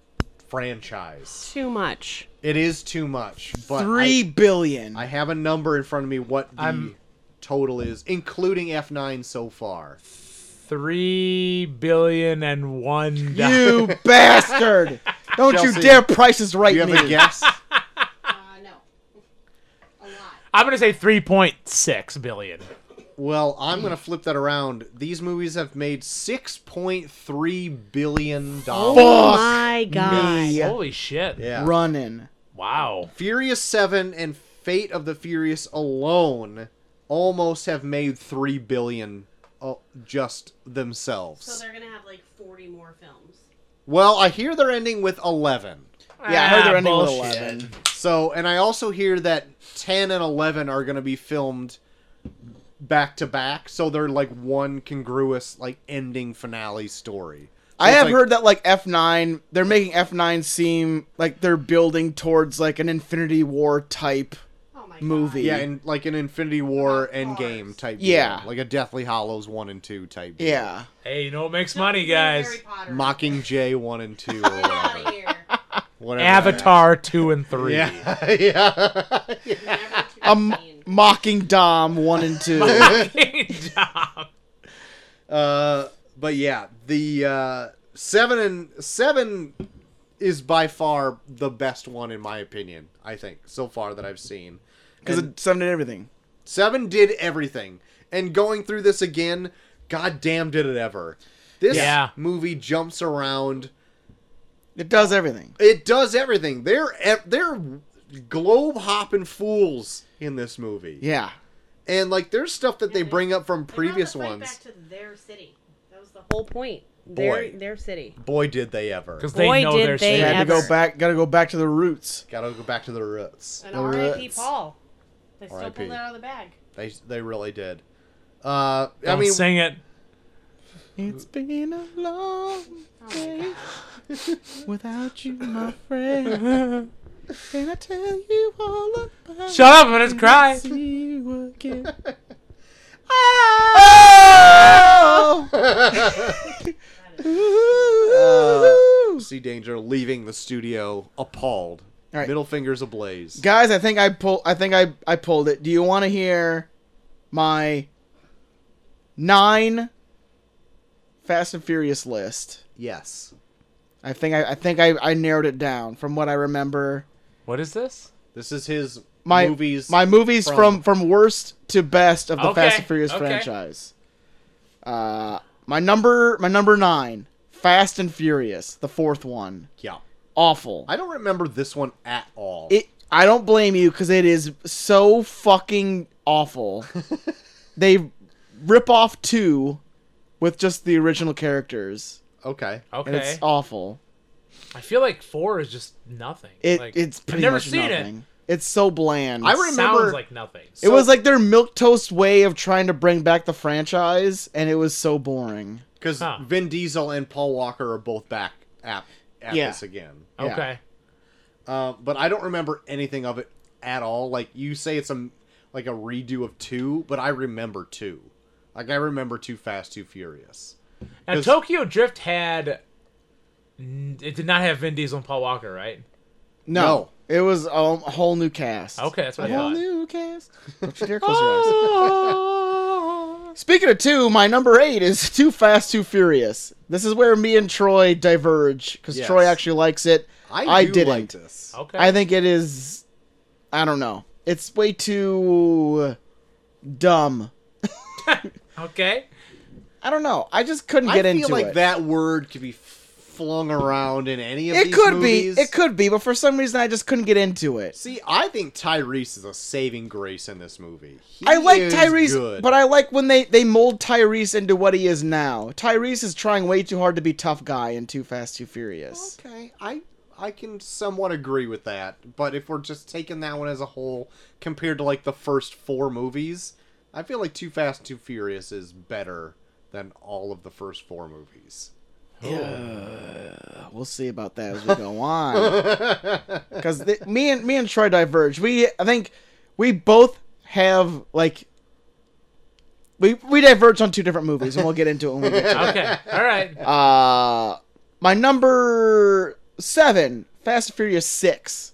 B: franchise?
F: Too much.
B: It is too much, but
E: Three billion.
B: I, I have a number in front of me what the
C: I'm-
B: total is, including F9 so far.
C: Three billion and one. dollars.
E: *laughs* you bastard! Don't
B: Chelsea,
E: you dare prices right
B: Do you have a
E: me.
B: guess?
F: Uh,
G: no. A lot.
C: I'm gonna say three point six billion.
B: Well, I'm gonna flip that around. These movies have made 6.3 billion dollars.
F: Oh my god.
E: Me
C: Holy shit!
B: Yeah.
E: running.
C: Wow.
B: Furious 7 and Fate of the Furious alone almost have made 3 billion uh, just themselves.
F: gonna have like 40 more films.
B: well, I hear they're ending with 11.
E: Yeah, I heard they're
C: Ah,
E: ending with
C: bullshit.
E: eleven.
B: So, and I also hear that 10 and 11 are going to be filmed back to back, so they're like one congruous like ending finale story. So
E: I
B: it's
E: have
B: like-
E: heard that like F nine, they're making F nine seem like they're building towards like an Infinity War type
F: Oh my
E: movie.
B: yeah, and like an Infinity War Endgame type deal.
E: Yeah.
B: like a Deathly Hollows 1 and 2 type deal.
E: Yeah.
C: Hey, you know what makes money, guys?
B: Mockingjay 1 and 2 or whatever. Whatever that
C: Avatar two and three. *laughs*
B: Yeah, *laughs* yeah.
E: Um, mocking Dom one and two.
A: *laughs*
C: Job.
B: Uh, but yeah, the uh, seven and seven is by far the best one in my opinion. I think so far that I've seen
E: Because it summed in everything.
B: seven did everything, and going through this again, goddamn, did it ever! This
C: Yeah.
B: movie jumps around.
E: It does everything.
B: It does everything. They're ev- they're globe hopping fools in this movie,
E: Yeah.
B: and like there's stuff that they bring up from previous ones.
F: to their city. That was the whole point. Their,
B: Boy.
F: their city.
B: Boy, did they ever!
C: Because they
F: Boy,
C: know
F: did
C: they're
F: they
E: They had to
F: Ever.
E: go back. Got to go back to the roots.
B: Gotta go back to the roots.
F: And
E: The
F: R.I.P.
E: Roots.
F: Paul. They still
B: R.I.P..
F: pulled that out of the bag.
B: They they really did. Uh, I
C: Don't
B: mean,
C: sing it.
E: It's been a long day without you, my friend. Can I tell you all about
C: Shut up! I'm gonna
E: *laughs*
C: cry.
E: see you *laughs* again? Oh! Ooh.
B: *laughs* see Danger leaving the studio appalled,
E: All right.
B: middle fingers ablaze.
E: Guys, I think I pull. I think I I pulled it. Do you want to hear my nine Fast and Furious list?
B: yes,
E: I think I, I think I, I narrowed it down from what I remember.
C: What is this?
B: this is his
E: My
B: movies.
E: my movies
B: from-
E: from, from worst to best of the
C: Okay,
E: Fast and Furious
C: okay.
E: franchise. Uh, my number my number nine, Fast and Furious, the fourth one,
B: yeah,
E: awful.
B: I don't remember this one at all.
E: it I don't blame you because it is so fucking
C: *laughs*
E: awful. they rip off two with just the original characters,
B: okay,
E: and
C: Okay.
E: it's awful.
C: I feel like four is just nothing.
E: It
C: Like,
E: it's pretty
C: I've never
E: much
C: seen
E: nothing. It's so bland.
B: I
C: it.
B: remember-
C: Sounds like nothing.
E: it was like their milk toast way of trying to bring back the franchise, and it was so boring.
B: because
C: Huh.
B: Vin Diesel and Paul Walker are both back at, at
E: Yeah.
B: this again.
E: yeah.
C: okay.
B: Uh, but I don't remember anything of it at all. Like you say, it's a like a redo of two, but I remember two. Like I remember Too Fast, Too Furious.
C: Now
B: 'Cause-
C: Tokyo Drift had n- it did not have Vin Diesel and Paul Walker, right?
A: No, it was a, a whole new cast.
C: Okay, that's what
A: a
C: I
A: whole
C: thought.
E: *laughs*
A: new cast. Don't you dare close your eyes. Speaking of two, my number eight is Too Fast, Too Furious. This is where me and Troy diverge because
B: Yes.
A: Troy actually likes it.
B: I, do
A: didn't.
B: like this.
C: Okay.
A: I think it is. I don't know. It's way too dumb.
C: okay.
A: I don't know. I just couldn't get
B: I
A: into
B: feel like
A: it.
B: that word could be flung around in any of
A: it
B: these
A: could
B: movies.
A: be. It could be, but for some reason, I just couldn't get into it.
B: See, I think Tyrese is a saving grace in this movie. He
A: I like
B: is
A: Tyrese,
B: good.
A: but I like when they they mold Tyrese into what he is now. Tyrese is trying way too hard to be tough guy in Too Fast, Too Furious.
B: okay, I I can somewhat agree with that. But if we're just taking that one as a whole, compared to like the first four movies, I feel like Too Fast, Too Furious is better than all of the first four movies.
A: We'll see about that as we go
B: *laughs*
A: on, because me and me and Troy diverge. We I think we both have like we we diverge on two different movies, and we'll get into it when we
B: *laughs*
A: get to it.
C: Okay. All right.
A: *laughs* Uh, my number seven, Fast and Furious Six.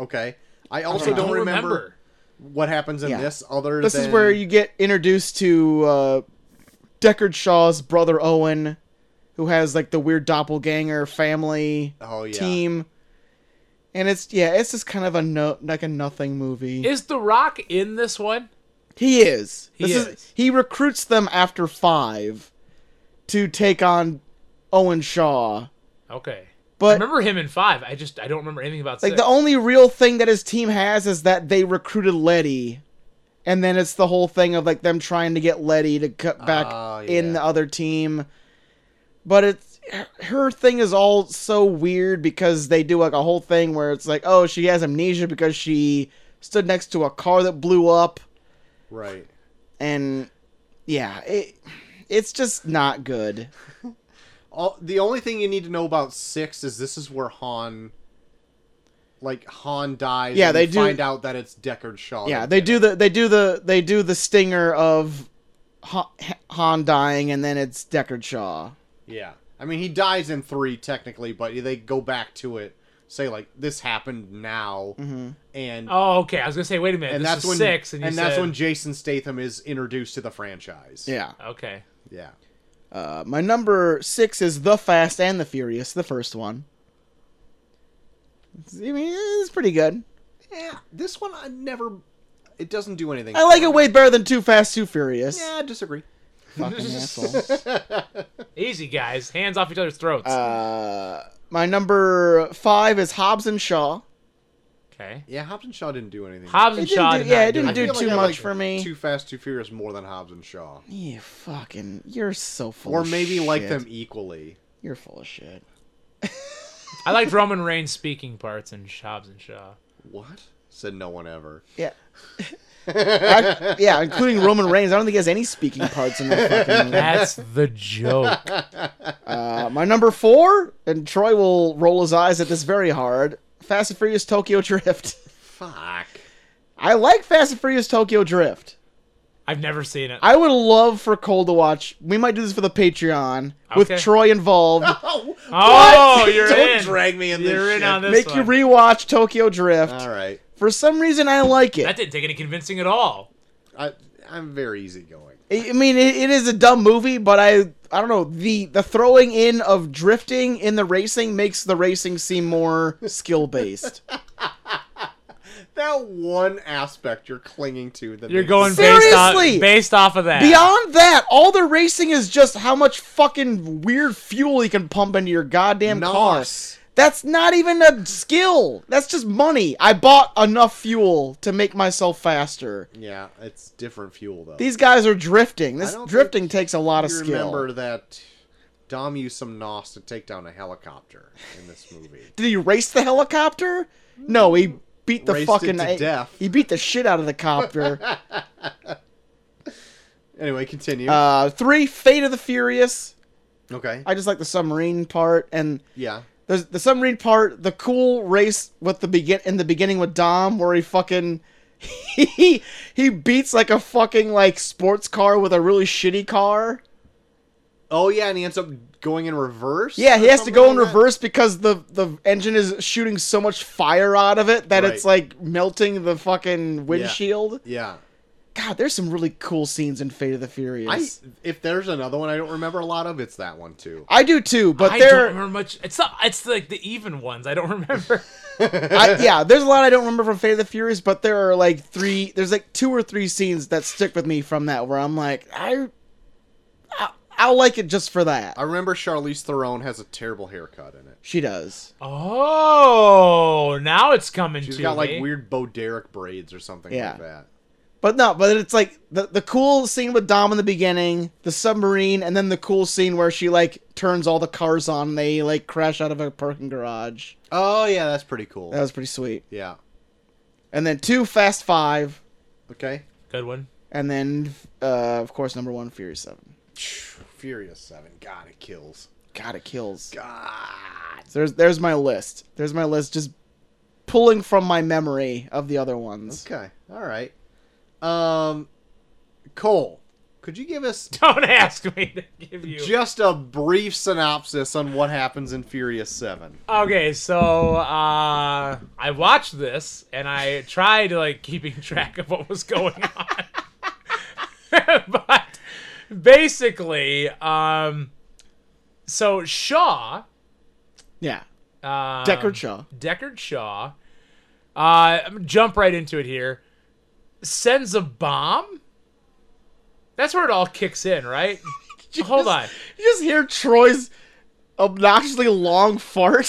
B: Okay, I also don't, remember, what happens in
A: Yeah.
B: this other.
A: This is
B: than-
A: where you get introduced to uh, Deckard Shaw's brother Owen, who has like the weird doppelganger family
B: Oh, yeah.
A: team, and it's yeah, it's just kind of a no like a nothing movie.
C: Is The Rock in this one?
A: he is.
C: He
A: This
C: is.
A: He recruits them after five to take on Owen Shaw,
C: Okay. I
A: but.
C: remember him in five. I just I don't remember anything about
A: Like
C: six.
A: the only real thing that his team has is that they recruited Letty, and then it's the whole thing of like them trying to get Letty to cut back
B: Oh,
A: in
B: yeah.
A: the other team. But it's her thing is all so weird because they do like a whole thing where it's like, oh, she has amnesia because she stood next to a car that blew up,
B: right.
A: and yeah, it it's just not good.
B: All, the only thing you need to know about six is this is where Han, like Han dies.
A: Yeah,
B: and
A: they
B: you
A: do-
B: Find out that it's Deckard Shaw.
A: Yeah,
B: that
A: they
B: did
A: do the they do the they do the stinger of Han, Han dying, and then it's Deckard Shaw.
B: it. Yeah, I mean he dies in three technically, but they go back to it, say like this happened now,
A: Mm-hmm.
B: and
C: oh, okay. I was gonna say, wait a minute.
B: and
C: this
B: that's
C: is
B: when
C: six, and, you
B: that's
C: said-
B: when Jason Statham is introduced to the franchise.
A: Yeah.
C: Okay.
B: yeah.
A: Uh, my number six is The Fast and the Furious, the first one. It's- I mean, it's pretty good.
B: Yeah, this one I never. It doesn't do anything.
A: I like
B: for
A: it
B: me.
A: way better than Too Fast, Too Furious.
B: Yeah, I disagree.
E: *laughs*
A: Fucking asshole.
C: Easy guys. Hands off each other's throats.
A: Uh, my number five is Hobbs and Shaw.
C: okay.
B: Yeah, Hobbs and Shaw didn't do anything.
C: Hobbs
A: It
C: and
A: didn't
C: Shaw.
A: do-
C: did
A: yeah,
C: not
A: it didn't
B: I
C: do
A: do
B: feel
C: anything.
A: too
B: I
A: much
B: like
A: for me.
B: Too Fast, Too Furious more than Hobbs and Shaw.
A: You fucking, you're so full.
B: or
A: of
B: maybe like
A: shit.
B: them equally.
A: You're full of shit.
C: I liked Roman Reigns speaking parts in Hobbs and
A: *laughs*
C: Shaw.
B: What? Said no one ever.
A: Yeah. I- yeah, including Roman Reigns. I don't think he has any speaking parts in that fucking movie.
C: That's the
A: *laughs*
C: joke.
A: Uh, my number four, and Troy will roll his eyes at this very hard. Fast and Furious Tokyo Drift.
B: Fuck.
A: I like Fast and Furious Tokyo Drift.
C: I've never seen it.
A: I would love for Cole to watch. We might do this for the Patreon
C: Okay.
A: with Troy involved.
B: *laughs* Oh,
C: oh, you're
B: Don't
C: in.
B: drag me in this
C: You're in
B: shit.
C: on this
A: Make
C: one.
A: you rewatch Tokyo Drift.
B: all right.
A: For some reason, I like
C: That
A: it.
C: didn't take any convincing at all.
B: I, I'm very easygoing.
A: I I mean, it, it is a dumb movie, but I I don't know the the throwing in of drifting in the racing makes the racing seem more skill
B: *laughs*
A: based.
B: That one aspect you're clinging to. That
C: You're
B: makes
C: going
B: it-
C: based off,
A: Seriously!
C: based off of that.
A: Beyond that, all the racing is just how much fucking weird fuel you can pump into your goddamn car.
B: Nos.
A: That's not even a skill. That's just money. I bought enough fuel to make myself faster.
B: Yeah, it's different fuel though.
A: These guys are drifting.
B: I
A: This
B: don't think
A: drifting takes a lot of
B: you
A: skill.
B: remember that Dom used some nos to take down a helicopter in this movie.
A: Did he race the helicopter? No, he beat the
B: Raced it
A: fucking
B: to death.
E: E-
A: He beat the shit out of the
E: *laughs*
A: copter.
B: anyway, continue.
A: uh, 3 Fate of the Furious.
B: okay.
A: I just like the submarine part and
B: yeah.
A: There's the submarine part, the cool race with the begin in the beginning with Dom, where he fucking
E: he *laughs* he beats like a fucking like sports car with a really shitty car.
B: Oh yeah, and he ends up going in reverse.
E: Yeah, he
B: or
E: has to
B: something
E: go in
B: like that?
E: reverse because the the engine is shooting so much fire out of it that it's
B: Right.
E: like melting the fucking windshield.
B: Yeah.
E: God, there's some really cool scenes in Fate of the
B: I
E: Furious.
B: if there's another one I don't remember a lot of, it's that one too.
E: I, do too, but
C: I don't
E: there,
C: remember much. It's not. It's like the even ones. I don't *laughs* remember.
E: I, *laughs* yeah, there's a lot I don't remember from Fate of the Furious, but there are like three, there's like two or three scenes that stick with me from that where I'm like, I, I I'll like it just for that.
B: I remember Charlize Theron has a terrible haircut in it.
E: She does.
C: oh, now it's coming
B: She's
C: to
B: got
C: me.
B: like weird Bo Derek braids or something
E: Yeah.
B: like that.
E: But no, but it's like the the cool scene with Dom in the beginning, the submarine, and then the cool scene where she like turns all the cars on, and they like crash out of a parking garage.
B: Oh yeah, that's pretty cool.
E: That was pretty sweet.
B: yeah.
E: And then two Fast Five,
B: Okay.
C: Good one. *laughs*
E: and then uh, of course number one Fury Seven.
B: Furious Seven. God, it kills.
E: God, it kills.
B: God.
E: So there's there's my list. There's my list. Just pulling from my memory of the other ones.
B: Okay. All right. Um, Cole, could you give us
C: Don't ask me to give you.
B: just a brief synopsis on what happens in Furious Seven?
C: Okay, so uh, I watched this and I tried like keeping *laughs* track of what was going on, *laughs* but basically, um, so Shaw,
E: Yeah.
C: um,
E: Deckard Shaw.
C: Deckard Shaw, uh, I'm gonna jump right into it here, sends a bomb. That's where it all kicks in, right? Hold on.
E: You just hear Troy's obnoxiously long fart.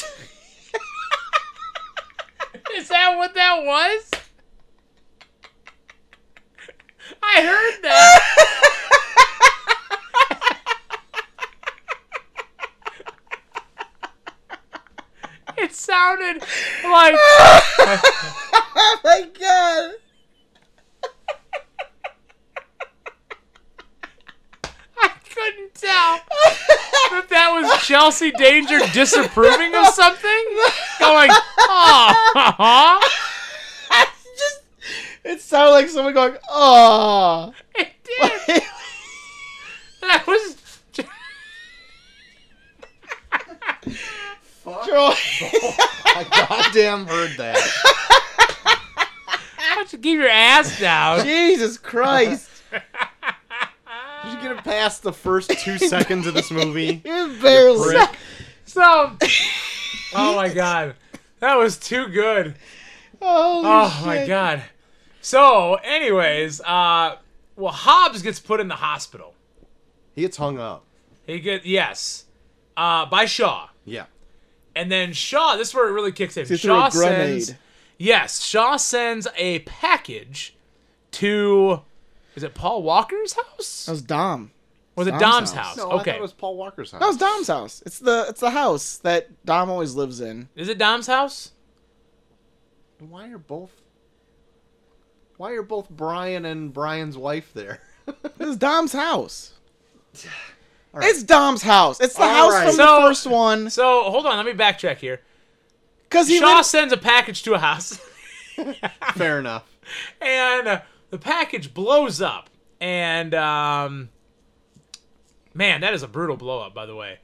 C: Is that what that was? I heard that. it sounded like
E: oh my god.
C: *laughs* I couldn't tell that that was Chelsea Danger disapproving of
E: *laughs*
C: something. Going, oh,
E: just it sounded like someone going, "Oh."
C: it did.
E: *laughs*
C: That was.
E: Troy.
B: I goddamn heard that.
C: Why don't you keep your ass down?
E: *laughs*
B: *laughs*
E: Jesus Christ.
B: Did you get past the first two seconds of this movie?
E: You barely.
B: Prick.
C: So, oh my god, that was too good.
E: Holy
C: Oh my
E: shit.
C: god. So, anyways, uh, well, Hobbs gets put in the hospital.
B: He gets hung up.
C: He get yes, uh, by Shaw,
B: Yeah.
C: and then Shaw. This is where it really kicks in.
E: He threw
C: Shaw
E: a grenade.
C: sends yes, Shaw sends a package to. Is it Paul Walker's house?
E: That was Dom.
C: Was it Dom's
E: Dom's
C: house?
E: house.
B: No, I
C: okay.
B: thought it was Paul Walker's house.
E: That was Dom's house. It's the it's the house that Dom always lives in.
C: Is it Dom's house?
B: Why are both? Why are both Brian and Brian's wife there? *laughs*
E: It's Dom's house. It's Dom's house. It's the
B: All
E: house
B: right.
E: from
C: So-
E: the first one.
C: So, hold on, let me backtrack here.
E: Because he
C: Shaw
E: lit-
C: sends a package to a house. *laughs*
B: Fair enough.
C: and uh, the package blows up. And um, man, that is a brutal blow up, by the way.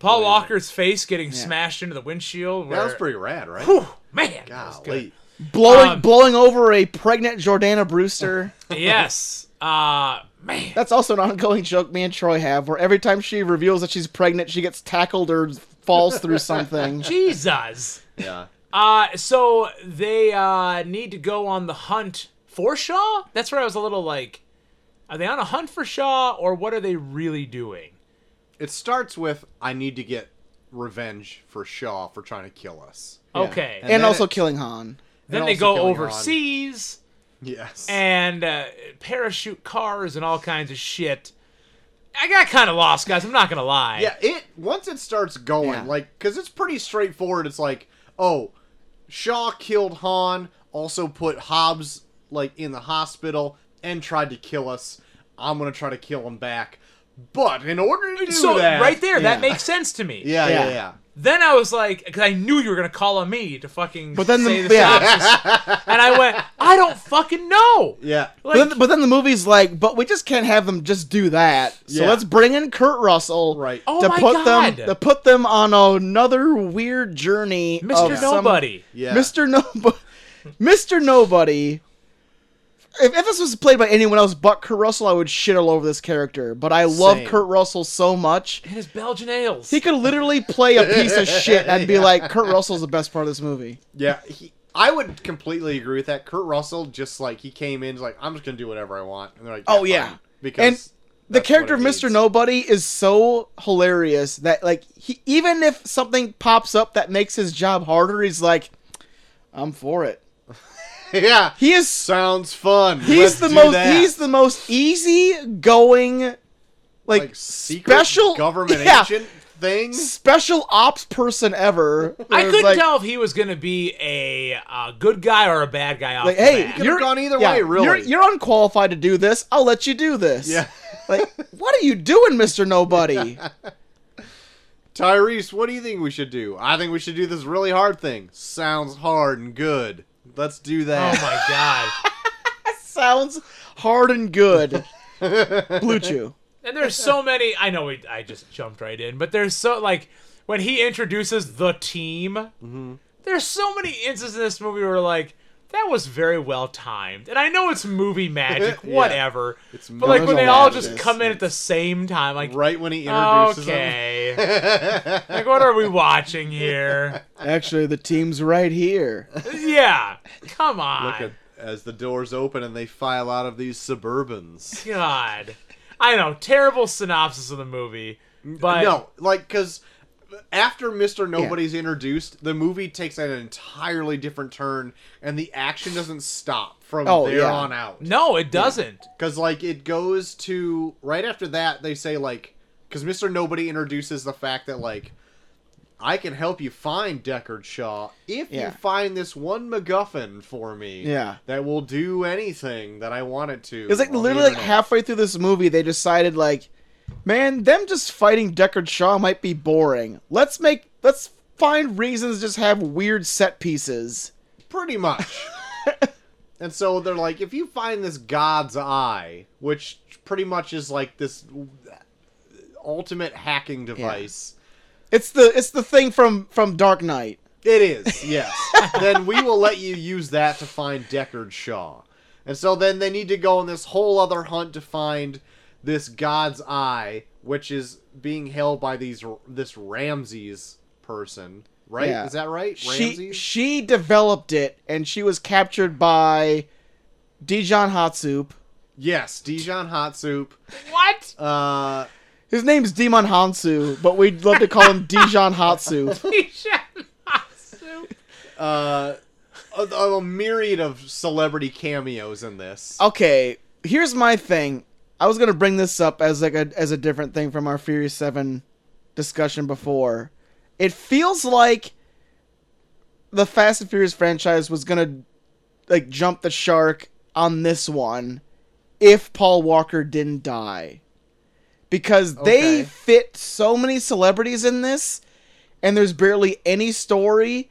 C: Paul Walker's face getting smashed into the windshield.
B: That
C: where-
B: was pretty rad, right?
C: Whew, man, that was good.
B: Golly.
E: blowing
C: um,
E: blowing over a pregnant Jordana Brewster.
C: yes, uh, man.
E: That's also an ongoing joke me and Troy have, where every time she reveals that she's pregnant, she gets tackled or falls through something.
C: Jesus.
B: Yeah.
C: Uh, so they uh, need to go on the hunt for Shaw. That's where I was a little like, are they on a hunt for Shaw, or what are they really doing?
B: It starts with I need to get revenge for Shaw for trying to kill us.
C: Okay.
E: and,
B: then
E: also
B: it-
E: killing Han.
C: Oh. then
B: and
C: they
B: also
C: go
B: killing Han.
C: overseas.
B: Yes.
C: and uh, parachute cars and all kinds of shit. I got kind of lost, guys. I'm not gonna lie.
B: yeah, it once it starts going
E: Yeah.
B: like cuz it's pretty straightforward. It's like, "Oh, Shaw killed Han, also put Hobbs like in the hospital and tried to kill us. I'm going to try to kill him back." But in order to do
C: So
B: that
C: right there, that
E: Yeah.
C: makes sense to me.
B: Yeah, yeah,
E: Yeah.
B: yeah.
C: Then I was like, because I knew you were gonna call on me to fucking
A: But then the-
C: say the
A: yeah.
C: synopsis. and I went, I don't fucking know.
B: Yeah.
A: But then, but then the movie's like, but we just can't have them just do that. So
B: Yeah.
A: let's bring in Kurt Russell,
B: Right.
C: Oh
A: to
C: my
A: put them
C: God.
A: to put them on another weird journey.
C: Mr.
A: of some-
C: Nobody.
B: Yeah.
A: Mr. *laughs* Nobody, Mr. Nobody. If, if this was played by anyone else but Kurt Russell, I would shit all over this character. But I love
B: Same.
A: Kurt Russell so much.
C: and his Belgian ales.
A: He could literally play a piece of shit and
B: *laughs*
A: be like, Kurt Russell's the best part of this movie.
B: Yeah. He, I would completely agree with that. Kurt Russell just like he came in he's like I'm just gonna do whatever I want, and they're like,
A: Oh,
B: fine,"
A: yeah.
B: because
A: And the
B: that's
A: character of
B: what it
A: Mr.
B: needs.
A: Nobody is so hilarious that like he even if something pops up that makes his job harder, he's like, I'm for it.
B: *laughs* yeah,
A: He is
B: sounds fun.
A: he's
B: Let's
A: the
B: do
A: most
B: that.
A: he's the most easy going like,
B: like secret
A: special
B: government
A: yeah,
B: agent thing.
A: special ops person
B: *laughs*
A: ever.
C: I
A: It's
C: couldn't
A: like,
C: tell if he was gonna be a uh, good guy or a bad guy. Off
A: Like,
C: the
A: hey,
C: bat.
B: Could've
A: you're
B: gone either
A: yeah,
B: way, really.
A: You're, you're unqualified to do this. I'll let you do this.
B: *laughs* Yeah.
A: Like, what are you doing, Mister
B: *laughs*
A: Nobody?
B: Tyrese, what do you think we should do? I think we should do this really hard thing. Sounds hard and good. Let's do
C: oh
B: that.
C: my god!
A: Sounds hard and
B: *laughs*
A: good. Blue Chew.
C: And there's so many. I know we, I just jumped right in, but there's so like when he introduces the team.
A: Mm-hmm.
C: There's so many instances in this movie where like that was very well timed, and I know it's
A: *laughs*
C: movie magic,
B: Yeah.
C: whatever.
B: It's
C: but like
A: there's
C: when
A: a
C: they
A: lot
C: all
A: of
C: just
A: this.
C: come in at the same time, like
B: Right when he introduces him.
C: okay,
B: *laughs*
C: like what are we watching here?
A: Actually, the team's right here.
C: Yeah, come on.
B: Look at, as the doors open and they file out of these Suburbans.
C: God. I know, terrible synopsis of the movie. But
B: no, like, because after Mr. Nobody's introduced, the movie takes an entirely different turn and the action doesn't stop from
A: Oh,
B: there
A: yeah.
B: on out.
C: no, it doesn't.
B: Because, like, it goes to. Right after that, they say, like. Because Mr. Nobody introduces the fact that, like, I can help you find Deckard Shaw if
A: Yeah.
B: you find this one MacGuffin for me.
A: Yeah.
B: That will do anything that I want it to.
A: It's like
B: on the
A: literally like
B: internet."
A: halfway through this movie, they decided like, man, them just fighting Deckard Shaw might be boring. Let's make let's find reasons to just have weird set pieces. *laughs*
B: Pretty much. and so they're like, if you find this God's Eye, which pretty much is like this ultimate hacking device.
A: It's the it's the thing from from Dark Knight.
B: It
A: *laughs*
B: is, yes. then we will let you use that to find Deckard Shaw. And so then they need to go on this whole other hunt to find this God's Eye, which is being held by these this Ramses person, right?
A: Yeah.
B: Is that right?
A: She she developed it and she was captured by Dijon Hot Soup.
B: yes, Dijon Hot Soup.
C: *laughs* What?
B: Uh,
A: His name's Demon Hansu, but we'd love to call him Dijon Hot Soup.
B: uh, a, a myriad of celebrity cameos in this.
A: okay here's my thing i was gonna bring this up as like a as a different thing from our fury 7 discussion before it feels like the fast and furious franchise was gonna like jump the shark on this one if paul walker didn't die because
B: Okay.
A: they fit so many celebrities in this and there's barely any story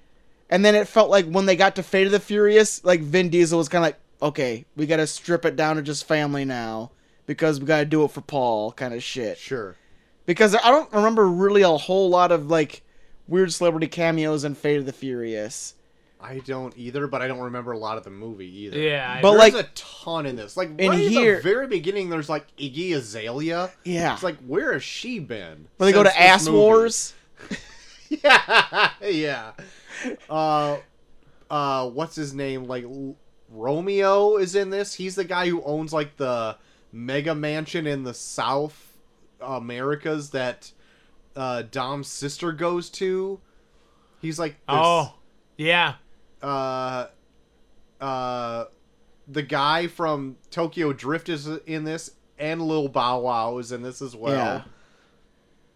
A: and then it felt like when they got to Fate of the Furious, like Vin Diesel was kind of like, okay, we got to strip it down to just family now because we got to do it for Paul kind of shit.
B: Sure.
A: Because I don't remember really a whole lot of like weird celebrity cameos in Fate of the Furious.
B: I don't either, but I don't remember a lot of the movie either.
C: Yeah. I-
A: But-
B: there's
A: like-
B: a ton in this. Like
A: In
B: right
A: here-
B: at the very beginning, there's like Iggy Azalea.
A: Yeah.
B: It's like where has she been?
A: When they go
B: since
A: to Ass
B: this movie?
A: Wars.
B: Yeah, *laughs* yeah. Uh, uh, what's his name? Like L- Romeo is in this. He's the guy who owns like the mega mansion in the South Americas that uh, Dom's sister goes to. He's like this,
C: oh. Yeah.
B: uh, uh, the guy from Tokyo Drift is in this, and Lil Bow Wow is in this as well.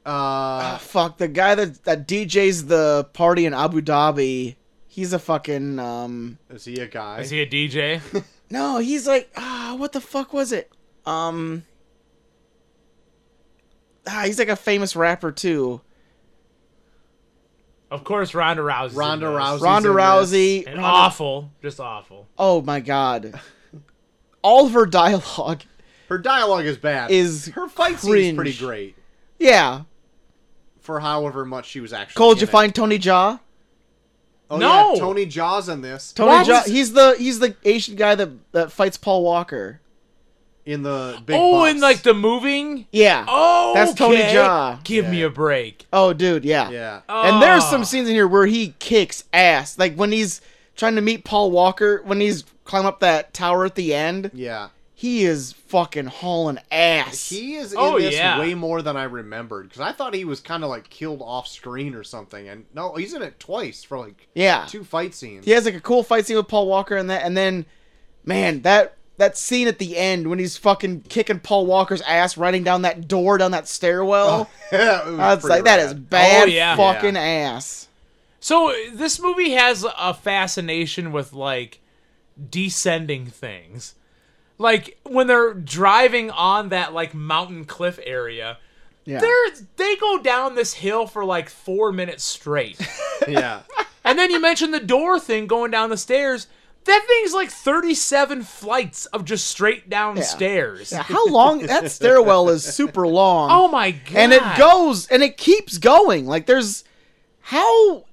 A: Ah,
B: Uh,
A: fuck, the guy that, that DJs the party in Abu Dhabi, he's a fucking. um
B: is he a guy?
C: Is he
B: *laughs*
C: a DJ?
A: No, he's like, ah, what the fuck was it? Um. Ah, he's like a famous rapper too.
C: Of course, Ronda Rousey.
B: Ronda Rousey.
A: Ronda
B: She's in
A: Rousey.
C: And awful, just awful.
A: Oh my god. All of her dialogue. *laughs*
B: Her dialogue is bad.
A: Is
B: her fight
A: cringe.
B: scene's pretty great
A: Yeah.
B: for however much she was actually.
A: Cole, did
B: in
A: you
B: it.
A: find Tony Jaa?
B: Oh,
C: No!
B: yeah, Tony Jaws in this.
A: Tony
C: What?
A: Jaa. He's the he's the Asian guy that that fights Paul Walker.
B: in the big.
C: oh,
B: box.
C: and like the moving.
A: Yeah.
C: Oh,
A: That's Tony
C: okay.
A: Jaa.
C: Give me
B: Yeah.
C: a break.
A: Oh, dude. Yeah.
B: yeah.
A: And there's some
C: Ah.
A: scenes in here where he kicks ass. Like when he's trying to meet Paul Walker, when he's climb up that tower at the end,
B: Yeah.
A: he is fucking hauling ass.
B: He is in
C: Oh,
B: this
C: yeah.
B: way more than I remembered because I thought he was kind of like killed off screen or something. And no, he's in it twice for like
A: yeah.
B: two fight scenes.
A: He has like a cool fight scene with Paul Walker and that and then man, that that scene at the end when he's fucking kicking Paul Walker's ass riding down that door down that stairwell.
B: yeah, *laughs* it was
A: That's
B: Oh, pretty
A: like that
B: rad.
A: is bad
C: Oh, yeah.
A: fucking
B: Yeah.
A: ass.
C: So uh, this movie has a fascination with like descending things. Like when they're driving on that like mountain cliff area,
A: Yeah.
C: they're they go down this hill for like 4
A: *laughs*
C: minutes straight.
B: Yeah.
C: and then you mentioned the door thing going down the stairs. That thing's like 37 flights of just straight down stairs.
A: Yeah, How long
B: *laughs*
A: that stairwell is super long.
C: Oh my god.
A: and it goes and it keeps going like there's how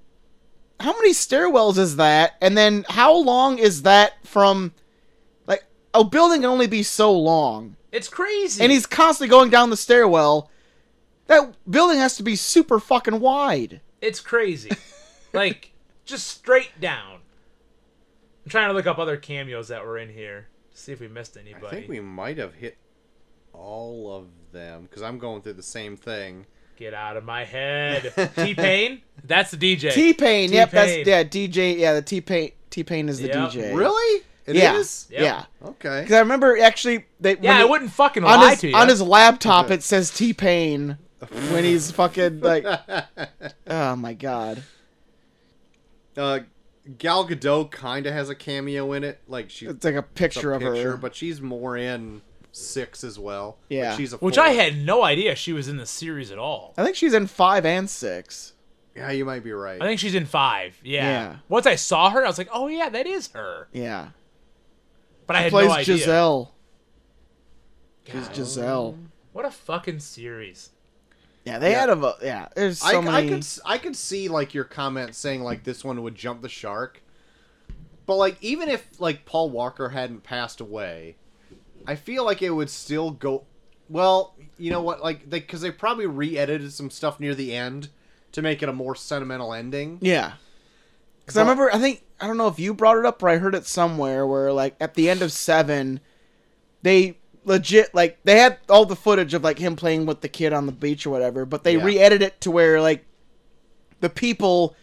A: how many stairwells is that and then how long is that from like a building can only be so long
C: It's crazy.
A: and he's constantly going down the stairwell that building has to be super fucking wide
C: It's crazy.
A: *laughs*
C: like, just straight down. I'm trying to look up other cameos that were in here. See if we missed anybody.
B: I think we might have hit all of them because I'm going through the same thing.
C: Get out of
A: *laughs*
C: my head. T Pain? That's the DJ.
A: t-pain, yep that's
C: T-Pain.
A: yeah dj yeah the t-pain t-pain is the
C: Yep.
A: dj
B: Really? It is.
A: yeah
C: Yep.
A: yeah
B: Okay.
A: because i remember actually they when
C: yeah, I
A: he-
C: wouldn't fucking
A: on
C: lie
A: his
C: to you.
A: on his laptop it says T Pain when he's fucking
B: *laughs*
A: like oh my god
B: Uh, Gal Gadot kind of has a cameo in it. Like she,
A: it's like a picture
B: a
A: of her
B: but she's more in six as well. Like,
A: Yeah.
B: she's a
C: which
B: four.
C: I had no idea she was in the series at all.
A: I think she's in five and six
B: Yeah, you might be right.
C: I think she's in five. Yeah.
A: Yeah.
C: Once I saw her, I was like, oh yeah, that is her.
A: yeah
C: But I had
A: plays
C: no idea.
A: Giselle she's Giselle
C: What a fucking series.
A: yeah they
B: Yeah.
A: had a vo- yeah there's so
B: I, I
A: many
B: could s- I could see like your comment saying like this one would jump the shark, but like even if like Paul Walker hadn't passed away, I feel like it would still go. Well, you know what? Like they because they probably re-edited some stuff near the end to make it a more sentimental ending.
A: yeah because I
B: But-
A: remember I think I don't know if you brought it up or I heard it somewhere where like at the end of seven they legit like they had all the footage of like him playing with the kid on the beach or whatever but they
B: Yeah.
A: re-edited it to where like the people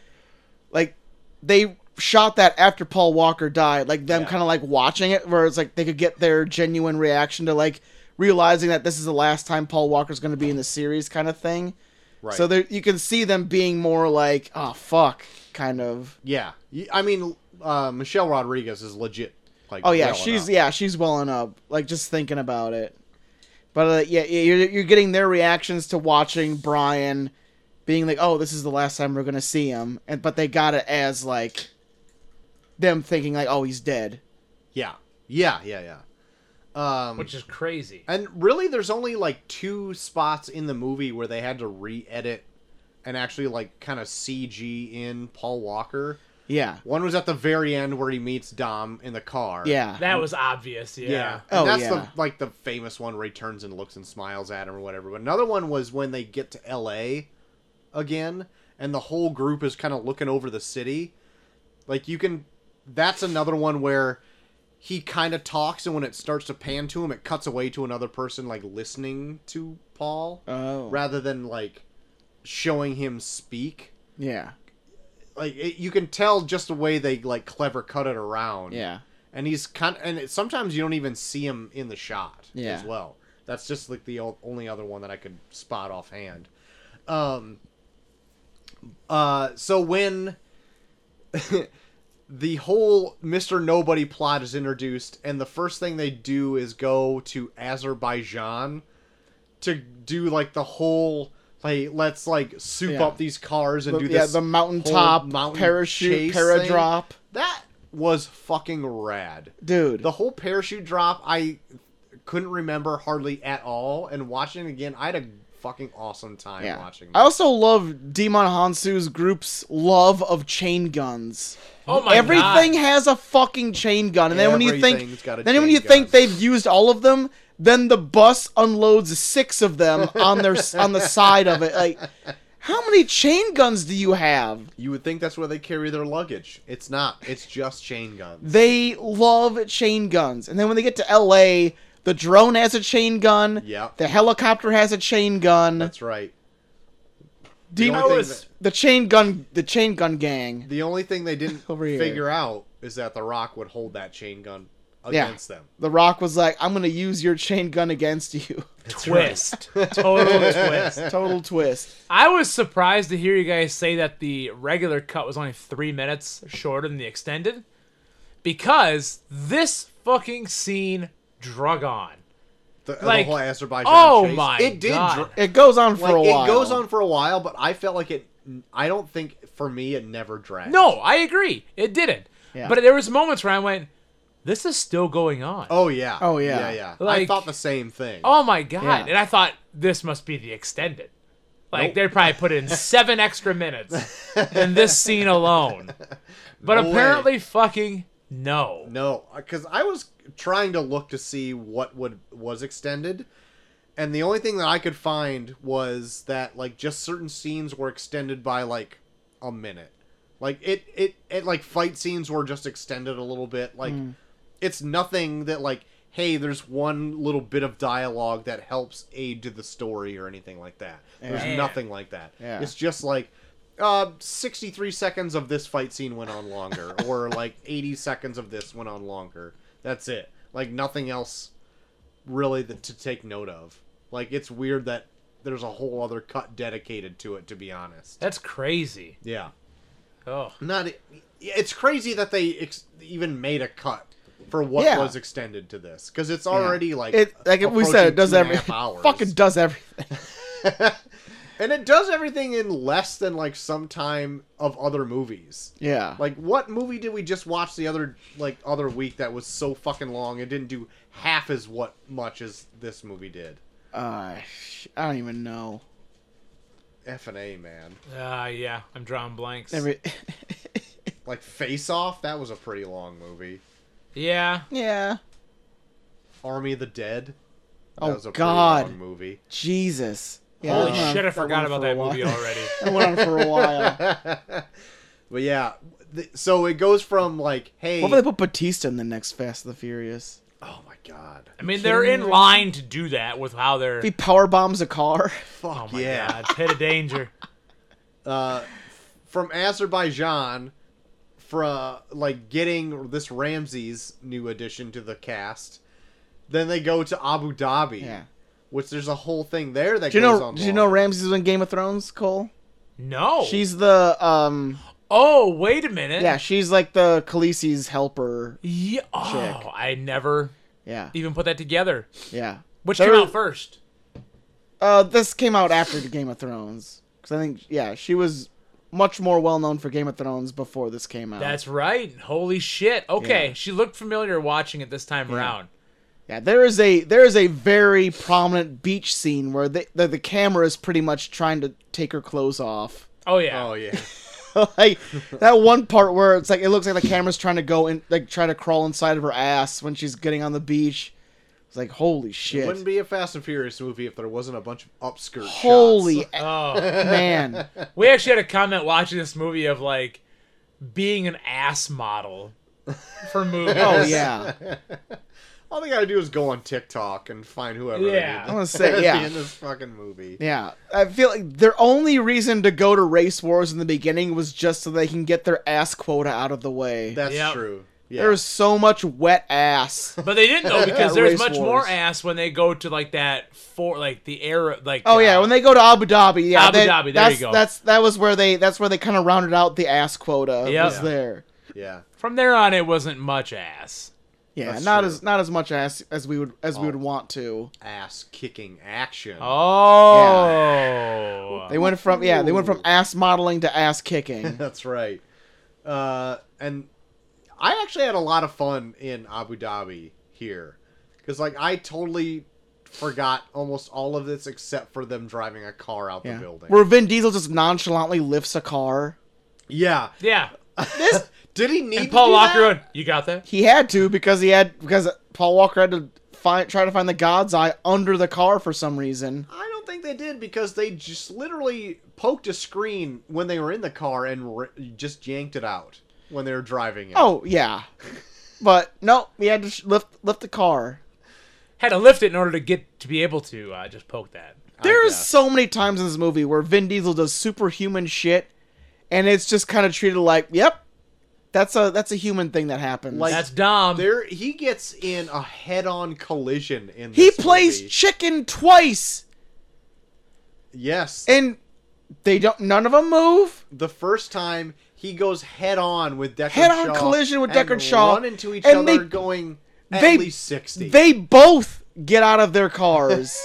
A: like they shot that after Paul Walker died, like them
B: Yeah.
A: kind of like watching it, where it's like they could get their genuine reaction to like realizing that this is the last time Paul Walker's going to be in the series, kind of thing.
B: Right.
A: So there, you can see them being more like, oh fuck, kind of.
B: Yeah. Y- I mean, uh, Michelle Rodriguez is legit. Like,
A: Oh yeah,
B: well
A: she's
B: enough.
A: yeah, she's welling up. Like just thinking about it. But uh, yeah, yeah, you're you're getting their reactions to watching Brian being like, "Oh, this is the last time we're gonna see him," and but they got it as like them thinking like, "Oh, he's dead."
B: yeah, yeah, yeah, yeah. Um,
C: Which is crazy.
B: and really, there's only like two spots in the movie where they had to re-edit and actually like kind of CG in Paul Walker.
A: Yeah,
B: One was at the very end where he meets Dom in the car.
A: yeah,
C: That was obvious, yeah.
B: Yeah.
A: Oh,
B: And that's
A: yeah.
B: the like the famous one where he turns and looks and smiles at him or whatever. But another one was when they get to LA again and the whole group is kind of looking over the city. Like you can that's another one where he kind of talks and when it starts to pan to him it cuts away to another person like listening to Paul
A: Oh,
B: rather than like showing him speak.
A: yeah,
B: Like it, you can tell just the way they like clever cut it around
A: yeah,
B: and he's kind and it, sometimes you don't even see him in the shot
A: Yeah.
B: as well. That's just like the o- only other one that I could spot offhand. Um, uh, so when *laughs* the whole Mister Nobody plot is introduced, and the first thing they do is go to Azerbaijan to do like the whole Like let's like soup
A: Yeah.
B: up these cars and
A: The-
B: do
A: yeah,
B: this
A: the mountaintop
B: whole mountain
A: parachute
B: chase
A: paradrop.
B: thing. That was fucking rad.
A: Dude,
B: The whole parachute drop I couldn't remember hardly at all and watching it again I had a fucking awesome time
A: yeah. Oh,
B: watching.
A: I also love Demon Hansu's group's love of chain guns.
C: Oh my
A: Everything
C: god.
A: has a fucking chain gun, and then when you think,
B: Everything's got a
A: then when
B: chain
A: you think
B: gun.
A: they've used all of them, then the bus unloads six of them on their on the side of it. Like, how many chain guns do you have?
B: you would think that's where they carry their luggage. It's not. It's just chain guns.
A: They love chain guns, and then when they get to L.A., the drone has a chain gun.
B: Yeah.
A: The helicopter has a chain gun.
B: That's right.
A: Demon-
B: only thing
C: was-
B: that-
A: the chain gun, the chain gun gang.
B: The only thing they didn't
A: *laughs* Over here.
B: figure out is that The Rock would hold that chain gun
A: Yeah.
B: against them.
A: The Rock was like, "I'm gonna use your chain gun against you." *laughs*
C: Twist. Total twist.
A: Total twist.
C: I was surprised to hear you guys say that the regular cut was only three minutes shorter than the extended, because this fucking scene drug on.
B: The, the
C: Like,
B: whole Azerbaijan
C: oh
B: chase.
C: my
B: it did
C: God.
B: dr-
A: It goes on for
B: like
A: a while.
B: it goes on for a while, but I felt like it. I don't think for me it never dragged.
C: No, I agree. It didn't.
A: Yeah.
C: But there was moments where I went, "This is still going on."
B: Oh yeah.
A: Oh, yeah.
B: Yeah yeah. I
C: Like-
B: thought the same thing.
C: Oh my god!
A: Yeah.
C: And I thought this must be the extended. Like
B: Nope.
C: they probably
B: *laughs*
C: put in seven extra minutes in this
B: *laughs*
C: scene alone. But
B: No way.
C: apparently, fucking no.
B: No, because I was trying to look to see what would was extended, and the only thing that I could find was that like just certain scenes were extended by like a minute. Like it, it, it like fight scenes were just extended a little bit. Like it's nothing that like hey, there's one little bit of dialogue that helps aid to the story or anything like that.
C: Yeah.
B: There's nothing like that.
A: Yeah.
B: It's just like uh, 63 seconds of this fight scene went
A: *laughs*
B: on longer, or like 80 seconds of this went on longer. That's it. Like nothing else really th- to take note of. Like it's weird that there's a whole other cut dedicated to it. To be honest,
C: That's crazy.
B: yeah,
C: Oh,
B: not. e, It's crazy that they ex- even made a cut for what
A: Yeah.
B: was extended to this because it's already like
A: It like we said, it
B: approaching
A: does
B: two and a
A: everything.
B: half hours.
A: *laughs* Fucking does everything.
B: *laughs* and it does everything in less than like some time of other movies.
A: Yeah.
B: Like what movie did we just watch the other like other week that was so fucking long and didn't do half as what much as this movie did?
A: uh, sh- I don't even know.
B: F and A man.
C: uh, yeah. I'm drawing blanks.
A: Every-
B: Like Face Off, that was a pretty long movie.
C: Yeah.
A: *laughs* yeah.
B: Army of the Dead. That
A: Oh,
B: was a
A: God.
B: pretty long movie. *laughs*
A: Jesus. Yeah,
C: Holy
A: that went on-
C: shit! I
A: that went
C: forgot
A: on
C: about
A: for a
C: that
A: while. *laughs*
C: movie already.
A: That went on for a
C: *laughs*
A: while.
B: But yeah, th- so it goes from like, hey,
A: What if they put Batista in the next Fast and the Furious?
B: oh my god,
C: I mean, they're in line to do that with how they're.
A: If he power bombs a car, *laughs*
B: fuck
C: Oh my
B: yeah.
C: god! Pit of danger.
B: uh, from Azerbaijan from like getting this Ramses new addition to the cast. Then they go to Abu Dhabi,
A: Yeah.
B: which there's a whole thing there that
A: do you
B: goes
A: know?
B: on.
A: Did you know
B: long.
A: Ramses was in Game of Thrones? Cole,
C: No.
A: she's the um,
C: Oh, wait a minute.
A: yeah, she's like the Khaleesi's helper.
C: Ye- oh,
A: Chick.
C: I never
A: Yeah,
C: even put that together.
A: yeah.
C: Which
A: There-
C: came out first?
A: Uh, this came out after the Game of Thrones because I think yeah, she was much more well known for Game of Thrones before this came out.
C: That's right. Holy shit. Okay,
A: Yeah.
C: she looked familiar watching it this time around.
A: yeah. There is a there is a very prominent beach scene where the the, the camera is pretty much trying to take her clothes off. *laughs*
C: Oh yeah.
B: Oh yeah,
A: like that one part where it's like it looks like the camera's trying to go in, like try to crawl inside of her ass when she's getting on the beach. It's like holy
B: it
A: shit,
B: wouldn't be a Fast and Furious movie if there wasn't a bunch of upskirt
A: holy
B: *laughs* shots.
A: a-
C: Oh.
A: man.
C: we actually had a comment watching this movie of like being an ass model
A: *laughs*
C: for movies.
A: Oh yeah,
B: All they gotta do is go on TikTok and find whoever. they
C: Yeah.
B: need
A: I wanna say,
B: to
A: *laughs*
B: be
A: yeah.
B: in this fucking movie.
A: yeah. I feel like their only reason to go to race wars in the beginning was just so they can get their ass quota out of the way.
B: That's
C: Yep.
B: true. Yeah.
A: There's so much wet ass.
C: But they didn't though
A: Yeah,
C: because there's
A: race
C: much more
A: wars.
C: ass when they go to like that for like the era like
A: Oh yeah,
C: uh,
A: when they go to Abu Dhabi, yeah,
C: Abu
A: they-
C: Dhabi, there you
A: that's,
C: go.
A: That's that was where they that's where they kind of rounded out the ass quota.
C: Yep.
A: was there.
B: yeah.
C: from there on it wasn't much ass.
A: Yeah,
B: That's
A: not
B: true.
A: as not as much as as we would as we would want to.
B: ass kicking action.
C: Oh.
A: They went from yeah, they went from ass modeling to ass kicking. *laughs*
B: *laughs* That's right. Uh, and I actually had a lot of fun in Abu Dhabi here because, like, I totally forgot almost all of this except for them driving a car out
A: Yeah.
B: the building.
A: Where Vin Diesel just nonchalantly lifts a car.
B: yeah.
C: Yeah.
B: Did he need
C: And Paul
B: to do
C: Walker
B: that?
C: went, You got that?
A: He had to because he had because Paul Walker had to find try to find the God's Eye under the car for some reason.
B: I don't think they did because they just literally poked a screen when they were in the car and r just yanked it out when they were driving it.
A: Oh *laughs* yeah, but no, he had to sh- lift lift the car.
C: Had to lift it in order to get to be able to uh, just poke that.
A: There is
B: guess.
A: so many times in this movie where Vin Diesel does superhuman shit, and it's just kind of treated like, yep, that's a that's a human thing that happens.
B: Like-
C: That's Dom.
B: There, he gets in a head-on collision in.
A: he
B: This
A: plays
B: movie.
A: chicken twice,
B: yes,
A: and they don't none of them move.
B: the first time he goes head on with Deckard
A: Head-on
B: Shaw
A: collision with
B: and
A: Deckard Shaw,
B: run into each
A: and
B: other,
A: they-
B: going at
A: they-
B: least sixty.
A: They both get out of their cars.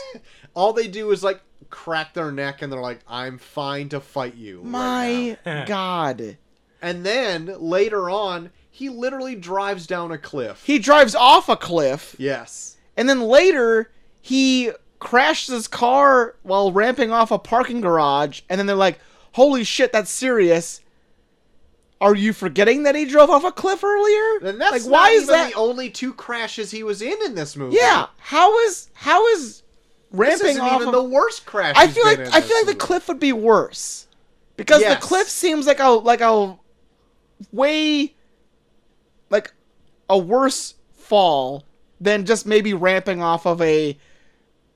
B: all *laughs* they do is like crack their neck, and they're like, "I'm fine to fight you." right now."
A: My
C: now.
A: God.
B: and then later on, he literally drives down a cliff.
A: He drives off a cliff,
B: yes,
A: and then later he crashes his car while ramping off a parking garage, and then they're like, "Holy shit, that's serious." Are you forgetting that he drove off a cliff earlier?
B: and that's
A: like,
B: not
A: why is
B: even
A: that?
B: the only two crashes he was in in this movie.
A: yeah, how is how is
B: this
A: ramping
B: isn't
A: off?
B: even
A: a-
B: the worst crash.
A: I
B: he's
A: feel
B: been
A: like
B: in
A: I feel
B: this
A: like the
B: movie.
A: cliff would be worse because
B: Yes.
A: the cliff seems like a like a way like a worse fall than just maybe ramping off of a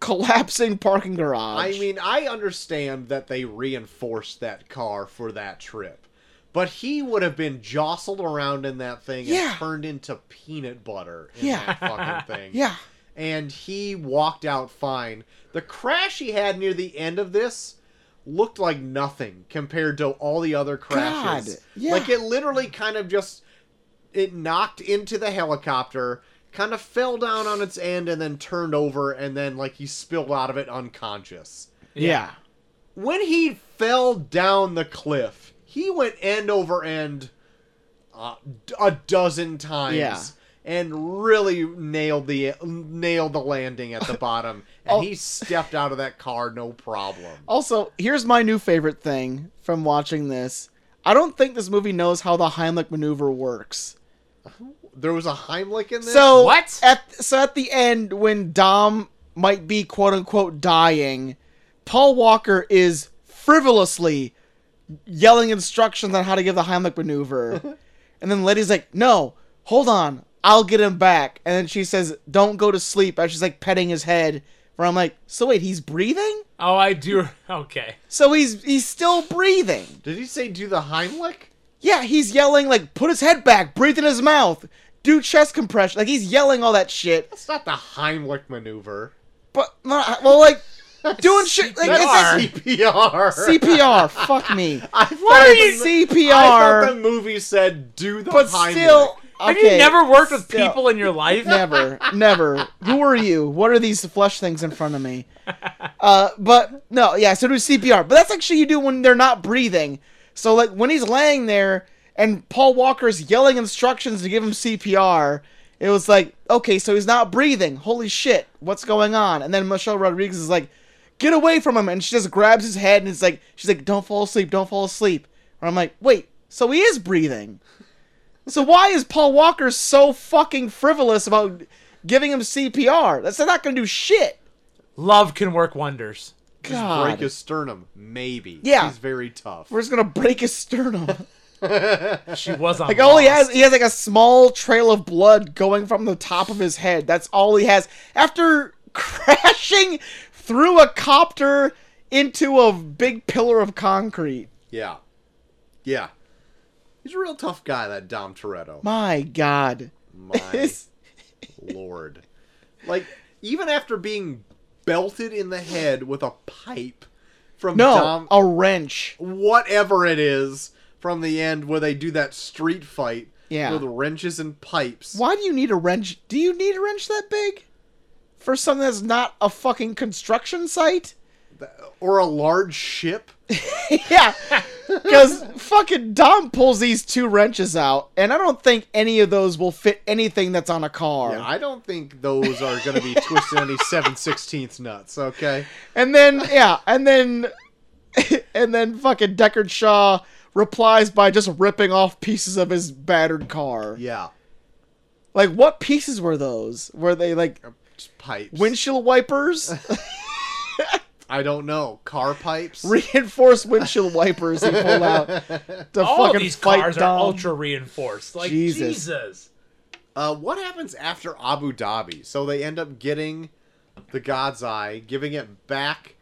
A: collapsing parking
B: I
A: garage.
B: mean, I understand that they reinforced that car for that trip, but he would have been jostled around in that thing
A: Yeah.
B: and turned into peanut butter in
A: Yeah. *laughs*
B: that fucking thing.
A: yeah,
B: And he walked out fine. The crash he had near the end of this looked like nothing compared to all the other
A: God,
B: crashes.
A: yeah.
B: Like it literally kind of just it knocked into the helicopter, kind of fell down on its end and then turned over and then like he spilled out of it unconscious
A: yeah,
B: when he fell down the cliff, he went end over end uh, d- a dozen times.
A: Yeah.
B: And really nailed the nailed the landing at the
A: *laughs*
B: bottom, and
A: Oh.
B: he stepped out of that car no problem.
A: Also, here's my new favorite thing from watching this. I don't think this movie knows how the Heimlich maneuver works.
B: There was a Heimlich in this.
A: So
C: What?
A: At so at the end, when Dom might be quote unquote dying, Paul Walker is frivolously yelling instructions on how to give the Heimlich maneuver, and then Letty's like, "No, hold on, I'll get him back." And then she says, "Don't go to sleep," as she's like petting his head. Where I'm like, "So wait, he's breathing?
C: oh, I do. *laughs* Okay.
A: So he's he's still breathing?"
B: did he say do the Heimlich?
A: Yeah, he's yelling like, "Put his head back, breathe in his mouth." Do chest compression, like he's yelling all that shit.
B: That's not the Heimlich maneuver.
A: But well, like doing shit
B: *laughs*
A: like
B: That's
A: it's like
B: CPR.
A: CPR. Fuck me.
B: *laughs* I thought
A: What are
B: the-
A: you
B: I thought the
A: CPR?
B: movie said do the
A: But
B: Heimlich.
A: still, okay.
C: Have you never worked with
A: still-
C: people in your life?
A: Never, never. Who are you? What are these flush things in front of me? Uh, but no, yeah. So do CPR, but that's like shit you do when they're not breathing. So like when he's laying there and Paul Walker's yelling instructions to give him CPR, it was like, okay, so he's not breathing. Holy shit, what's going on? And then Michelle Rodriguez is like, get away from him, and she just grabs his head and it's like, she's like, don't fall asleep, don't fall asleep. And I'm like, wait, so he is breathing. So why is Paul Walker so fucking frivolous about giving him CPR? That's not going to do shit.
C: Love can work wonders.
A: God.
B: break his sternum, maybe.
A: Yeah.
B: he's very tough.
A: We're just gonna break his sternum.
C: She was on.
A: Like all he has, he has like a small trail of blood going from the top of his head. That's all he has. After *laughs* crashing through a copter into a big pillar of concrete.
B: Yeah. Yeah. He's a real tough guy, that Dom Toretto.
A: My God. *laughs*
B: My
A: It's-
B: lord. Like, even after being belted in the head with a pipe from
A: no, Oh.
B: Dom,
A: a wrench.
B: whatever it is, from the end where they do that street fight,
A: Yeah.
B: with wrenches and pipes.
A: Why do you need a wrench? Do you need a wrench that big? For something that's not a fucking construction site?
B: Or a large ship.
A: yeah. Because fucking Dom pulls these two wrenches out, and I don't think any of those will fit anything that's on a car.
B: Yeah, I don't think those are going to be
A: *laughs*
B: twisting any 7 16th nuts, okay?
A: And then, yeah, and then, *laughs* and then fucking Deckard Shaw replies by just ripping off pieces of his battered car.
B: Yeah.
A: Like, what pieces were those? Were they like
B: Just pipes.
A: windshield
B: *laughs*
A: wipers?
B: I don't know. Car pipes?
A: Reinforced windshield wipers he pulled out
B: *laughs*
A: to
C: All
A: fucking
C: of these
A: fight
C: cars
A: Dom.
C: are ultra reinforced. Like
A: Jesus.
C: Jesus.
B: Uh, what happens after Abu Dhabi? So they end up getting the God's Eye, giving it back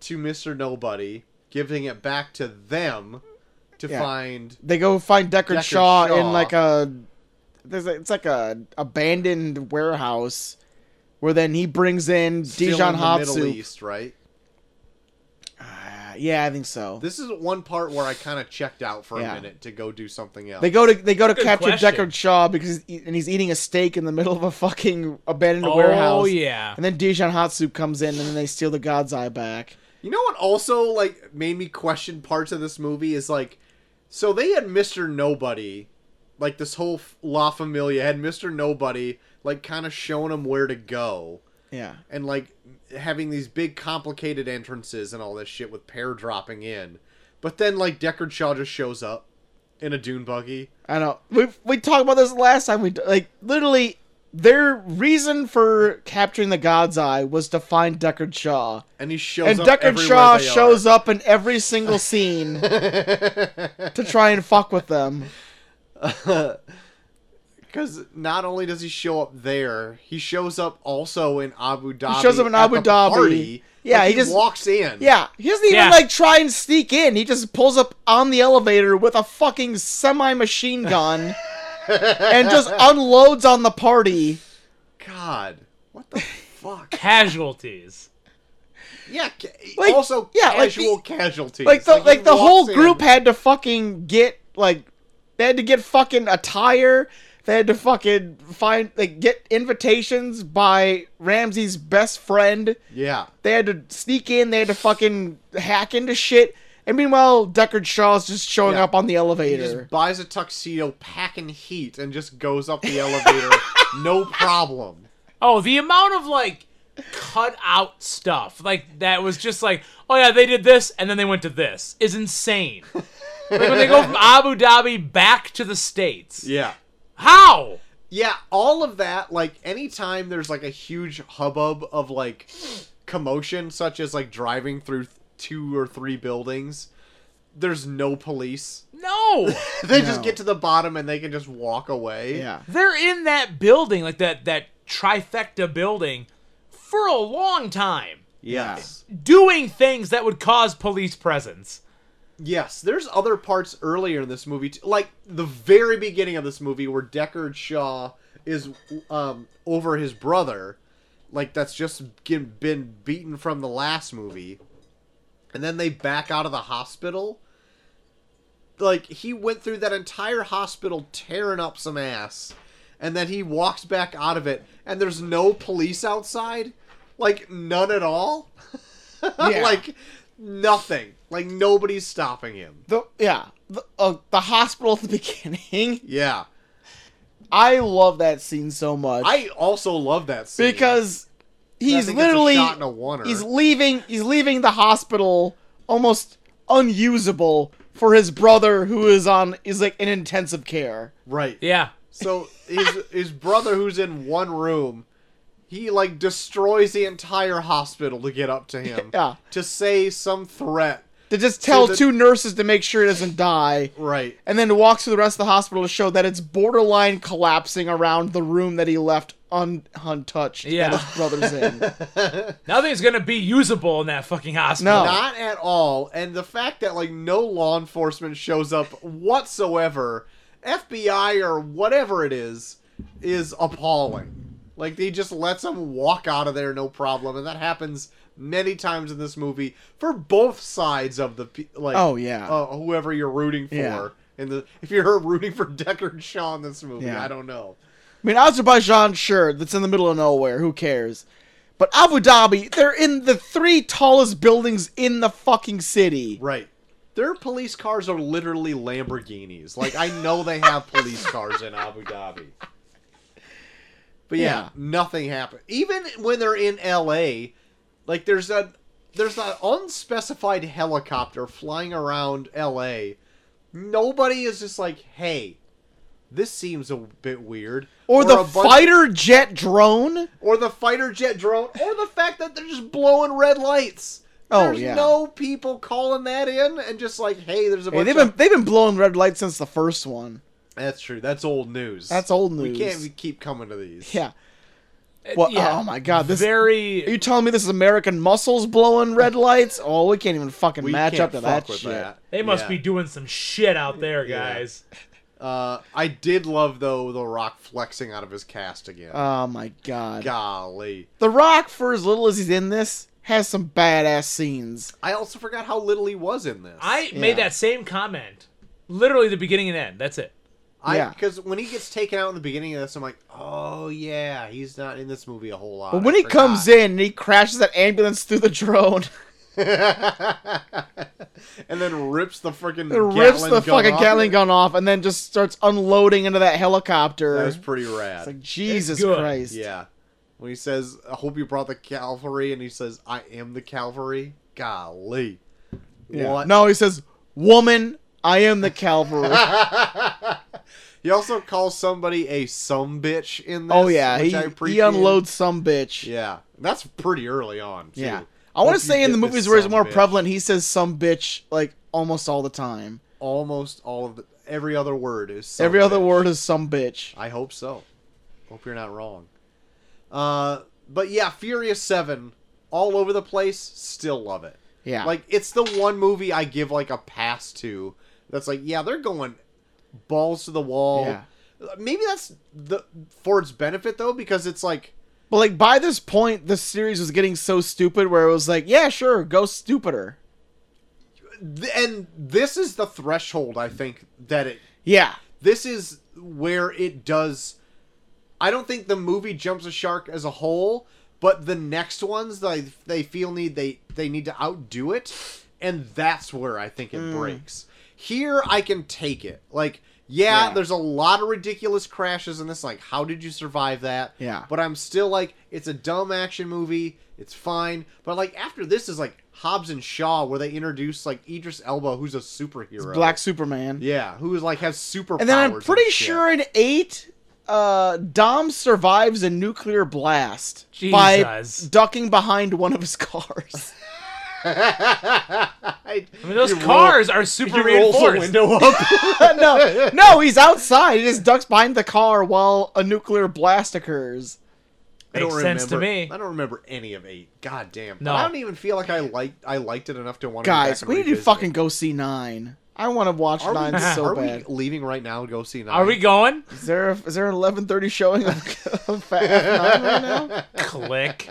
B: to Mr. Nobody, giving it back to them to
A: Yeah.
B: find.
A: They go find Deckard,
B: Deckard
A: Shaw,
B: Shaw.
A: in like a there's a, it's like a abandoned warehouse where then he brings in
B: still
A: Dijon
B: in
A: hot
B: the Middle
A: soup.
B: East, right?
A: Ah, yeah, I think so.
B: This is one part where I kind of checked out for
A: Yeah.
B: a minute to go do something else.
A: They go to they go to capture
C: question.
A: Deckard Shaw because he's, and he's eating a steak in the middle of a fucking abandoned
C: Oh
A: warehouse.
C: yeah.
A: And then Dijon hot soup comes in and then they steal the God's eye back.
B: You know what also like made me question parts of this movie is like so they had Mr. Nobody like this whole f- La Familia had Mr. Nobody like kind of showing them where to go
A: Yeah.
B: and like having these big complicated entrances and all this shit with pear dropping in. But then like Deckard Shaw just shows up in a dune buggy.
A: I know. We we talked about this last time. We like literally their reason for capturing the God's Eye was to find Deckard Shaw,
B: And he shows
A: and
B: up.
A: Deckard
B: everywhere
A: Shaw
B: they are.
A: shows up in every single scene to
B: *laughs*
A: try and fuck with them.
B: Because not only does he show up there, he shows up also in Abu Dhabi.
A: shows up in
B: at
A: Abu
B: the
A: Dhabi.
B: party.
A: Yeah,
B: Like,
A: he
B: he,
A: just-
B: walks in.
A: Yeah, he doesn't even
C: Yeah.
A: like try and sneak in. He just pulls up on the elevator with a fucking semi machine gun and
B: *laughs*
C: *laughs*
A: just unloads on the party.
B: God,
A: *laughs*
B: what the fuck?
C: Casualties.
B: Yeah. Ca-
A: Like-
B: also,
A: yeah, like
B: casual casualties.
A: like the like,
B: he
A: the whole
B: walks in.
A: group had to fucking get like they had to get fucking attire. They had to fucking find like get invitations by Ramsey's best friend.
B: Yeah.
A: They had to sneak in. They had to fucking hack into shit. And meanwhile, Deckard Shaw's just showing
B: Yeah.
A: up on the
B: He
A: elevator.
B: just buys a tuxedo, packing heat, and just goes up
A: *laughs*
B: the elevator, no problem.
C: Oh, the amount of like cut out stuff like that was just like, oh yeah, they did this and then they went to this is insane. like when they
A: *laughs*
C: go from Abu Dhabi back to the states.
B: Yeah.
C: How?
B: Yeah, all of that, like anytime there's like a huge hubbub of like commotion, such as like driving through th- two or three buildings, there's no police. *laughs*
C: No.
B: They just get to the bottom and they can just walk away.
A: yeah.
C: They're in that building, like that that trifecta building for a long time.
B: Yes.
C: Doing things that would cause police presence.
B: Yes, there's other parts earlier in this movie, too, like the very beginning of this movie where Deckard Shaw is um, over his brother, like that's just get, been beaten from the last movie, and then they back out of the hospital. Like he went through that entire hospital tearing up some ass, and then he walks back out of it, and there's no police outside, like none at all, *laughs* like nothing, like nobody's stopping him.
A: The yeah the, uh, the hospital at the *laughs* beginning.
B: Yeah.
A: I love that scene so much.
B: I also love that scene.
A: because
B: I
A: he's
B: think it's a
A: literally
B: shot and a wonder.
A: he's leaving he's leaving the hospital almost unusable for his brother who is on is like in intensive care.
B: right.
C: Yeah.
B: So his his brother who's in one room, he like destroys the entire hospital to get up to him.
A: Yeah.
B: To say some threat.
A: To just tell
B: the-
A: two nurses to make sure he doesn't die.
B: Right.
A: And then walks through the rest of the hospital to show that it's borderline collapsing around the room that he left un- untouched.
C: Yeah.
A: That his brother's
C: *laughs*
A: in.
C: Nothing's gonna be usable in that fucking hospital.
A: No.
B: Not at all. And the fact that like no law enforcement shows up whatsoever, FBI or whatever it is, is appalling. Like they just lets him walk out of there no problem, and that happens many times in this movie for both sides of the pe- like.
A: Oh, yeah.
B: uh, whoever you're rooting for
A: Yeah.
B: in the if you're *laughs* rooting for Deckard Shaw in this movie.
A: Yeah.
B: I don't know.
A: I mean, Azerbaijan, sure, that's in the middle of nowhere. Who cares? But Abu Dhabi, they're in the three tallest buildings in the fucking city.
B: Right. Their police cars are literally Lamborghinis. Like I know they have police cars in Abu Dhabi. But yeah,
A: Yeah.
B: nothing happened. Even when they're in LA, like there's a there's an unspecified helicopter flying around LA. Nobody is just like, "Hey, this seems a bit weird."
A: Or, the
B: a bunch-
A: fighter jet drone.
B: or the fighter jet drone, or the fact that they're just blowing red lights.
A: Oh,
B: there's
A: yeah.
B: no people calling that in and just like, hey, there's a
A: Hey,
B: bunch
A: they've
B: of.
A: been they've been blowing red lights since the first one.
B: That's true. That's old news.
A: That's old
B: We
A: news.
B: can't be- keep coming to these.
A: Yeah. Well,
C: yeah.
A: oh my god, this Are
C: Very.
A: you telling me this is American muscles blowing red lights? Oh, we can't even fucking
B: We
A: match
B: can't
A: up to
B: fuck
A: that
B: with
A: shit.
B: that.
C: They must
B: Yeah.
C: be doing some shit out there,
B: Yeah.
C: guys.
B: Uh, I did love though the Rock flexing out of his cast again.
A: Oh my god.
B: Golly,
A: The Rock, for as little as he's in this, has some badass scenes.
B: I also forgot how little he was in this.
C: I
A: Yeah.
C: made that same comment. Literally the beginning and end. That's it.
B: I
A: yeah.
B: because when he gets taken out in the beginning of this, I'm like, oh yeah, he's not in this movie a whole lot.
A: But when
B: I
A: he
B: forgot.
A: comes in and he crashes that *laughs* ambulance through the drone, *laughs*
B: *laughs* and then rips the freaking
A: it rips the
B: Gatling gun
A: fucking
B: off.
A: Gatling gun off, and then just starts unloading into that helicopter.
B: That was pretty rad.
A: it's like Jesus
C: good.
A: Christ.
B: yeah. When he says, "I hope you brought the cavalry," and he says, "I am the cavalry." Golly,
A: Yeah.
B: what?
A: No, he says, "Woman, I am
B: *laughs*
A: the Calvary."
B: He also calls somebody a some bitch in this.
A: oh yeah,
B: which
A: he,
B: I
A: he
B: appreciate.
A: unloads some bitch.
B: Yeah, that's pretty early on. Too.
A: Yeah. I want
B: Hope
A: to
B: you
A: say in
B: get
A: the
B: this
A: movies where it's
B: some
A: more
B: bitch.
A: prevalent, he says "some bitch" like almost all the time.
B: Almost all of the, every other word is some
A: Every other
B: bitch.
A: word is "some bitch."
B: I hope so. Hope you're not wrong. Uh, but yeah, Furious Seven, all over the place. Still love it.
A: Yeah.
B: Like it's the one movie I give like a pass to. That's like, yeah, they're going balls to the wall.
A: Yeah.
B: Maybe that's the for its benefit though, because it's like,
A: But like by this point, the series was getting so stupid where it was like, yeah, sure, go stupider.
B: th- and this is the threshold I think that it
A: Yeah,
B: this is where it does i don't think the movie jumps a shark as a whole but the next ones they they feel need they they need to outdo it and that's where i think it
A: Hmm.
B: breaks here i can take it like yeah,
A: Yeah.
B: there's a lot of ridiculous crashes in this like how did you survive that
A: Yeah.
B: but i'm still like it's a dumb action movie it's fine but like after this is like hobbs and shaw where they introduce like idris elba who's a superhero
A: Black Superman.
B: yeah, who is like has superpowers.
A: and then I'm pretty
B: shit.
A: sure in eight, uh, Dom survives a nuclear blast by
C: Jesus.
A: ducking behind one of his cars.
B: *laughs*
A: *laughs*
B: I
C: I mean, those cars are super reinforced.
B: up.
A: no, no, he's outside. He just ducks behind the car while a nuclear blast occurs.
B: I don't
C: Makes sense
B: remember,
C: to me.
B: I don't remember any of eight. God damn.
C: No.
B: I don't even feel like I liked I liked it enough to want to.
A: Guys,
B: go back and
A: we need to
B: revisit
A: fucking
B: it.
A: go see nine. I want to watch
B: Are
A: nine
B: *laughs* we,
A: so
B: are
A: bad.
B: we leaving right now to go see nine?
C: *laughs* Are we
B: *laughs*
C: going?
A: Is there a, is there an eleven thirty *laughs* showing of, of Fat F9 right now?
C: Click.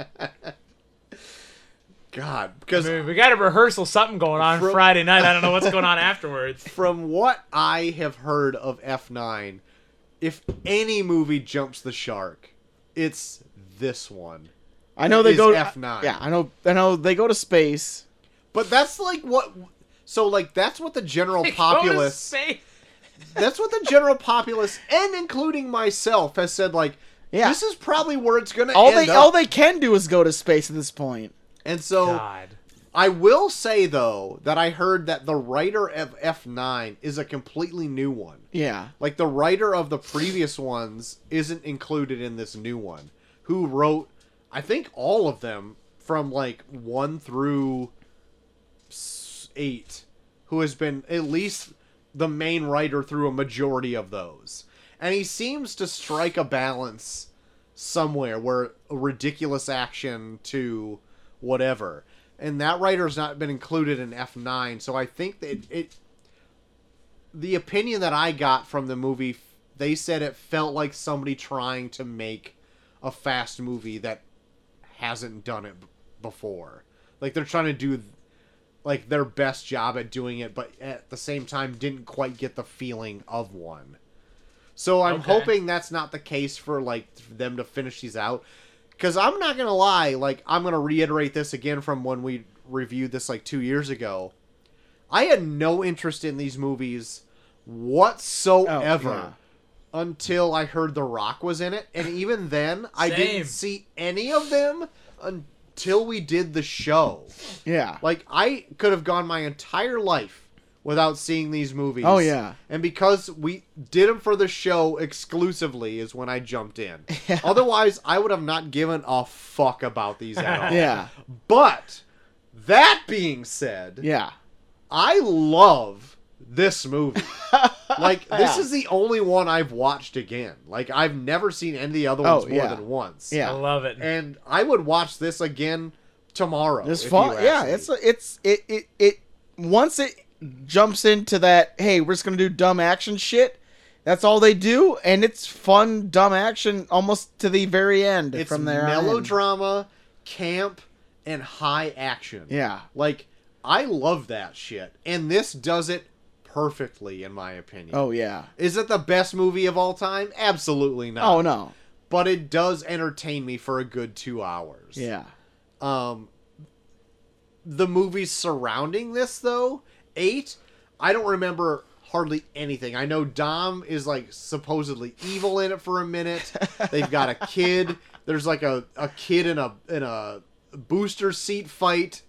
B: God,
C: I
B: because
C: mean, we got a rehearsal something going on
B: From-
C: Friday night. I don't know what's going
B: *laughs*
C: on afterwards.
B: from what I have heard of F nine, if any movie jumps the shark, it's this one.
A: I know they
B: is
A: go
B: F9.
A: Yeah, I know. I know they go to space.
B: But that's like what. So like that's what the general
C: *laughs* Bonus
B: populace.
C: space.
B: that's what the general populace and including myself has said like
A: Yeah.
B: this is probably where it's gonna
A: All
B: end
A: they
B: up.
A: all they can do is go to space at this point.
B: and so
C: God.
B: i will say though that i heard that the writer of f9 is a completely new one
A: Yeah,
B: like the writer of the previous ones isn't included in this new one who wrote i think all of them from like one through s- eight who has been at least the main writer through a majority of those and he seems to strike a balance somewhere where ridiculous action to whatever and that writer's not been included in f9 so i think that it the opinion that I got from the movie, they said it felt like somebody trying to make a fast movie that hasn't done it b- before. Like they're trying to do like their best job at doing it, but at the same time didn't quite get the feeling of one. So I'm
C: Okay.
B: hoping that's not the case for like them to finish these out. Cause I'm not gonna lie, like I'm gonna reiterate this again from when we reviewed this like two years ago. I had no interest in these movies whatsoever
A: Oh, yeah.
B: until I heard The Rock was in it, and even then I
C: Same.
B: didn't see any of them until we did the show.
A: Yeah.
B: Like I could have gone my entire life without seeing these movies.
A: Oh, yeah.
B: And because we did them for the show exclusively is when I jumped
A: *laughs*
B: in. Otherwise, I would have not given a fuck about these at
A: *laughs*
B: all.
A: yeah.
B: But that being said,
A: Yeah.
B: I love
A: *laughs*
B: this movie. like this
A: Yeah.
B: is the only one I've watched again. Like I've never seen any of the other ones
A: Oh,
B: more
A: yeah.
B: than once.
A: Yeah.
C: I love it.
B: And I would watch this again tomorrow.
A: It's
B: if you
A: fun.
B: ask
A: Yeah,
B: me.
A: it's it's it it it once it jumps into that. Hey, we're just gonna do dumb action shit. That's all they do, and it's fun, dumb action almost to the very end.
B: it's
A: from there, on in.
B: melodrama, camp, and high action.
A: Yeah,
B: Like I love that shit, and this does it perfectly, in my opinion.
A: Oh yeah.
B: Is it the best movie of all time? Absolutely not.
A: Oh no.
B: But it does entertain me for a good two hours.
A: Yeah.
B: Um, the movies surrounding this, though, eight, I don't remember hardly anything. I know Dom is like supposedly evil in it for
A: *laughs*
B: a minute. They've got a kid. There's like a, a kid in a in a booster seat fight.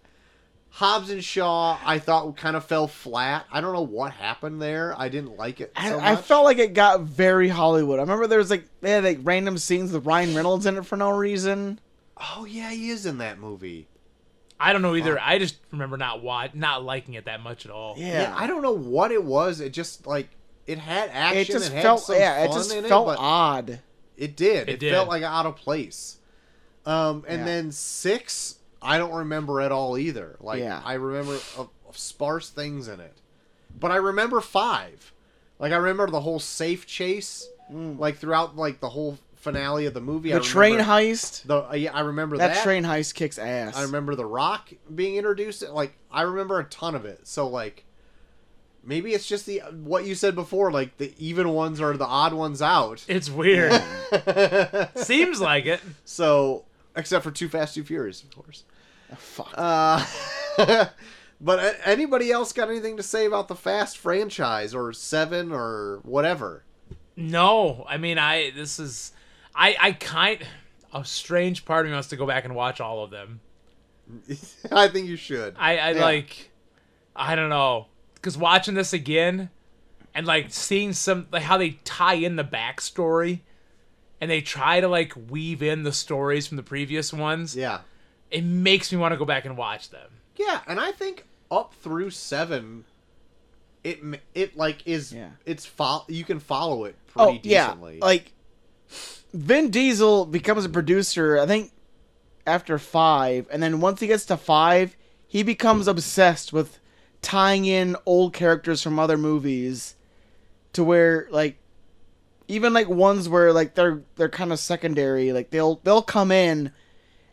B: Hobbs and Shaw, I thought kind of fell flat. I don't know what happened there. I didn't like it.
A: I,
B: so
A: I
B: much.
A: felt like it got very Hollywood. I remember there was like they had like random scenes with Ryan Reynolds in it for no reason.
B: oh yeah, he is in that movie.
C: I don't know either. I just remember not why, not liking it that much at all.
B: Yeah. I don't know what it was. It just like it had action.
A: it just
B: had
A: felt
B: some
A: yeah, it
B: fun
A: just
B: in
A: felt
B: but-
A: odd.
B: It did. It,
C: It did.
B: felt like out of place. Um, and
A: Yeah.
B: then six, I don't remember at all either. Like
A: Yeah.
B: I remember of of sparse things in it, but I remember five. Like I remember the whole safe chase, like throughout like the whole finale of the movie. I
A: Mm. The train
B: remember,
A: heist.
B: The uh, yeah, I remember
A: That,
B: that,
A: train heist kicks ass.
B: I remember The Rock being introduced. Like I remember a ton of it. So like, maybe it's just the what you said before. Like the even ones are the odd ones out.
C: It's weird. Seems like it.
B: So, except for Too Fast, Too Furious, of course.
A: Fuck.
B: Uh, *laughs* but a- anybody else got anything to say about the Fast franchise or Seven or whatever? *laughs*
C: No, I mean, I this is, I I kind, a strange part of me wants to go back and watch all of them.
B: I think you should.
C: I I
A: Yeah.
C: like, I don't know, because watching this again, and like seeing some like how they tie in the backstory, and they try to like weave in the stories from the previous ones.
B: Yeah,
C: It makes me want to go back and watch them.
B: yeah, and I think up through Seven, it m- it like is
A: Yeah.
B: it's fo- you can follow it
A: oh
B: pretty decently.
A: yeah, like Vin Diesel becomes a producer. I think after five, and then once he gets to five, he becomes obsessed with tying in old characters from other movies to where like even like ones where like they're they're kind of secondary like they'll they'll come in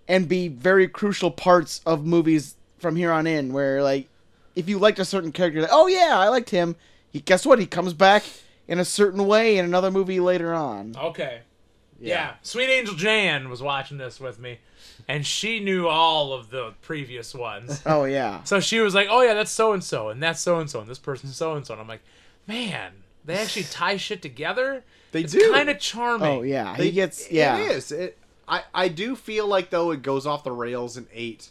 A: and be very crucial parts of movies from here on in where like if you liked a certain character like oh yeah i liked him he guess what he comes back in a certain way in another movie later
B: Oh.
A: on
C: Okay. Yeah. Sweet Angel Jan was watching this with me, and she knew all of the previous ones.
A: oh yeah
C: so she was like, "Oh yeah, that's so and so, and that's so and so, and this person's so and so." And I'm like, "Man, they
B: *sighs*
C: actually tie shit together.
B: They
C: it's
B: do.
C: Kind of charming.
A: oh yeah
B: They-
A: he gets
B: it-
A: yeah
B: It is. It, I I do feel like though it goes off the rails in eight,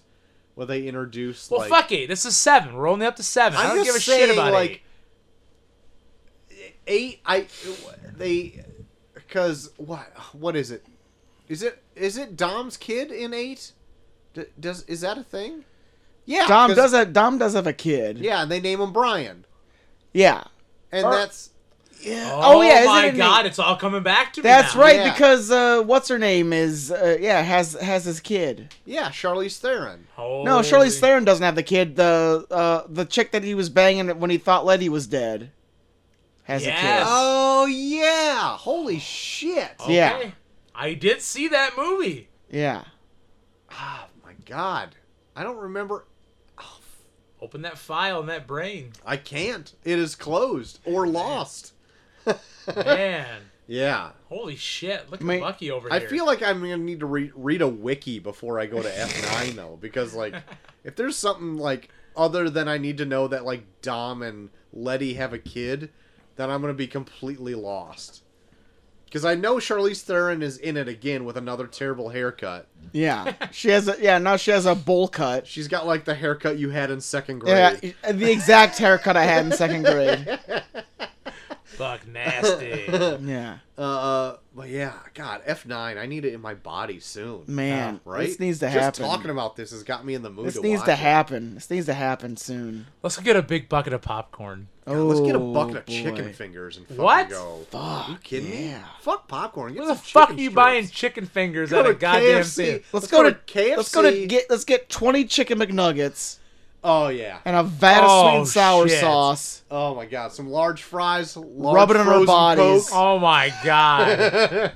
B: where they introduce
C: Well,
B: like
C: fuck it. This is seven. We're only up to 7
B: I'm
C: I do
B: just
C: not give a
B: saying,
C: shit about
B: like,
C: it.
B: eight i they because what what is it is it is it dom's kid in eight D- does is that a thing yeah
A: dom
B: 'cause-
A: does have dom does have a kid yeah,
B: yeah and they name him brian and
A: Or-
B: that's
A: yeah
C: Oh,
A: yeah isn't
C: my
A: it neat?
C: god, it's all coming back to me.
A: that's
C: now.
A: right
B: Yeah.
A: because uh what's her name is uh, yeah has has his kid
B: yeah charlize theron
A: No,
C: Holy-
A: Charlize Theron doesn't have the kid. The uh, the chick that he was banging when he thought Letty was dead has
C: Yes.
A: a kid.
B: oh yeah holy shit
C: Okay.
A: yeah.
C: I did see that movie.
A: Yeah,
B: oh my god i don't remember
C: Open that file in
A: *laughs*
C: that brain,
B: I can't. It is closed or lost.
C: man.
B: Yeah.
C: Holy shit! Look
A: Mate,
C: at Bucky over
B: I
C: here.
B: feel like I'm gonna need to re- read a wiki before I go to F9 though, because *laughs* like, if there's something like other than I need to know that like Dom and Letty have a kid, then I'm gonna be completely lost. Because I know Charlize Theron is in it again with another terrible haircut.
A: Yeah, she has. A, yeah, now she has a bowl cut.
B: She's got like the haircut you had in second
A: Yeah,
B: grade.
A: the exact haircut I had in second
B: *laughs*
A: grade. *laughs*
C: fuck nasty.
A: Yeah,
B: Uh, but yeah, God, F9, I need it in my body soon.
A: man,
B: right?
A: this needs to
B: Just
A: happen.
B: talking about this has got me in the mood.
A: this
B: to
A: needs
B: watch
A: to
B: it.
A: happen. This needs to happen soon.
C: Let's go get a big bucket of popcorn.
A: Oh,
B: Let's get a bucket of
A: boy.
B: chicken fingers and fucking
C: What?
B: go.
A: Fuck,
B: you kidding me?
A: yeah.
B: Fuck popcorn. Get
C: Where the
B: some
C: fuck are
B: chicken
C: you
B: strips.
C: buying chicken fingers
B: Go
C: at a
B: to
C: goddamn
B: KFC.
C: thing?
A: Let's,
B: Let's
A: go,
B: go
A: to
B: to
A: Let's go to
B: KFC.
A: get. Let's get twenty chicken McNuggets
B: Oh yeah.
A: and a vat
C: Oh,
A: of sweet and sour
C: shit.
A: sauce.
B: Oh my god, some large fries. Large
A: Rub it in our
B: frozen
A: bodies.
B: Coke. *laughs*
C: Oh my god!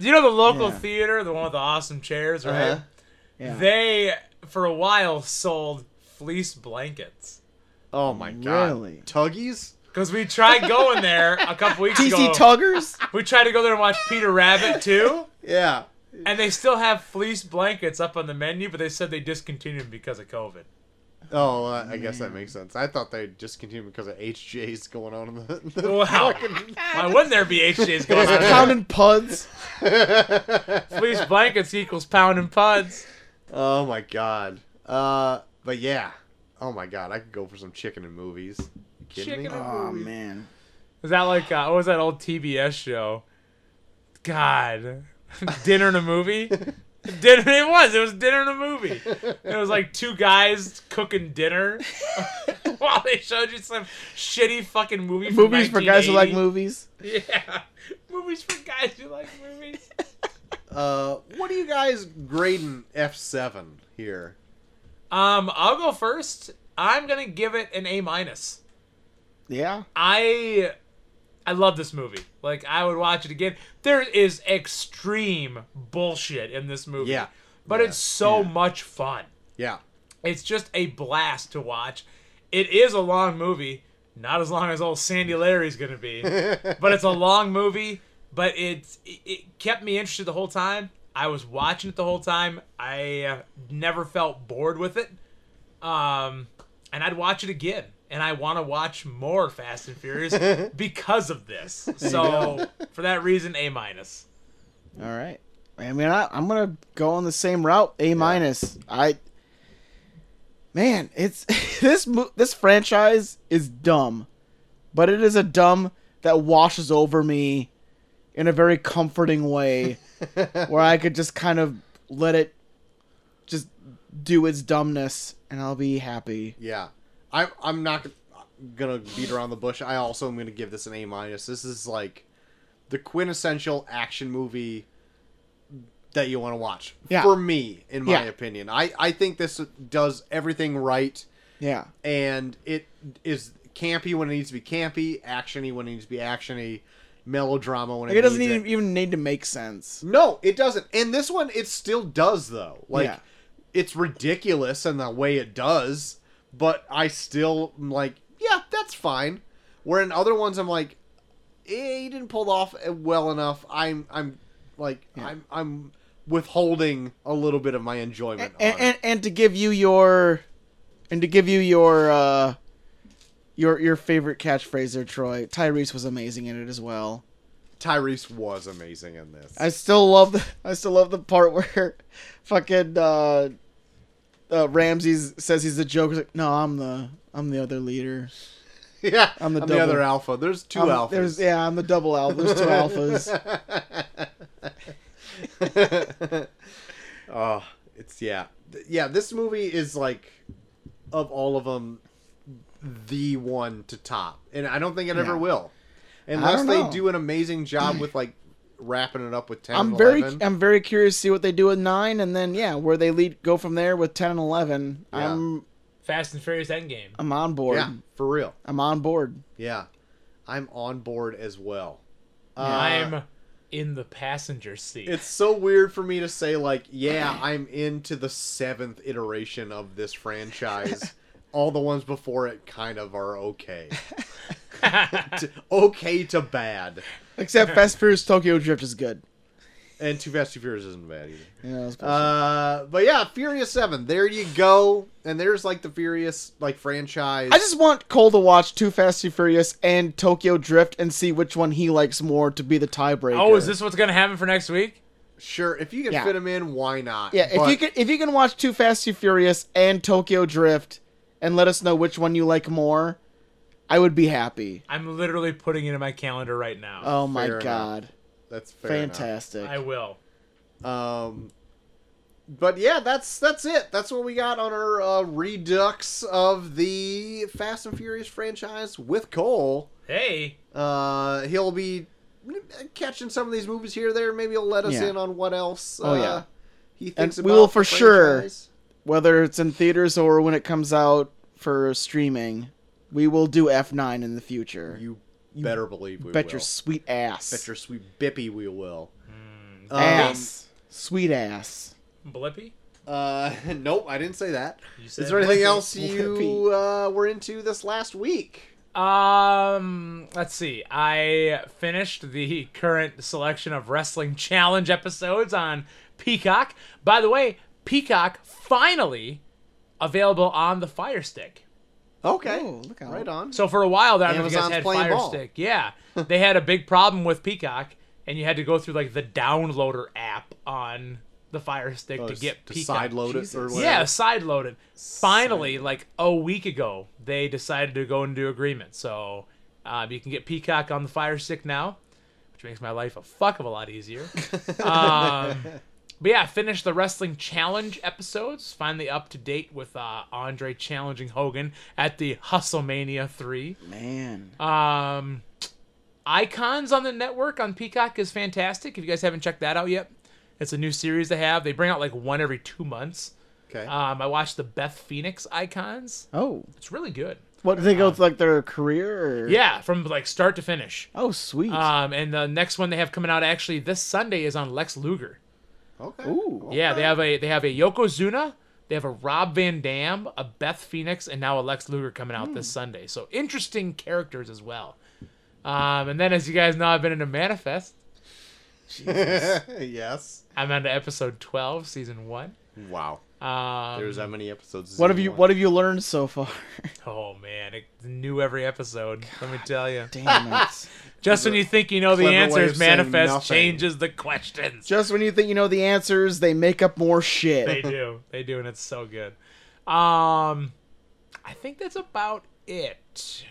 C: you know the local
A: Yeah.
C: theater, the one with the awesome chairs, right?
A: Uh-huh. Yeah.
C: They for a while sold fleece blankets
B: Oh my god.
A: Really?
B: Tuggies.
C: because we tried going there
B: *laughs*
C: a couple weeks
A: TC
C: ago.
A: Tuggers.
C: we tried to go there and watch Peter Rabbit too,
B: Yeah.
C: and they still have fleece blankets up on the menu, but they said they discontinued them because of COVID.
B: Oh, uh, I guess that makes sense. I thought they just continued because of HJ's going on in the. in the
C: Wow.
B: fucking-
C: Why wouldn't there be HJs going
B: *laughs*
C: on? there?
A: Pounding puds.
C: Fleece blankets equals pound and puds.
B: oh my god. Uh, but yeah. Oh my god, I could go for some chicken and movies. You kidding me?
C: Chicken and-
A: Oh man.
C: Is that like uh, what was that old TBS show? God, *laughs* dinner and a movie.
A: *laughs*
C: dinner it was. It was dinner and a movie. It was like two guys cooking
A: *laughs*
C: dinner while they showed you some shitty fucking movie. From
A: Movies for guys who like
C: 1980.
A: movies.
C: *laughs* Yeah, movies for guys who like movies.
B: Uh, what are you guys grading F seven here?
C: Um, I'll go first. I'm gonna give it an A minus.
A: Yeah.
C: I I love this movie. Like I would watch it again. There is extreme bullshit in this movie.
B: Yeah.
C: But
B: Yeah.
C: it's so much fun.
B: Yeah.
C: It's just a blast to watch. It is a long movie, not as long as old Sandy Larry's going to be, but it's a long movie, but it's it, it kept me interested the whole time. I was watching it the whole time. I uh, never felt bored with it. Um and I'd watch it again. And I want to watch more Fast and Furious because of this. So, for that reason, A minus.
A: All right. I mean, I, I'm gonna go on the same route. A minus. I. Man, it's *laughs* this mo- this franchise is dumb, but it is a dumb that washes over me in a very comforting way, where I could just kind of let it just do its dumbness, and I'll be happy.
B: Yeah, I'm I'm not gonna beat around the bush. I also am gonna give this an A minus. This is like the quintessential action movie that you want to watch.
A: Yeah.
B: For me, in my
A: Yeah.
B: opinion, I I think this does everything right,
A: Yeah.
B: and it is campy when it needs to be campy, actiony when it needs to be actiony, melodrama when it,
A: Like it doesn't
B: needs
A: even, even need to make sense.
B: No, it doesn't. And this one, it still does though. Like,
A: Yeah.
B: it's ridiculous in the way it does, but I still am like, yeah, that's fine. Where in other ones, I'm like, eh, you didn't pull off well enough. I'm, I'm, like, I'm, I'm withholding a little bit of my enjoyment.
A: and,
B: on it.
A: and and to give you your and to give you your uh your your favorite catchphrase there troy tyrese was amazing in it as well
B: Tyrese was amazing in this.
A: i still love the *laughs* i still love the part where *laughs* fucking uh uh ramses says he's the joker He's like no i'm the i'm the other leader
B: *laughs* yeah,
A: I'm the
B: the other
A: double.
B: alpha. There's 2
A: I'm-
B: alphas.
A: there's yeah i'm the double alpha *laughs* there's two alphas
B: *laughs* Oh, it's yeah, Th- yeah. This movie is like, of all of them, the one to top, and I don't think it ever
A: Yeah.
B: will, unless
A: don't
B: they
A: know.
B: do an amazing job with like wrapping it up with 10
A: i'm
B: and
A: very
B: 11.
A: i'm very curious to see what they do with nine and then yeah where they lead go from there with 10 and 11
B: Yeah.
A: i'm
C: Fast and Furious Endgame.
A: i'm
E: Um,
A: on board
B: yeah, for real.
A: i'm on board
B: Yeah, I'm on board as well. Uh,
C: I'm in the passenger seat.
B: It's so weird for
A: *laughs*
B: me to say like, yeah, I'm into the seventh iteration of this franchise. all the ones before it kind of are okay. *laughs* T- okay to bad.
A: Except Fast Furious Tokyo Drift is good.
B: And Too Fast Too Furious isn't bad either.
A: You know, it's
B: Uh, but yeah, Furious Seven. There you go. And there's like the Furious like franchise.
A: I just want Cole to watch Too Fast Too Furious and Tokyo Drift and see which one he likes more to be the tiebreaker.
C: Oh, is this what's gonna happen for next week?
B: sure if you can
A: Yeah.
B: fit them in, why not?
A: Yeah, if
B: But
A: you can if you can watch Too Fast Too Furious and Tokyo Drift and let us know which one you like more, I would be happy.
C: I'm literally putting it in my calendar right now.
A: Oh my
B: Fair enough.
A: god.
B: that's fair enough.
A: Fantastic.
C: I will.
B: Um, but yeah, that's that's it. That's what we got on our uh, redux of the Fast and Furious franchise with Cole.
C: Hey,
B: Uh, he'll be catching some of these movies here or there. Maybe he'll let us
A: Yeah.
B: in on what else.
A: Oh,
B: uh,
A: yeah.
B: he thinks
A: And
B: about
A: we will
B: the
A: for sure-
B: franchise.
A: Whether it's in theaters or when it comes out for streaming, we will do F9 in the future.
B: You better believe we
A: bet
B: will.
A: your sweet ass.
B: bet your sweet bippy we will.
A: Mm.
B: Um,
A: ass. Sweet ass.
C: Blippy.
B: Uh, *laughs* nope, I didn't say that.
C: You
B: Is
C: said
B: there anything
A: blippy.
B: else you uh, were into this last week?
C: Um, let's see. I finished the current selection of wrestling *laughs* challenge episodes on Peacock. By the way, Peacock finally available on the Fire Stick.
B: Okay,
A: Oh, look out.
B: right on.
C: So for a while, that
B: Amazon's
C: Amazon's had
B: playing
C: Fire
B: ball.
C: Stick.
B: *laughs*
C: Yeah, they had a big problem with Peacock, and you had to go through like the downloader app on the Fire Stick to
B: s-
C: get
B: to
C: Peacock.
B: side load it or
A: Jesus.
B: whatever.
C: Yeah, side loaded. Finally, like a week ago, they decided to go into agreement. So uh, you can get Peacock on the Fire Stick now, which makes my life a fuck of a lot easier. um, but yeah, I finished the wrestling challenge episodes. Finally up to date with uh, Andre challenging Hogan at the Hustlemania three.
A: Man.
C: Um, Icons on the network on Peacock is fantastic. If you guys haven't checked that out yet, it's a new series they have. They bring out like one every two months.
B: Okay.
A: Uh,
C: Um, I watched the Beth Phoenix icons.
A: oh.
C: It's really good.
A: What do they go with like their career or
C: Yeah, from like start to finish.
A: Oh sweet.
C: Um, and the next one they have coming out actually this Sunday is on Lex Luger.
B: okay.
A: Ooh.
C: Yeah, they have a they have a Yokozuna, they have a Rob Van Dam, a Beth Phoenix, and now a Lex Luger coming out this
A: Hmm.
C: Sunday. So interesting characters as well. Um, and then as you guys know, I've been into Manifest.
B: *laughs* yes.
C: I'm on to episode twelve, season one.
B: Wow.
C: Um,
B: There's that many episodes.
A: What have you what have you learned so far? *laughs*
C: oh man, it's new every episode. Let me tell you.
A: Damn it.
C: *laughs* Just when you think you know the
B: Clever way
C: answers,
B: of saying
C: manifest
B: nothing.
C: changes the questions.
A: Just when you think you know the answers, they make up more shit.
C: they do, they do, and it's so good. Um, I think that's about it.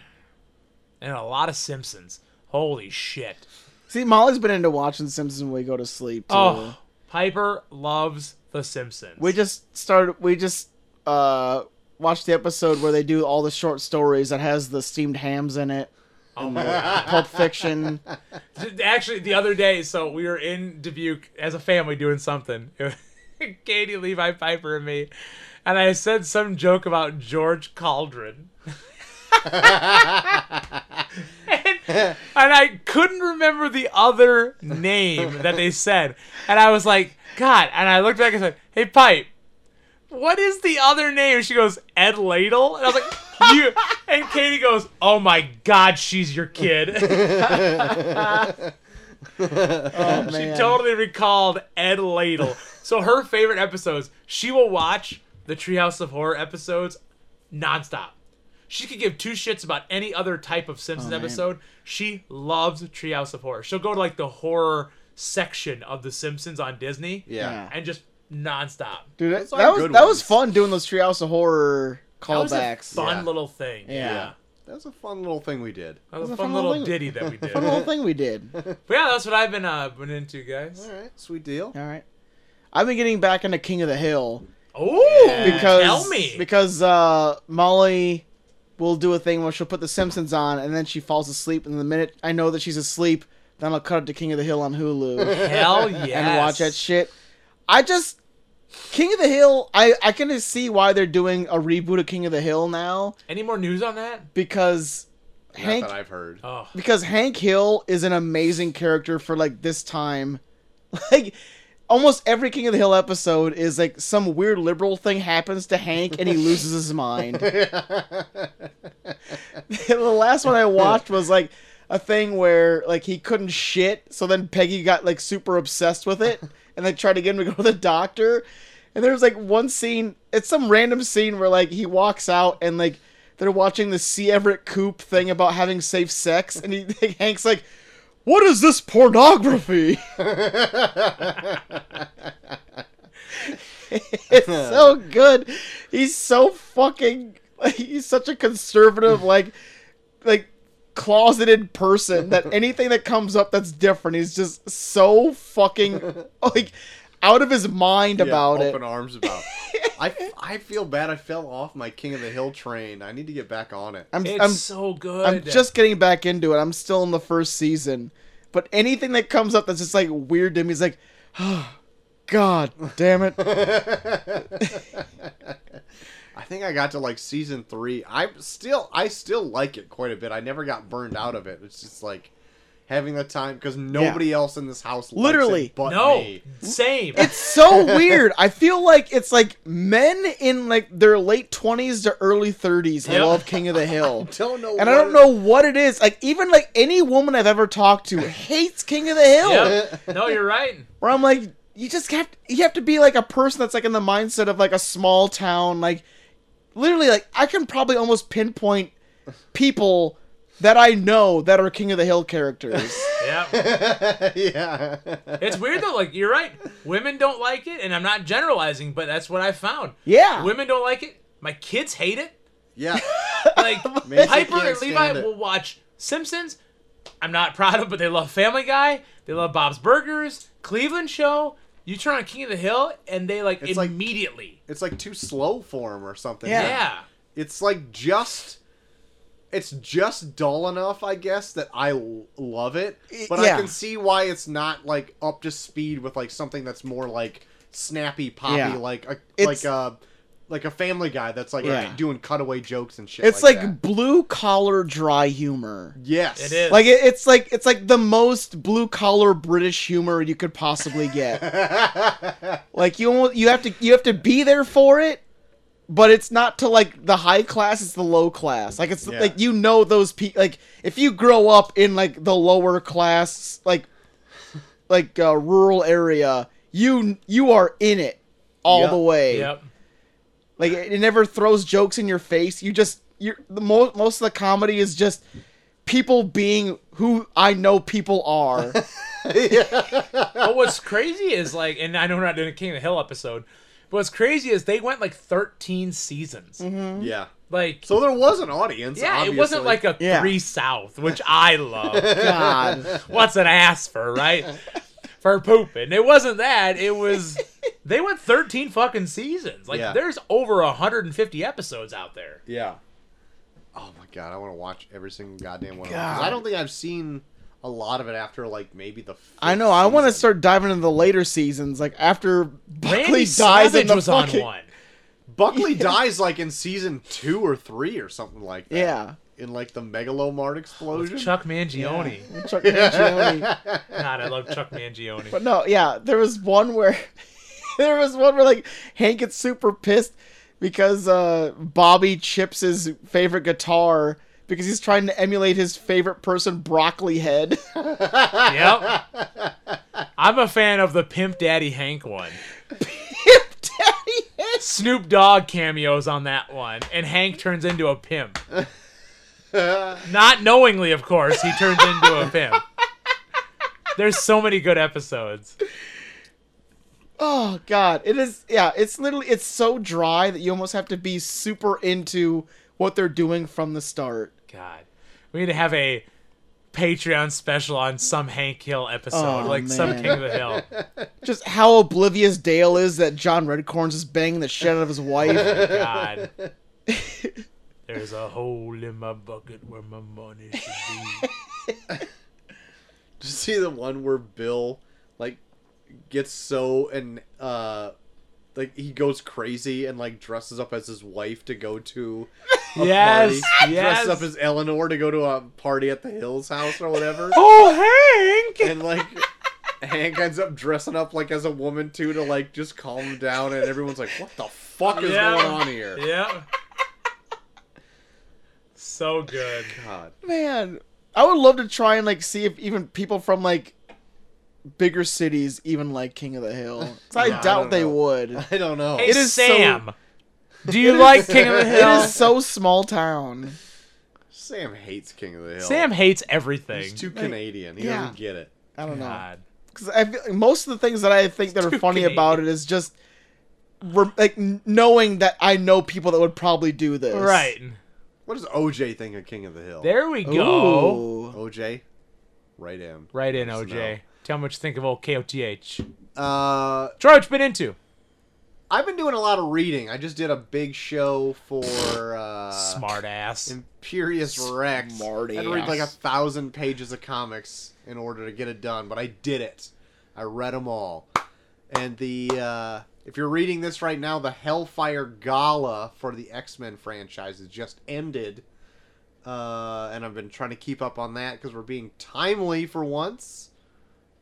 C: And a lot of Simpsons. Holy shit!
A: See, Molly's been into watching Simpsons when we go to sleep. Too.
C: Oh, Piper loves the Simpsons.
A: We just started. We just uh watched the episode where they do all the short stories that has the steamed hams in it.
C: oh my god!
A: Pulp
C: *laughs*
A: Fiction.
C: Actually, the other day, so we were in Dubuque as a family doing something. *laughs* Katie, Levi, Piper, and me, and I said some joke about George Cauldron. and, and I couldn't remember the other name that they said. And I was like, God. And I looked back and said, Hey, Pipe, what is the other name? She goes, Ed Ladle. And I was like, You. And Katie goes, Oh my God, she's your kid.
A: Oh man.
C: she totally recalled
A: *laughs*
C: Ed Ladle. So her favorite episodes, she will watch the Treehouse of Horror episodes nonstop. She could give two shits about any other type of Simpsons
A: Oh, man.
C: episode. She loves Treehouse of Horror. She'll go to like the horror section of The Simpsons on Disney
B: Yeah.
C: and just nonstop.
A: Dude, that,
B: are
A: that was
B: good
A: that was
B: ones.
A: fun doing those Treehouse of Horror
C: That was a
A: callbacks.
C: fun
B: Yeah.
C: little thing. Yeah.
A: Yeah.
B: That was a fun little thing we did.
C: That was,
A: was
C: a fun, little
A: thing.
C: ditty that
A: *laughs*
C: we did.
A: Fun
C: but
A: little thing we
C: *laughs*
A: did. All
C: yeah, that's what I've been uh, been into, guys.
B: All right. Sweet deal.
A: right. I've been getting back into King of the Hill
C: Oh,
A: because
C: tell me.
A: because uh, Molly will do a thing where she'll put The Simpsons on and then she falls asleep. And the minute I know that she's asleep, then I'll cut it to King of the Hill on
C: *laughs*
A: Hulu.
C: Hell yes.
A: *laughs* and watch that shit. I just King of the Hill. I I can see why they're doing a reboot of King of the Hill now
C: Any more news on that?
A: because
B: Not
A: Hank
B: that I've heard.
C: Oh,
A: because Hank Hill is an amazing character for *laughs* like this time. Like almost every King of the Hill episode is like some weird liberal thing happens to Hank
B: *laughs*
A: and he loses his mind. *laughs* the last one I watched was like a thing where like he couldn't shit, so then Peggy got like super obsessed with it and like tried to get him to go to the doctor. And there was like one scene, it's some random scene where like he walks out and like they're watching the C. Everett Koop thing about having safe sex, and he *laughs* Hank's like, "What is this pornography?" *laughs* it's so good. He's so fucking. *laughs* He's such a conservative, like, like closeted person
B: *laughs*
A: that anything that comes up that's different, he's just so fucking *laughs* like out of his mind
B: Yeah,
A: about it.
B: open
A: *laughs*
B: arms about. I, I feel bad. I fell off my King of the Hill train. I need to get back on it.
A: I'm,
C: It's
A: I'm
C: so good.
A: I'm just getting back into it. I'm still in the first season, but anything that comes up that's just like weird to me is like, *sighs* God damn it!
B: *laughs* I think I got to like season three. I still I still like it quite a bit. I never got burned out of it. It's just like having the time because nobody else in this house likes it
A: Literally.
B: but
C: no
B: me.
C: same.
A: It's so weird. I feel like it's like men in like their late twenties to early thirties
C: Yep.
A: love King of the
B: *laughs*
A: Hill.
B: Don't know.
A: And I
B: what
A: don't
B: it-
A: know what it is. Like even like any woman I've ever talked to hates King of the Hill.
C: Yep. No, you're right.
A: Where I'm like, you just have to, you have to be like a person that's like in the mindset of like a small town. Like literally, like I can probably almost pinpoint people that I know that are King of the Hill characters.
B: *laughs*
C: Yeah,
B: yeah. *laughs*
C: it's weird though. Like you're right. Women don't like it, and I'm not generalizing, but that's what I found.
A: Yeah.
C: women don't like it. My kids
B: *laughs*
C: hate it.
B: yeah.
C: Like
B: Mason
C: Piper
B: can't
C: and Levi
B: stand it.
C: will watch Simpsons. I'm not proud of, but they love Family Guy. They love Bob's Burgers, Cleveland Show. You turn on King of the Hill, and they like
B: It's like-
C: immediately.
B: It's like too slow for him or something.
A: Yeah.
C: yeah.
B: It's like just. It's just dull enough, I guess, that I l- love it, but
A: yeah.
B: I can see why it's not like up to speed with like something that's more like snappy, poppy,
A: Yeah.
B: like a
A: It's-
B: like a like a Family Guy that's like
A: Yeah.
B: doing cutaway jokes and shit.
A: it's like,
B: that.
A: blue collar dry humor.
B: yes,
C: It is.
A: Like it, it's like it's like the most blue collar British humor you could possibly
B: *laughs*
A: get. like you almo- you have to you have to be there for it, but it's not to like the high class; it's the low class. Like it's
B: Yeah.
A: like you know those people. Like if you grow up in like the lower class, like like uh, rural area, you you are in it all
B: Yep.
A: the way.
C: Yep.
A: Like it, it never throws jokes in your face. You just you the most most of the comedy is just people being who I know people
B: *laughs*
A: are.
C: but what's crazy is like, and I know we're not doing a King of the Hill episode, but what's crazy is they went like 13 seasons.
B: *laughs*
A: Mm-hmm.
B: Yeah.
C: Like,
B: So there was an audience.
C: yeah,
B: obviously.
C: it wasn't like a
A: Yeah.
C: three
A: *laughs*
C: South, which I love.
A: God.
C: What's an ass for, right? For pooping. It wasn't that. It was they went 13 fucking seasons. Like,
B: Yeah.
C: there's over 150 episodes out there.
B: Yeah. Oh my god, I want to watch every single goddamn one. of them, 'cause I
A: God.
B: don't think I've seen a lot of it after like maybe the.
A: I
B: fifth
A: know. I want to
B: season.
A: start diving into the later seasons, like after Buckley
C: Randy
A: dies in
C: Savage
A: the
C: was
A: fucking.
C: on one.
B: Buckley dies like in season two or three or something like that.
A: Yeah.
B: In like the megalomart explosion.
C: Chuck Mangione.
A: Chuck Mangione.
C: God, I love Chuck Mangione.
A: *laughs* But no, yeah, there was one where *laughs* there was one where like Hank gets super pissed because uh, Bobby chips his favorite guitar because he's trying to emulate his favorite person, Broccoli Head. *laughs*
C: yep. I'm a fan of the Pimp Daddy Hank one.
A: Daddy Head.
C: Snoop Dogg cameos on that one, and Hank turns into
A: *laughs*
C: a pimp. Not knowingly, of course, he turns into a pimp. There's so many good episodes.
A: Oh god, it is. Yeah, it's literally it's so dry that you almost have to be super into what they're doing from the start.
C: God, we need to have a Patreon special on some Hank Hill episode,
A: Oh,
C: like some
A: man.
C: King of the Hill.
A: Just how oblivious Dale is that John Redcorns is banging the shit out of his
C: *laughs*
A: wife. *laughs*
C: God. There's a hole in my bucket where my money should be.
B: Did you see the one where Bill like gets so and uh like he goes crazy and like dresses up as his wife to go to a
C: *laughs* Yes,
B: party.
C: yes.
B: Dresses up as
C: *laughs*
B: Eleanor to go to a party at the Hills house or whatever.
C: Oh, Hank!
B: and like Hank ends up dressing up like as a woman too to like just calm him down, and everyone's like, "What the fuck is
H: Yeah.
B: going on here?"
H: Yep. So good.
B: God,
A: Man, I would love to try and like see if even people from like bigger cities even like King of the Hill. 'Cause I
B: Yeah, I
A: doubt
B: don't
A: they
B: know.
A: would.
B: I don't know.
C: Hey,
A: It is so-
C: Sam. Do you like King of the
A: *laughs* It
C: Hill?
A: is so small town.
B: Sam hates King of the Hill.
C: Sam hates everything.
B: he's too Canadian. He
A: yeah.
B: doesn't get it.
A: I don't know.
C: God.
A: Because I feel, most of the things that I think that are
C: too
A: funny about it is just re- like n- knowing that I know people that would probably do this.
C: Right.
B: What does OJ think of King of the Hill?
C: There we go.
A: Ooh.
B: OJ, right in.
C: Right in,
B: Yes,
C: OJ.
B: no.
C: Tell me what you think of old KOTH.
B: Uh,
C: Troy, what you been into?
B: I've been doing a lot of reading. I just did a big show for uh,
C: Smart ass.
B: Imperious Rex.
A: Smart
B: I had to read like a
A: ass.
B: thousand pages of comics in order to get it done, but I did it. I read them all. And the uh, if you're reading this right now, the Hellfire Gala for the X Men franchise has just ended, uh, and I've been trying to keep up on that because we're being timely for once.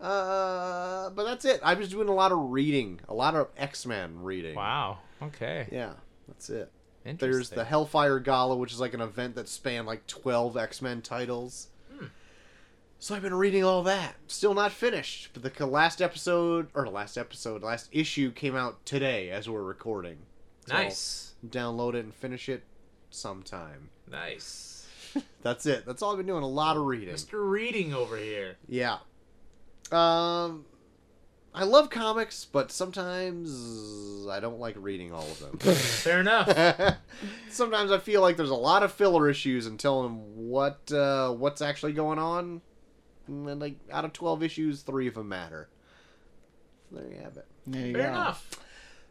B: Uh, but that's it. I'm just doing a lot of reading, a lot of X Men reading.
C: Wow. Okay.
B: Yeah, that's it.
C: Interesting.
B: There's the Hellfire Gala, which is like an event that spanned like 12 X Men titles. So I've been reading all that. Still not finished. But the c- last episode, or last episode, last issue came out today as we're recording. So I'll
H: Nice.
B: Download it and finish it sometime.
H: Nice.
B: That's it. That's all I've been doing. A lot of reading.
H: Mr. Reading over here.
B: Yeah. Um. I love comics, but sometimes I don't like reading all of them.
H: Fair enough.
B: *laughs* Sometimes I feel like there's a lot of filler issues and telling them what uh, what's actually going on. And then, like out of twelve issues, three of them matter. There you have it.
A: There you
H: Fair
A: go.
H: enough.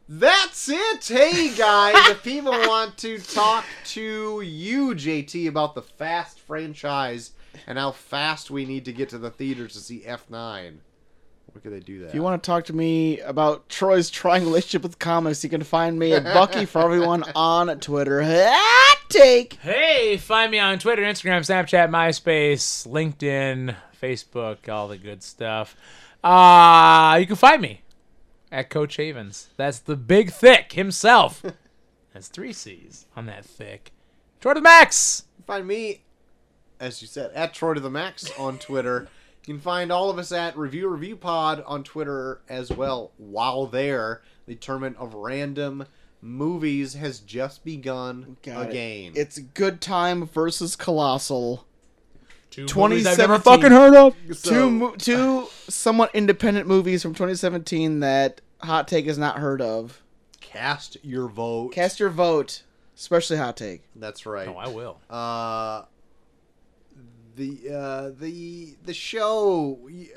B: That's it. Hey guys, if people want to talk to you, JT, about the Fast franchise and how fast we need to get to the theaters to see F9, where could they do that?
A: If you want to talk to me about Troy's trying relationship with comics, you can find me at Bucky for everyone on Twitter. Hot take.
C: Hey, find me on Twitter, Instagram, Snapchat, MySpace, LinkedIn, Facebook, all the good stuff. Uh, you can find me at Coach Havens. That's the big thick himself. That's three C's on that thick. Troy to the max.
B: Find me, as you said, at Troy to the Max on Twitter. You can find all of us at Review Review Pod on Twitter as well. While there, the tournament of random movies has just begun
A: Got it.
B: again.
A: It's good time versus colossal.
H: Two
C: movies I've
A: 2017.
C: never fucking heard of.
A: two
B: So-
A: mo- two somewhat independent movies from 2017 that Hot Take has not heard of.
B: cast your vote.
A: Cast your vote, especially Hot Take.
B: That's right.
C: Oh, I will.
B: Uh, the uh, the the show. yeah,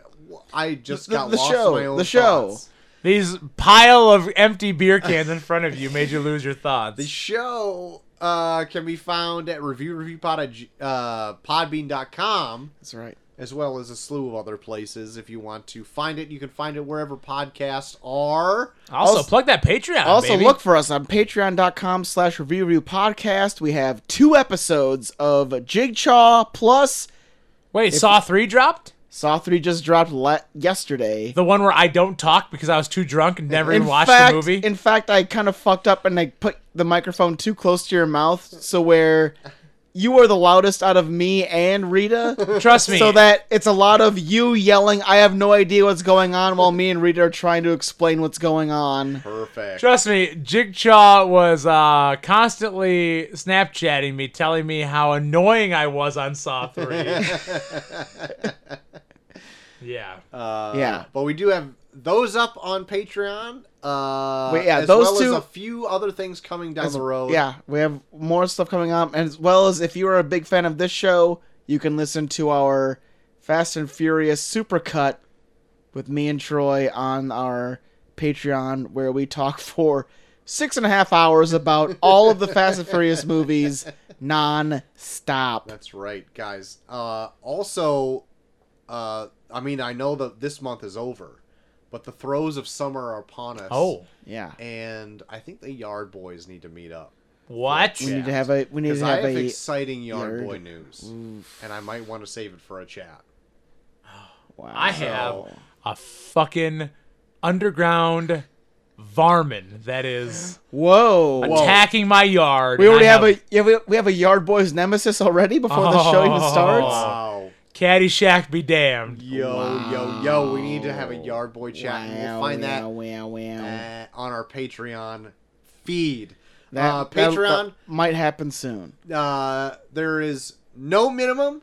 B: I just
A: The-
B: got
A: the
B: lost
A: show,
B: in my own
A: the show.
B: thoughts.
C: These pile of empty beer cans in front of you made you lose your
B: The
C: thoughts.
B: show uh, can be found at reviewreviewpod at g- uh, podbean.com
A: That's right.
B: as well as a slew of other places. If you want to find it, you can find it wherever podcasts are.
C: Also,
A: also-
C: plug that Patreon.
A: Also,
C: baby.
A: look for us on patreon.com slash review review podcast. We have two episodes of Jigchaw plus
C: Wait, Saw three dropped.
A: Saw 3 just dropped la- yesterday.
C: The one where I don't talk because I was too drunk and never even watched
A: fact,
C: the movie.
A: In fact, I kind of fucked up and I put the microphone too close to your mouth, so where you are the loudest out of me and
C: *laughs*
A: Rita.
E: *laughs*
C: Trust me.
A: So that it's a lot of you yelling, I have no idea what's going on, while me and Rita are trying to explain what's going on.
B: Perfect.
C: Trust me, Jigchaw was uh, constantly Snapchatting me, telling me how annoying I was on Saw
E: *laughs*
C: 3. yeah.
B: Uh,
A: Yeah.
B: But we do have those up on Patreon. Uh,
A: Wait, yeah,
B: as
A: those
B: well
A: two-
B: as a few other things coming down the road.
A: Yeah, Ah, we have more stuff coming up, as well as if you are a big fan of this show, you can listen to our Fast and Furious supercut with me and Troy on our Patreon, where we talk *laughs* for six and a half hours about all of the Fast and Furious movies non-stop.
B: That's right, guys. Uh, also, uh, I mean, I know that this month is over, but the throes of summer are upon us.
C: Oh,
A: Yeah,
B: and I think the Yard Boys need to meet up
C: what?
A: we need to have a we need
B: because
A: to
B: I
A: have
B: have
A: a
B: exciting Yard,
A: Yard-
B: Boy news, and I might want to save it for a chat.
A: wow.
C: I have a fucking underground varmin that is
E: Whoa.
C: attacking my yard.
E: We
C: and
E: already
C: I
E: have a yeah, we, we have a Yard Boys nemesis already before the show
C: *laughs*
E: even
C: Oh.
E: starts.
B: Wow.
C: Caddyshack be damned.
B: Yo, yo, yo, we need to have a yard boy chat. and we'll find that
E: wow, wow.
B: uh, on our Patreon feed.
E: That-
B: uh,
E: that-
B: Patreon,
E: that might happen soon.
B: uh, there is no minimum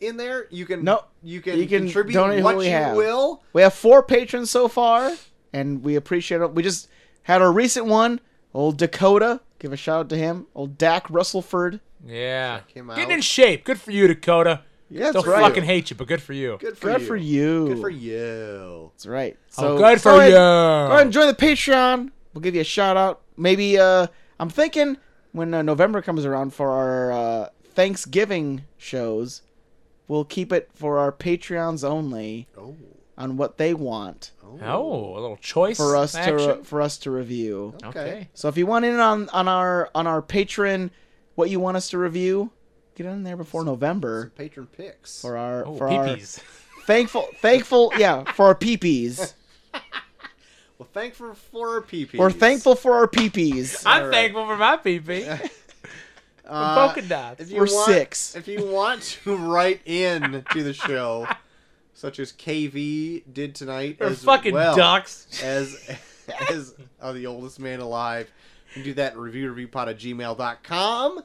B: in there. You can
E: No.
B: you can,
E: You can
B: contribute
E: donate what
B: what
E: we
B: you
E: have.
B: will.
E: We have four patrons so far, and we appreciate it. We just had our recent one, old Dakota. Give a shout out to him, old Dak Russellford.
C: Yeah.
B: Came out.
C: Getting in shape. Good for you, Dakota.
E: Yeah,
C: Don't
E: that's right.
C: fucking hate you, but good for you.
B: Good for
E: Good
B: you.
E: for you.
B: Good for you.
E: That's right.
C: Oh, good
E: go
C: for
E: ahead-
C: you.
E: Go ahead and join the Patreon. We'll give you a shout out. Maybe uh, I'm thinking when uh, November comes around for our uh, Thanksgiving shows, we'll keep it for our Patreons only
B: Oh,
E: on what they want
C: Oh, a little choice
E: for us
C: action.
E: to for us to review.
C: uh, okay.
E: So if you want in on on our on our patron, what you want us to review, get in there before November
B: patron picks.
E: for our
C: Oh,
E: for
C: peepees.
E: our thankful thankful yeah for our peepees.
B: Well, thankful for our PP.
E: We're thankful for our peepees.
C: *laughs* I'm
B: Alright.
C: thankful for my *laughs* PP.
B: Uh,
C: polka dots.
B: If you
E: We're
B: want,
E: six.
B: If you want to *laughs* write in to the
E: *laughs*
B: show, such as KV did tonight,
C: Or
B: as
C: fucking
B: well
C: ducks.
B: as *laughs* as uh, the oldest man alive, you can do that at review reviewpod at gmail.com.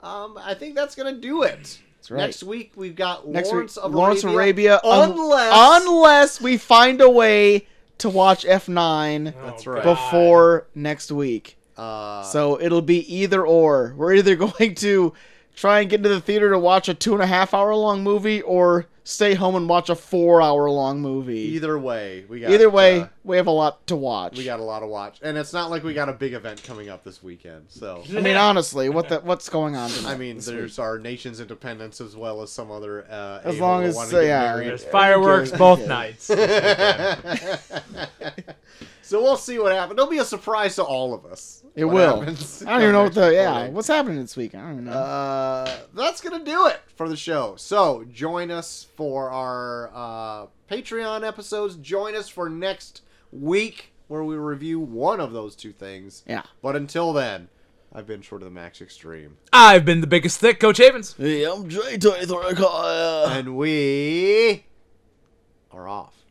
B: Um, I think that's gonna do it.
E: right.
B: Next week we've got
E: Next
B: Lawrence
E: week,
B: of
E: Lawrence of
B: Arabia.
E: Arabia. un-
B: unless
E: unless we find a way to watch F9
C: Oh,
B: That's right.
E: before next week.
B: uh,
E: So it'll be either or. We're either *laughs* going to try and get into the theater to watch a two and a half hour long movie or stay home and watch a four hour long movie.
B: either way, we got
E: Either way,
B: uh,
E: we have a lot to watch.
B: we got a lot of watch, and it's not like we got a big event coming up this weekend. So
E: I mean, honestly, what the, what's going on? Tonight?
B: I mean, there's our nation's independence as well as some other. Uh,
E: As
B: a-hole
E: long as-
B: wanting to get
E: yeah.
B: married.
C: There's *laughs* fireworks
E: Okay.
C: both nights.
B: *laughs* so we'll see what happens. It'll be a surprise to all of us.
E: it
B: what
E: will.
B: happens
E: I don't even know
B: *laughs*
E: what the
B: next
E: yeah.
B: morning.
E: What's happening this week? I don't know.
B: Uh, that's gonna do it for the show. So join us for our uh, Patreon episodes. Join us for next week where we review one of those two things.
E: yeah.
B: But until then, I've been short of the max extreme,
C: I've been the biggest thick, Coach Havens.
E: Hey, I'm Jay Tythor.
B: and we are off.